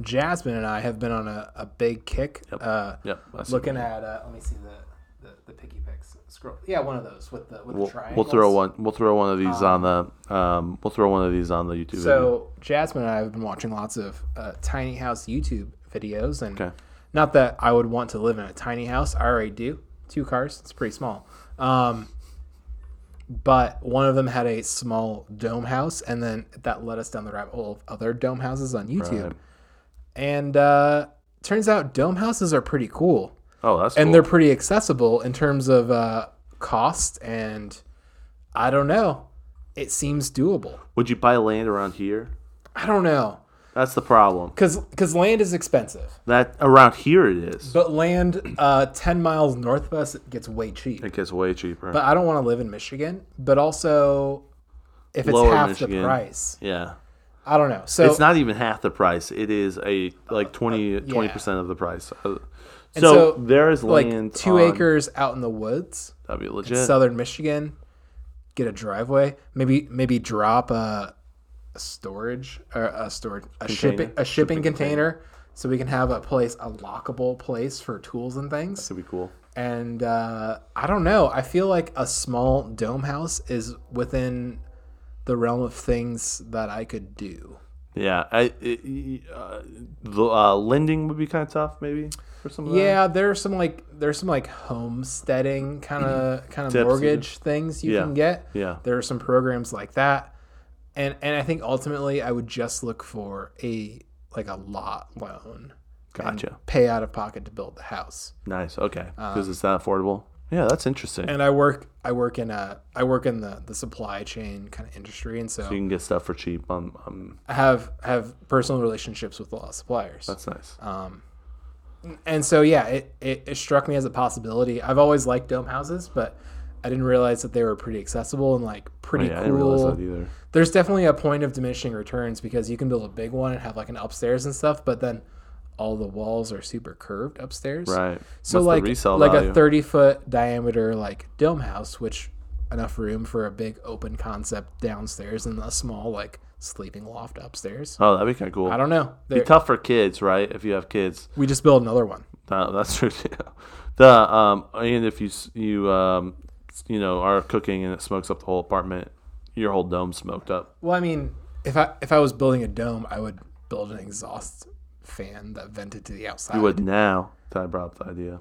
[SPEAKER 1] Jasmine and I have been on a, a big kick. Uh,
[SPEAKER 2] Yep. I see.
[SPEAKER 1] Looking at, uh, let me see the, the, the picky picks. Scroll. Yeah, one of those with the, with
[SPEAKER 2] We'll,
[SPEAKER 1] the triangles.
[SPEAKER 2] we'll throw one. We'll throw one of these on the. Um, we'll throw one of these on the YouTube. video.
[SPEAKER 1] So Jasmine and I have been watching lots of uh, tiny house YouTube videos, and
[SPEAKER 2] Okay.
[SPEAKER 1] not that I would want to live in a tiny house. I already do. Two cars. It's pretty small. Um, but one of them had a small dome house, and then that led us down the rabbit hole of other dome houses on YouTube.
[SPEAKER 2] Right.
[SPEAKER 1] And uh, turns out dome houses are pretty cool,
[SPEAKER 2] Oh, that's
[SPEAKER 1] and
[SPEAKER 2] cool.
[SPEAKER 1] they're pretty accessible in terms of uh, cost. And I don't know. It seems doable.
[SPEAKER 2] Would you buy land around here?
[SPEAKER 1] I don't know.
[SPEAKER 2] That's the problem.
[SPEAKER 1] because because land is expensive
[SPEAKER 2] That around here it is.
[SPEAKER 1] but land uh 10 miles north of us gets way cheap
[SPEAKER 2] It gets way cheaper.
[SPEAKER 1] but i don't want to live in michigan but also if it's
[SPEAKER 2] Lower
[SPEAKER 1] half the
[SPEAKER 2] Michigan.
[SPEAKER 1] price
[SPEAKER 2] yeah.
[SPEAKER 1] i don't know so Uh,
[SPEAKER 2] It's not even half the price. It is a like 20 percent of the price. Uh, So,
[SPEAKER 1] so,
[SPEAKER 2] there is
[SPEAKER 1] like
[SPEAKER 2] land
[SPEAKER 1] two
[SPEAKER 2] on-
[SPEAKER 1] acres out in the woods
[SPEAKER 2] That'd be legit.
[SPEAKER 1] southern michigan get a driveway maybe maybe drop a, a storage or a storage a shipping a shipping, container, so we can have a place a lockable place for tools and things
[SPEAKER 2] That'd be cool.
[SPEAKER 1] and uh, I don't know. I feel like a small dome house is within the realm of things that I could do.
[SPEAKER 2] Yeah, I, it, uh, the uh, lending would be kind of tough, maybe for some. Of that.
[SPEAKER 1] Yeah, there's some like there's some like homesteading kind of kind
[SPEAKER 2] Tips,
[SPEAKER 1] of mortgage things you
[SPEAKER 2] Yeah.
[SPEAKER 1] can get.
[SPEAKER 2] Yeah.
[SPEAKER 1] there are some programs like that, and and I think ultimately I would just look for a like a lot loan,
[SPEAKER 2] Gotcha.
[SPEAKER 1] pay out of pocket to build the house.
[SPEAKER 2] Nice. Okay. Because it's that affordable. Yeah, that's interesting.
[SPEAKER 1] Uh, And I work I work in a I work in the the supply chain kind of industry, and so,
[SPEAKER 2] you can get stuff for cheap. Um, um
[SPEAKER 1] I have have personal relationships with a lot of suppliers.
[SPEAKER 2] that's nice.
[SPEAKER 1] Uh, and so yeah it, it, it struck me as a possibility i've always liked dome houses but i didn't realize that they were pretty accessible and like pretty
[SPEAKER 2] Oh, yeah, I didn't realize
[SPEAKER 1] cool
[SPEAKER 2] that either.
[SPEAKER 1] there's definitely a point of diminishing returns because you can build a big one and have like an upstairs and stuff but then all the walls are super curved upstairs
[SPEAKER 2] Right.
[SPEAKER 1] so
[SPEAKER 2] What's
[SPEAKER 1] like
[SPEAKER 2] the resale
[SPEAKER 1] like
[SPEAKER 2] value?
[SPEAKER 1] a 30 foot diameter like dome house which enough room for a big open concept downstairs and a small like sleeping loft upstairs
[SPEAKER 2] Oh, that'd be kind of cool.
[SPEAKER 1] i don't know There-
[SPEAKER 2] be tough for kids, right? If you have kids,
[SPEAKER 1] we just build another one
[SPEAKER 2] No, that's true. Too. The um, and if you s- you um, you know, are cooking and it smokes up the whole apartment, your whole dome smoked up.
[SPEAKER 1] Well, I mean, if I if I was building a dome, I would build an exhaust fan that vented to the outside.
[SPEAKER 2] You would now that I brought up the idea.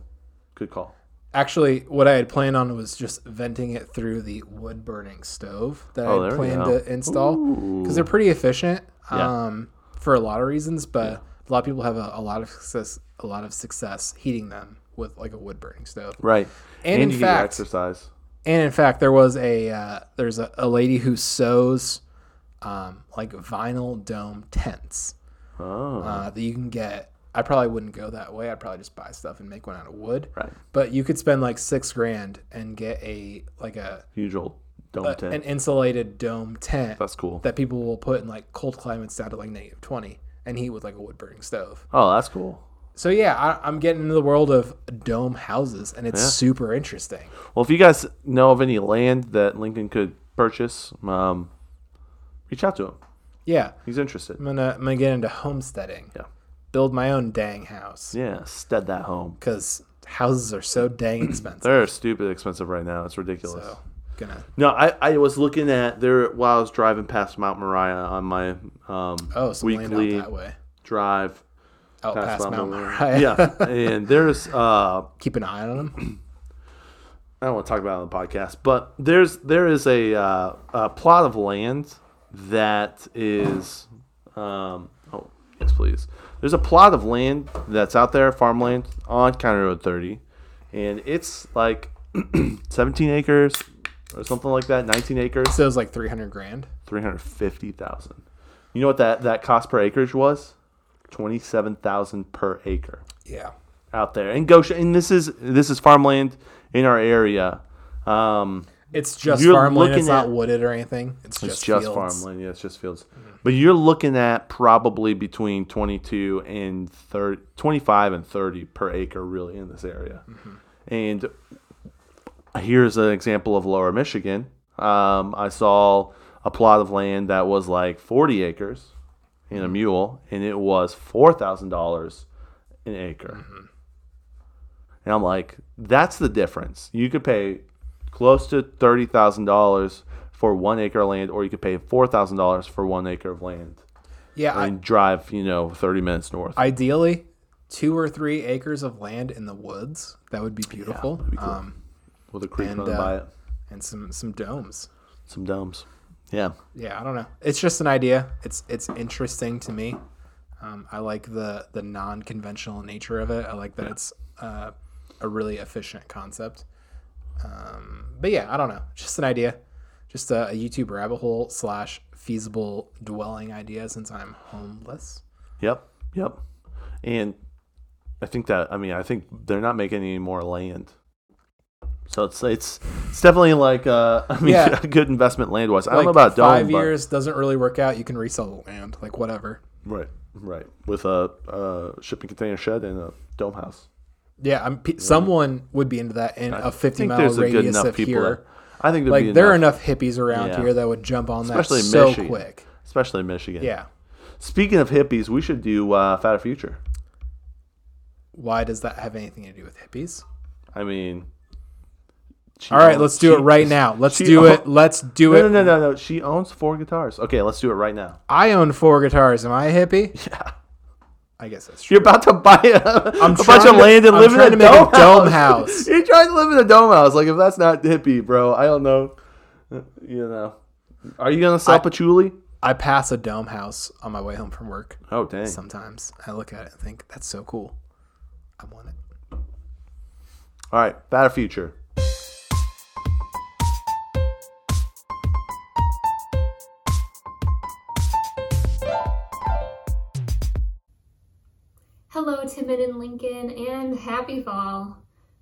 [SPEAKER 2] Good call.
[SPEAKER 1] Actually, what I had planned on was just venting it through the wood burning stove that
[SPEAKER 2] Oh,
[SPEAKER 1] I
[SPEAKER 2] there
[SPEAKER 1] had
[SPEAKER 2] we
[SPEAKER 1] planned
[SPEAKER 2] go.
[SPEAKER 1] to install because they're pretty efficient
[SPEAKER 2] Yeah.
[SPEAKER 1] um, for a lot of reasons. But a lot of people have a, a lot of success a lot of success heating them with like a wood burning stove.
[SPEAKER 2] Right.
[SPEAKER 1] And in
[SPEAKER 2] you get your
[SPEAKER 1] fact-
[SPEAKER 2] exercise.
[SPEAKER 1] And in fact, there was a uh, there's a, a lady who sews um, like vinyl dome tents.
[SPEAKER 2] Oh,
[SPEAKER 1] uh, that you can get. I probably wouldn't go that way. I'd probably just buy stuff and make one out of wood.
[SPEAKER 2] Right.
[SPEAKER 1] But you could spend like six grand and get a like a
[SPEAKER 2] huge old dome tent.
[SPEAKER 1] an insulated dome tent
[SPEAKER 2] that's cool.
[SPEAKER 1] Uh, that people will put in like cold climates down to like negative twenty and heat with like a wood burning stove.
[SPEAKER 2] oh, that's cool.
[SPEAKER 1] So yeah, I, I'm getting into the world of dome houses and it's super interesting.
[SPEAKER 2] Well, if you guys know of any land that Lincoln could purchase, um, reach out to him.
[SPEAKER 1] Yeah,
[SPEAKER 2] He's interested.
[SPEAKER 1] I'm gonna I'm gonna get into homesteading.
[SPEAKER 2] Yeah.
[SPEAKER 1] Build my own dang house
[SPEAKER 2] Yeah, stead that home.
[SPEAKER 1] because houses are so dang expensive.
[SPEAKER 2] They're stupid expensive right now. It's ridiculous.
[SPEAKER 1] so gonna
[SPEAKER 2] No, I, I was looking at there while I was driving past Mount Moriah on my um,
[SPEAKER 1] oh some land out
[SPEAKER 2] weekly
[SPEAKER 1] that way.
[SPEAKER 2] drive
[SPEAKER 1] out past, Mount Moriah.
[SPEAKER 2] Yeah, and there's uh,
[SPEAKER 1] Keep an eye on them.
[SPEAKER 2] I don't want to talk about it on the podcast, but there's there is a, uh, a plot of land that is um, oh yes please. There's a plot of land that's out there, farmland on County Road 30, and it's like 17 acres or something like that, 19 acres,
[SPEAKER 1] So it was like 300 grand.
[SPEAKER 2] 350,000. You know what that that cost per acreage was? 27,000 per acre
[SPEAKER 1] Yeah.
[SPEAKER 2] out there in Goshen, and this is this is farmland in our area. Um,
[SPEAKER 1] It's just
[SPEAKER 2] You're
[SPEAKER 1] farmland. It's
[SPEAKER 2] looking
[SPEAKER 1] not
[SPEAKER 2] at-
[SPEAKER 1] wooded or anything. It's just,
[SPEAKER 2] It's just
[SPEAKER 1] fields.
[SPEAKER 2] farmland. Yeah, it's just fields. But you're looking at probably between 22 and 30, 25 and 30 per acre, really, in this area.
[SPEAKER 1] Mm-hmm.
[SPEAKER 2] And here's an example of lower Michigan. Um, I saw a plot of land that was like 40 acres in
[SPEAKER 1] Mm-hmm.
[SPEAKER 2] a mule, and it was $4,000 an acre.
[SPEAKER 1] Mm-hmm.
[SPEAKER 2] And I'm like, that's the difference. You could pay close to thirty thousand dollars for one acre of land, or you could pay four thousand dollars for one acre of land
[SPEAKER 1] Yeah. I,
[SPEAKER 2] and drive, you know, thirty minutes north.
[SPEAKER 1] ideally, two or three acres of land in the woods. That would be beautiful. um,
[SPEAKER 2] with a creek
[SPEAKER 1] and,
[SPEAKER 2] running
[SPEAKER 1] uh,
[SPEAKER 2] by it,
[SPEAKER 1] and some some domes.
[SPEAKER 2] some domes. Yeah,
[SPEAKER 1] Yeah, I don't know. It's just an idea. It's it's interesting to me. Um, I like the the non conventional nature of it. I like that it's uh, a really efficient concept. Um, but yeah, I don't know. Just an idea. Just a, a YouTube rabbit hole slash feasible dwelling idea since I'm homeless.
[SPEAKER 2] yep, yep. And I think that I mean I think they're not making any more land. So it's it's it's definitely like uh, I mean
[SPEAKER 1] Yeah.
[SPEAKER 2] a good investment land wise. I don't know
[SPEAKER 1] Like,
[SPEAKER 2] about dome,
[SPEAKER 1] five
[SPEAKER 2] but-
[SPEAKER 1] years doesn't really work out. You can resell the land, like whatever.
[SPEAKER 2] right, right, with a, a shipping container shed and a dome house.
[SPEAKER 1] Yeah, I'm, pe someone would be into that in a 50
[SPEAKER 2] think
[SPEAKER 1] mile
[SPEAKER 2] there's a good
[SPEAKER 1] radius
[SPEAKER 2] enough
[SPEAKER 1] of
[SPEAKER 2] people.
[SPEAKER 1] here.
[SPEAKER 2] That, I think there'd be
[SPEAKER 1] Like there are
[SPEAKER 2] enough,
[SPEAKER 1] enough hippies around
[SPEAKER 2] Yeah.
[SPEAKER 1] here that would jump on
[SPEAKER 2] especially
[SPEAKER 1] that so
[SPEAKER 2] Michigan.
[SPEAKER 1] quick.
[SPEAKER 2] especially Michigan.
[SPEAKER 1] Yeah.
[SPEAKER 2] Speaking of hippies, we should do uh, Fatter Future.
[SPEAKER 1] Why does that have anything to do with hippies?
[SPEAKER 2] I mean, She
[SPEAKER 1] All right,
[SPEAKER 2] owns-
[SPEAKER 1] let's do it
[SPEAKER 2] she-
[SPEAKER 1] right now. Let's
[SPEAKER 2] she
[SPEAKER 1] do
[SPEAKER 2] own-
[SPEAKER 1] it. Let's do
[SPEAKER 2] No, no,
[SPEAKER 1] it.
[SPEAKER 2] no, no, no. She owns four guitars. Okay, let's do it right now.
[SPEAKER 1] I own four guitars. Am I a hippie?
[SPEAKER 2] Yeah.
[SPEAKER 1] I guess that's true.
[SPEAKER 2] You're about to buy a, a bunch
[SPEAKER 1] trying
[SPEAKER 2] of
[SPEAKER 1] to-
[SPEAKER 2] land and
[SPEAKER 1] I'm
[SPEAKER 2] live in
[SPEAKER 1] trying
[SPEAKER 2] a,
[SPEAKER 1] to make a
[SPEAKER 2] dome
[SPEAKER 1] dome
[SPEAKER 2] house.
[SPEAKER 1] house.
[SPEAKER 2] You're trying to live in a dome house. Like, if that's not hippie, bro, I don't know. Uh, You know. Are you going to sell patchouli?
[SPEAKER 1] I pass a dome house on my way home from work
[SPEAKER 2] Oh, dang.
[SPEAKER 1] sometimes. I look at it and think, that's so cool. I want it.
[SPEAKER 2] All right, Bad Future.
[SPEAKER 3] Hello, Timon and Lincoln, and happy fall.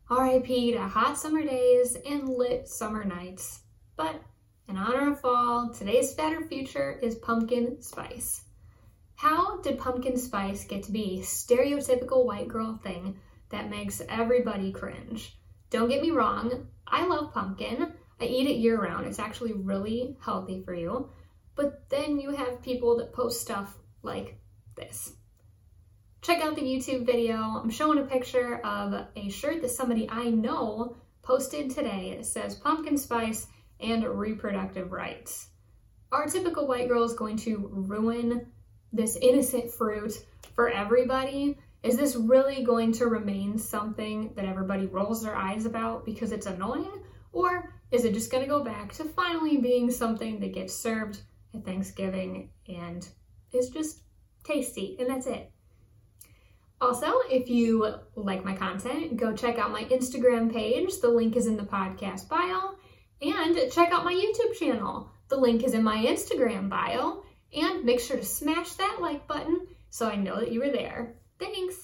[SPEAKER 3] RIP to hot summer days and lit summer nights. But in honor of fall, today's better future is pumpkin spice. How did pumpkin spice get to be a stereotypical white girl thing that makes everybody cringe? Don't get me wrong, I love pumpkin. I eat it year round. It's actually really healthy for you. But then you have people that post stuff like this check out the YouTube video. I'm showing a picture of a shirt that somebody I know posted today. It says pumpkin spice and reproductive rights. Our typical white girl is going to ruin this innocent fruit for everybody. Is this really going to remain something that everybody rolls their eyes about because it's annoying? Or is it just going to go back to finally being something that gets served at Thanksgiving and is just tasty and that's it? Also, if you like my content, go check out my Instagram page. The link is in the podcast bio. And check out my YouTube channel. The link is in my Instagram bio. And make sure to smash that like button so I know that you were there. Thanks.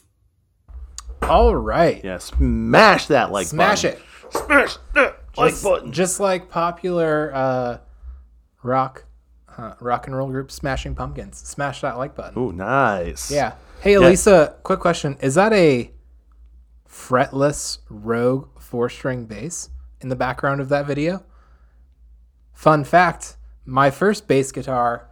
[SPEAKER 1] All right.
[SPEAKER 2] Yeah, smash that like
[SPEAKER 1] Smash
[SPEAKER 2] button.
[SPEAKER 1] it.
[SPEAKER 2] Smash that like
[SPEAKER 1] Just-
[SPEAKER 2] button.
[SPEAKER 1] Just like popular uh, rock uh, rock and roll group Smashing Pumpkins. Smash that like button.
[SPEAKER 2] Ooh, nice.
[SPEAKER 1] Yeah. Hey, Elisa, quick question. Is that a fretless Rogue four string bass in the background of that video? Fun fact my first bass guitar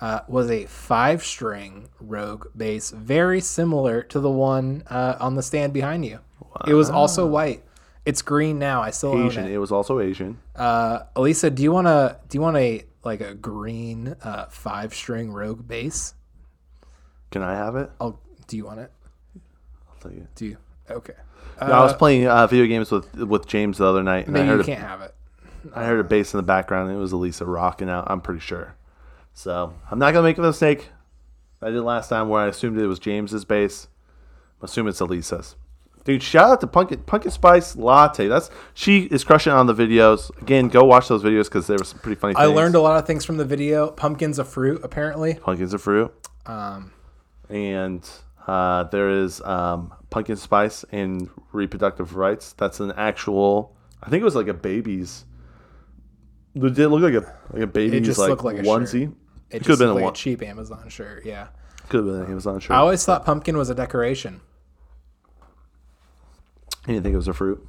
[SPEAKER 1] uh, was a five string Rogue bass, very similar to the one uh, on the stand behind you. It was also white. It's green now. I still
[SPEAKER 2] Asian.
[SPEAKER 1] own it.
[SPEAKER 2] It was also Asian.
[SPEAKER 1] Uh, Elisa, do you want to do you want a like a green uh, five string Rogue bass?
[SPEAKER 2] Can I have it?
[SPEAKER 1] I'll, do you want it?
[SPEAKER 2] I'll tell you.
[SPEAKER 1] Do you? Okay.
[SPEAKER 2] No, I was playing uh, video games with with James the other night, and I
[SPEAKER 1] Maybe you
[SPEAKER 2] heard a,
[SPEAKER 1] can't have it.
[SPEAKER 2] I heard a bass in the background, and it was Elisa rocking out. I'm pretty sure. So I'm not gonna make a mistake. I did last time where I assumed it was James's bass. I'm assuming it's Elisa's. Dude, shout out to Pumpkin Pumpkin Spice Latte. That's she is crushing on the videos. Again, go watch those videos because there were some pretty funny.
[SPEAKER 1] I
[SPEAKER 2] things.
[SPEAKER 1] learned a lot of things from the video. Pumpkin's a fruit, apparently.
[SPEAKER 2] pumpkins are fruit.
[SPEAKER 1] Um,
[SPEAKER 2] and uh, there is um, pumpkin spice and reproductive rights. That's an actual. I think it was like a baby's. Did it look like a like a baby's
[SPEAKER 1] just
[SPEAKER 2] like,
[SPEAKER 1] looked like a
[SPEAKER 2] onesie?
[SPEAKER 1] shirt. it
[SPEAKER 2] It could have
[SPEAKER 1] just
[SPEAKER 2] been a
[SPEAKER 1] looked like
[SPEAKER 2] one.
[SPEAKER 1] a cheap Amazon shirt. Yeah.
[SPEAKER 2] Could have been an Amazon shirt.
[SPEAKER 1] I
[SPEAKER 2] I
[SPEAKER 1] always thought pumpkin was a decoration.
[SPEAKER 2] didn't think it was a fruit.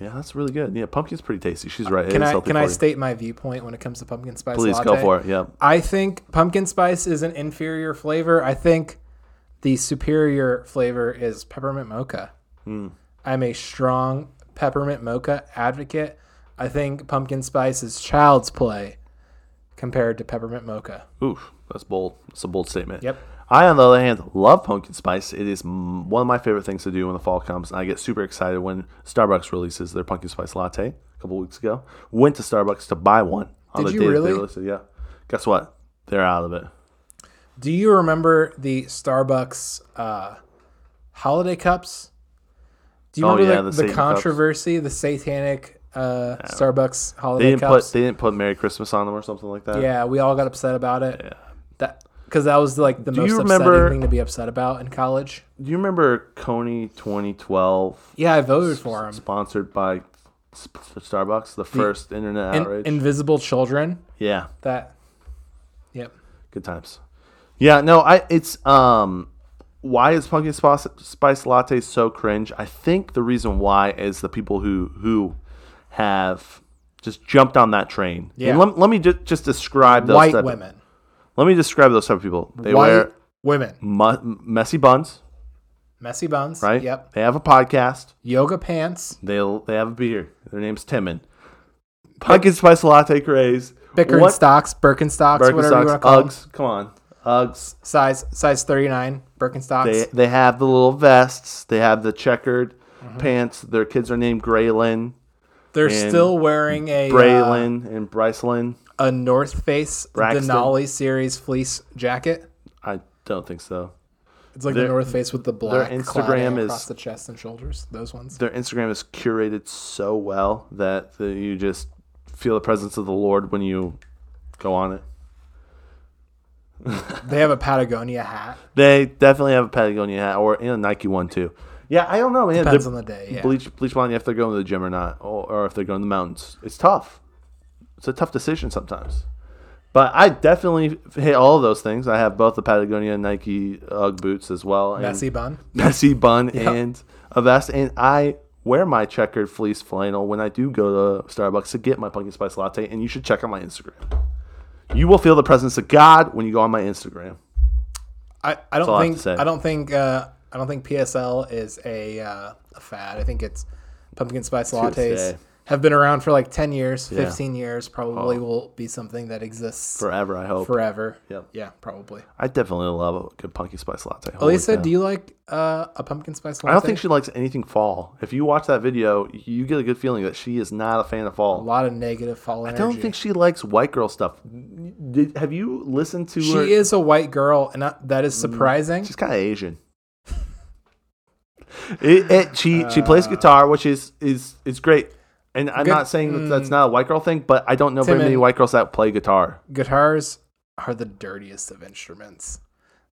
[SPEAKER 2] Yeah, that's really good. Yeah, pumpkin's pretty tasty. She's right. It
[SPEAKER 1] Uh, Can
[SPEAKER 2] is
[SPEAKER 1] I
[SPEAKER 2] healthy
[SPEAKER 1] can
[SPEAKER 2] for
[SPEAKER 1] I
[SPEAKER 2] you.
[SPEAKER 1] state my viewpoint when it comes to pumpkin spice?
[SPEAKER 2] Please
[SPEAKER 1] latte?
[SPEAKER 2] go for it. Yeah,
[SPEAKER 1] I think pumpkin spice is an inferior flavor. I think the superior flavor is peppermint mocha.
[SPEAKER 2] Hmm.
[SPEAKER 1] I'm a strong peppermint mocha advocate. I think pumpkin spice is child's play compared to peppermint mocha.
[SPEAKER 2] Oof, that's bold. That's a bold statement.
[SPEAKER 1] Yep.
[SPEAKER 2] I, on the other hand, love pumpkin spice. It is m- one of my favorite things to do when the fall comes. And I get super excited when Starbucks releases their pumpkin spice latte a couple weeks ago. Went to Starbucks to buy one on
[SPEAKER 1] Did
[SPEAKER 2] the
[SPEAKER 1] you
[SPEAKER 2] day that
[SPEAKER 1] really?
[SPEAKER 2] they released it. Yeah. Guess what? They're out of it.
[SPEAKER 1] Do you remember the Starbucks uh, holiday cups? Do you
[SPEAKER 2] Oh,
[SPEAKER 1] remember the,
[SPEAKER 2] yeah, the
[SPEAKER 1] the,
[SPEAKER 2] Satan cups.
[SPEAKER 1] controversy, the satanic uh, Starbucks
[SPEAKER 2] They
[SPEAKER 1] holiday
[SPEAKER 2] didn't
[SPEAKER 1] cups?
[SPEAKER 2] put uh, they didn't put Merry Christmas on them or something like that.
[SPEAKER 1] yeah, we all got upset about it. Yeah. That because that was like the most
[SPEAKER 2] you remember-
[SPEAKER 1] upsetting thing to be upset about in college.
[SPEAKER 2] Do you remember Coney 2012
[SPEAKER 1] Yeah, I voted for him.
[SPEAKER 2] sponsored by S- Starbucks, the first internet outrage?
[SPEAKER 1] Invisible children.
[SPEAKER 2] yeah.
[SPEAKER 1] That. Yep.
[SPEAKER 2] good times yeah no i it's um why is pumpkin spice, spice latte so cringe i think the reason why is the people who who have just jumped on that train
[SPEAKER 1] Yeah.
[SPEAKER 2] and let, let me just, just describe those
[SPEAKER 1] White
[SPEAKER 2] type-
[SPEAKER 1] women.
[SPEAKER 2] let me describe those type of people they
[SPEAKER 1] White
[SPEAKER 2] wear
[SPEAKER 1] women.
[SPEAKER 2] mu- messy buns
[SPEAKER 1] Messy buns.
[SPEAKER 2] right
[SPEAKER 1] Yep.
[SPEAKER 2] they have a podcast
[SPEAKER 1] Yoga pants.
[SPEAKER 2] they they have a beer their name's timon pumpkin spice latte craze.
[SPEAKER 1] Birkenstocks, Birkenstocks, whatever you
[SPEAKER 2] Birkenstocks, Uh,
[SPEAKER 1] want to call them.
[SPEAKER 2] Uggs. Come on, Uggs.
[SPEAKER 1] Size size thirty nine Birkenstocks.
[SPEAKER 2] They they have the little vests. They have the checkered pants. Their kids are named Graylin,
[SPEAKER 1] They're
[SPEAKER 2] and
[SPEAKER 1] still wearing a uh,
[SPEAKER 2] Braylin, and Brycelin.
[SPEAKER 1] a North Face
[SPEAKER 2] Braxton.
[SPEAKER 1] Denali series fleece jacket.
[SPEAKER 2] I don't think so.
[SPEAKER 1] It's like
[SPEAKER 2] Their-
[SPEAKER 1] the North Face with the black
[SPEAKER 2] Instagram
[SPEAKER 1] cladding
[SPEAKER 2] is-
[SPEAKER 1] across the chest and shoulders. Those ones.
[SPEAKER 2] Their Instagram is curated so well that that you just feel the presence of the Lord when you go on it.
[SPEAKER 1] They have a Patagonia hat.
[SPEAKER 2] They definitely have a Patagonia hat or and a Nike one too. Yeah, I don't know, man.
[SPEAKER 1] Depends
[SPEAKER 2] They're-
[SPEAKER 1] on the day. Yeah.
[SPEAKER 2] Bleach, bleach blonde. If they're going to the gym or not, or, or if they're going to the mountains, it's tough. It's a tough decision sometimes. But I definitely hit all of those things. I have both the Patagonia and Nike UGG boots as well, and
[SPEAKER 1] Messy bun.
[SPEAKER 2] messy bun, and a vest. And I wear my checkered fleece flannel when I do go to Starbucks to get my pumpkin spice latte. And you should check out my Instagram. You will feel the presence of God when you go on my Instagram.
[SPEAKER 1] I, I
[SPEAKER 2] all
[SPEAKER 1] don't
[SPEAKER 2] I have
[SPEAKER 1] think
[SPEAKER 2] to say.
[SPEAKER 1] I, don't think uh, I don't think PSL is a, uh, a fad. I think it's pumpkin spice lattes
[SPEAKER 2] say.
[SPEAKER 1] have been around for like ten years, fifteen years. Probably will be something that exists
[SPEAKER 2] Oh. Forever, I hope.
[SPEAKER 1] forever.
[SPEAKER 2] Yep.
[SPEAKER 1] Yeah, probably.
[SPEAKER 2] I definitely love a good pumpkin spice latte. Holy
[SPEAKER 1] Elisa,
[SPEAKER 2] cow.
[SPEAKER 1] do you like uh, a pumpkin spice latte?
[SPEAKER 2] I don't think she likes anything fall. If you watch that video, you get a good feeling that she is not a fan of
[SPEAKER 1] a
[SPEAKER 2] fall.
[SPEAKER 1] lot of negative fall
[SPEAKER 2] I
[SPEAKER 1] energy.
[SPEAKER 2] don't think she likes white girl stuff. Did, have you listened to
[SPEAKER 1] she
[SPEAKER 2] her?
[SPEAKER 1] is a white girl, and I, that is surprising.
[SPEAKER 2] Mm. She's kind of Asian. it, it- she she plays guitar, which is is is great. And I'm
[SPEAKER 1] Uh, Good- Mm.
[SPEAKER 2] not saying that that's not a white girl thing, but I don't know very
[SPEAKER 1] Timon.
[SPEAKER 2] many white girls that play guitar.
[SPEAKER 1] Guitars are the dirtiest of instruments.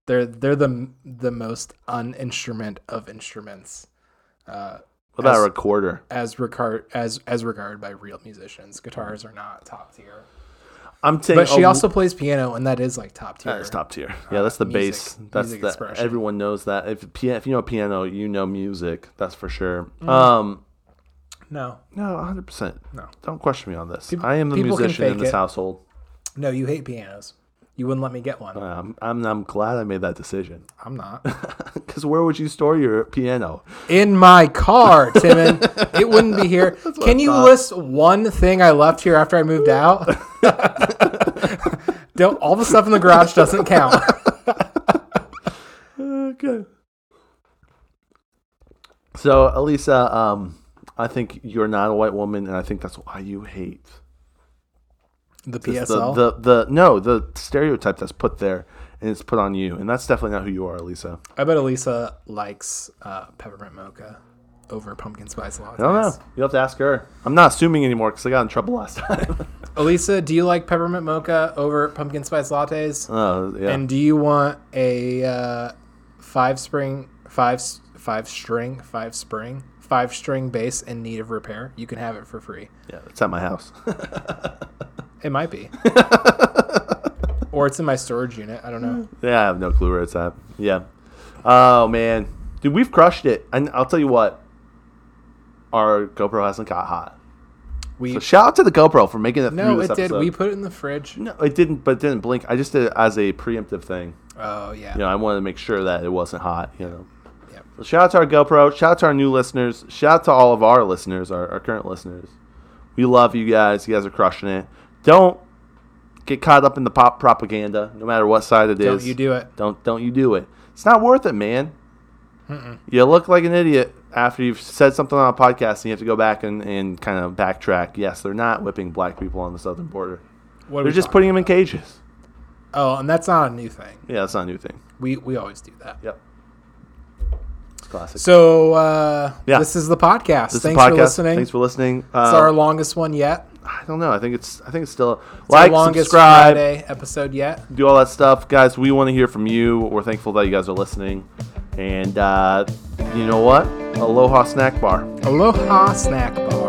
[SPEAKER 1] They're they're the the most uninstrument of instruments.
[SPEAKER 2] What about
[SPEAKER 1] As-
[SPEAKER 2] a recorder?
[SPEAKER 1] as regard as as regarded by real musicians. Guitars are not top tier,
[SPEAKER 2] I'm saying,
[SPEAKER 1] but she
[SPEAKER 2] a-
[SPEAKER 1] also plays piano, and that is like top tier.
[SPEAKER 2] That's top tier. Yeah, that's the
[SPEAKER 1] music-
[SPEAKER 2] bass. That's
[SPEAKER 1] music
[SPEAKER 2] the
[SPEAKER 1] expression.
[SPEAKER 2] everyone knows that. If pia- if you know piano, you know music. That's for sure. Um,
[SPEAKER 1] No,
[SPEAKER 2] no, hundred percent.
[SPEAKER 1] Mm. No.
[SPEAKER 2] don't question me on this. I am the
[SPEAKER 1] people can
[SPEAKER 2] musician in
[SPEAKER 1] fake
[SPEAKER 2] this
[SPEAKER 1] it.
[SPEAKER 2] household.
[SPEAKER 1] no, you hate pianos. You wouldn't let me get one.
[SPEAKER 2] Um, I'm I'm glad I made that decision
[SPEAKER 1] I'm not
[SPEAKER 2] because where would you store your piano?
[SPEAKER 1] in my car, Timon. it wouldn't be here. Can you list one thing I left here after I moved out? Don't all the stuff in the garage doesn't count.
[SPEAKER 2] Okay. So, Elisa, um, I think you're not a white woman, and I think that's why you hate
[SPEAKER 1] The
[SPEAKER 2] It's
[SPEAKER 1] PSL.
[SPEAKER 2] The, the the no the stereotype that's put there and it's put on you, and that's definitely not who you are, Elisa.
[SPEAKER 1] I bet Elisa likes uh, peppermint mocha over pumpkin spice lattes.
[SPEAKER 2] I don't know. You'll have to ask her. Oh, I'm not assuming anymore because I got in trouble last time.
[SPEAKER 1] Elisa, do you like peppermint mocha over pumpkin spice lattes?
[SPEAKER 2] Oh yeah.
[SPEAKER 1] and do you want a uh, five spring, five s- five string, five spring, five string bass in need of repair? You can have it for free.
[SPEAKER 2] yeah, it's at my house.
[SPEAKER 1] It might be, or it's in my storage unit. I don't know.
[SPEAKER 2] yeah, I have no clue where it's at. Yeah. Oh man, dude, we've crushed it. And I'll tell you what, our GoPro hasn't got hot.
[SPEAKER 1] We
[SPEAKER 2] So shout out to the GoPro for making it
[SPEAKER 1] no,
[SPEAKER 2] through
[SPEAKER 1] it
[SPEAKER 2] this
[SPEAKER 1] did.
[SPEAKER 2] episode.
[SPEAKER 1] We put it in the fridge.
[SPEAKER 2] No, it didn't, but it didn't blink. I just did it as a preemptive thing.
[SPEAKER 1] Oh yeah,
[SPEAKER 2] You know, I wanted to make sure that it wasn't hot, you know.
[SPEAKER 1] Yep.
[SPEAKER 2] So shout out to our GoPro. Shout out to our new listeners. Shout out to all of our listeners, our, our current listeners. We love you guys. You guys are crushing it. Don't get caught up in the pop propaganda, no matter what side it
[SPEAKER 1] don't
[SPEAKER 2] is.
[SPEAKER 1] you do it?
[SPEAKER 2] Don't don't you do it. It's not worth it, man. You look like an idiot after you've said something on a podcast and you have to go back and, and kind of backtrack. Yes, they're not whipping black people on the southern border.
[SPEAKER 1] What are
[SPEAKER 2] They're
[SPEAKER 1] we
[SPEAKER 2] just
[SPEAKER 1] talking-
[SPEAKER 2] putting them in cages.
[SPEAKER 1] Oh, and that's not a new thing.
[SPEAKER 2] Yeah, that's not a new thing.
[SPEAKER 1] We we always do that.
[SPEAKER 2] Yep. It's classic.
[SPEAKER 1] So uh,
[SPEAKER 2] Yeah.
[SPEAKER 1] this is the podcast.
[SPEAKER 2] This is the
[SPEAKER 1] Thanks
[SPEAKER 2] podcast.
[SPEAKER 1] for listening.
[SPEAKER 2] Thanks for listening.
[SPEAKER 1] it's
[SPEAKER 2] Uh,
[SPEAKER 1] our longest one yet.
[SPEAKER 2] I don't know. I think it's I think it's still
[SPEAKER 1] It's our
[SPEAKER 2] like
[SPEAKER 1] longest
[SPEAKER 2] subscribe,
[SPEAKER 1] Friday episode yet.
[SPEAKER 2] do all that stuff, guys. We want to hear from you. We're thankful that you guys are listening, and uh, you know what? Aloha snack bar.
[SPEAKER 1] Aloha snack bar.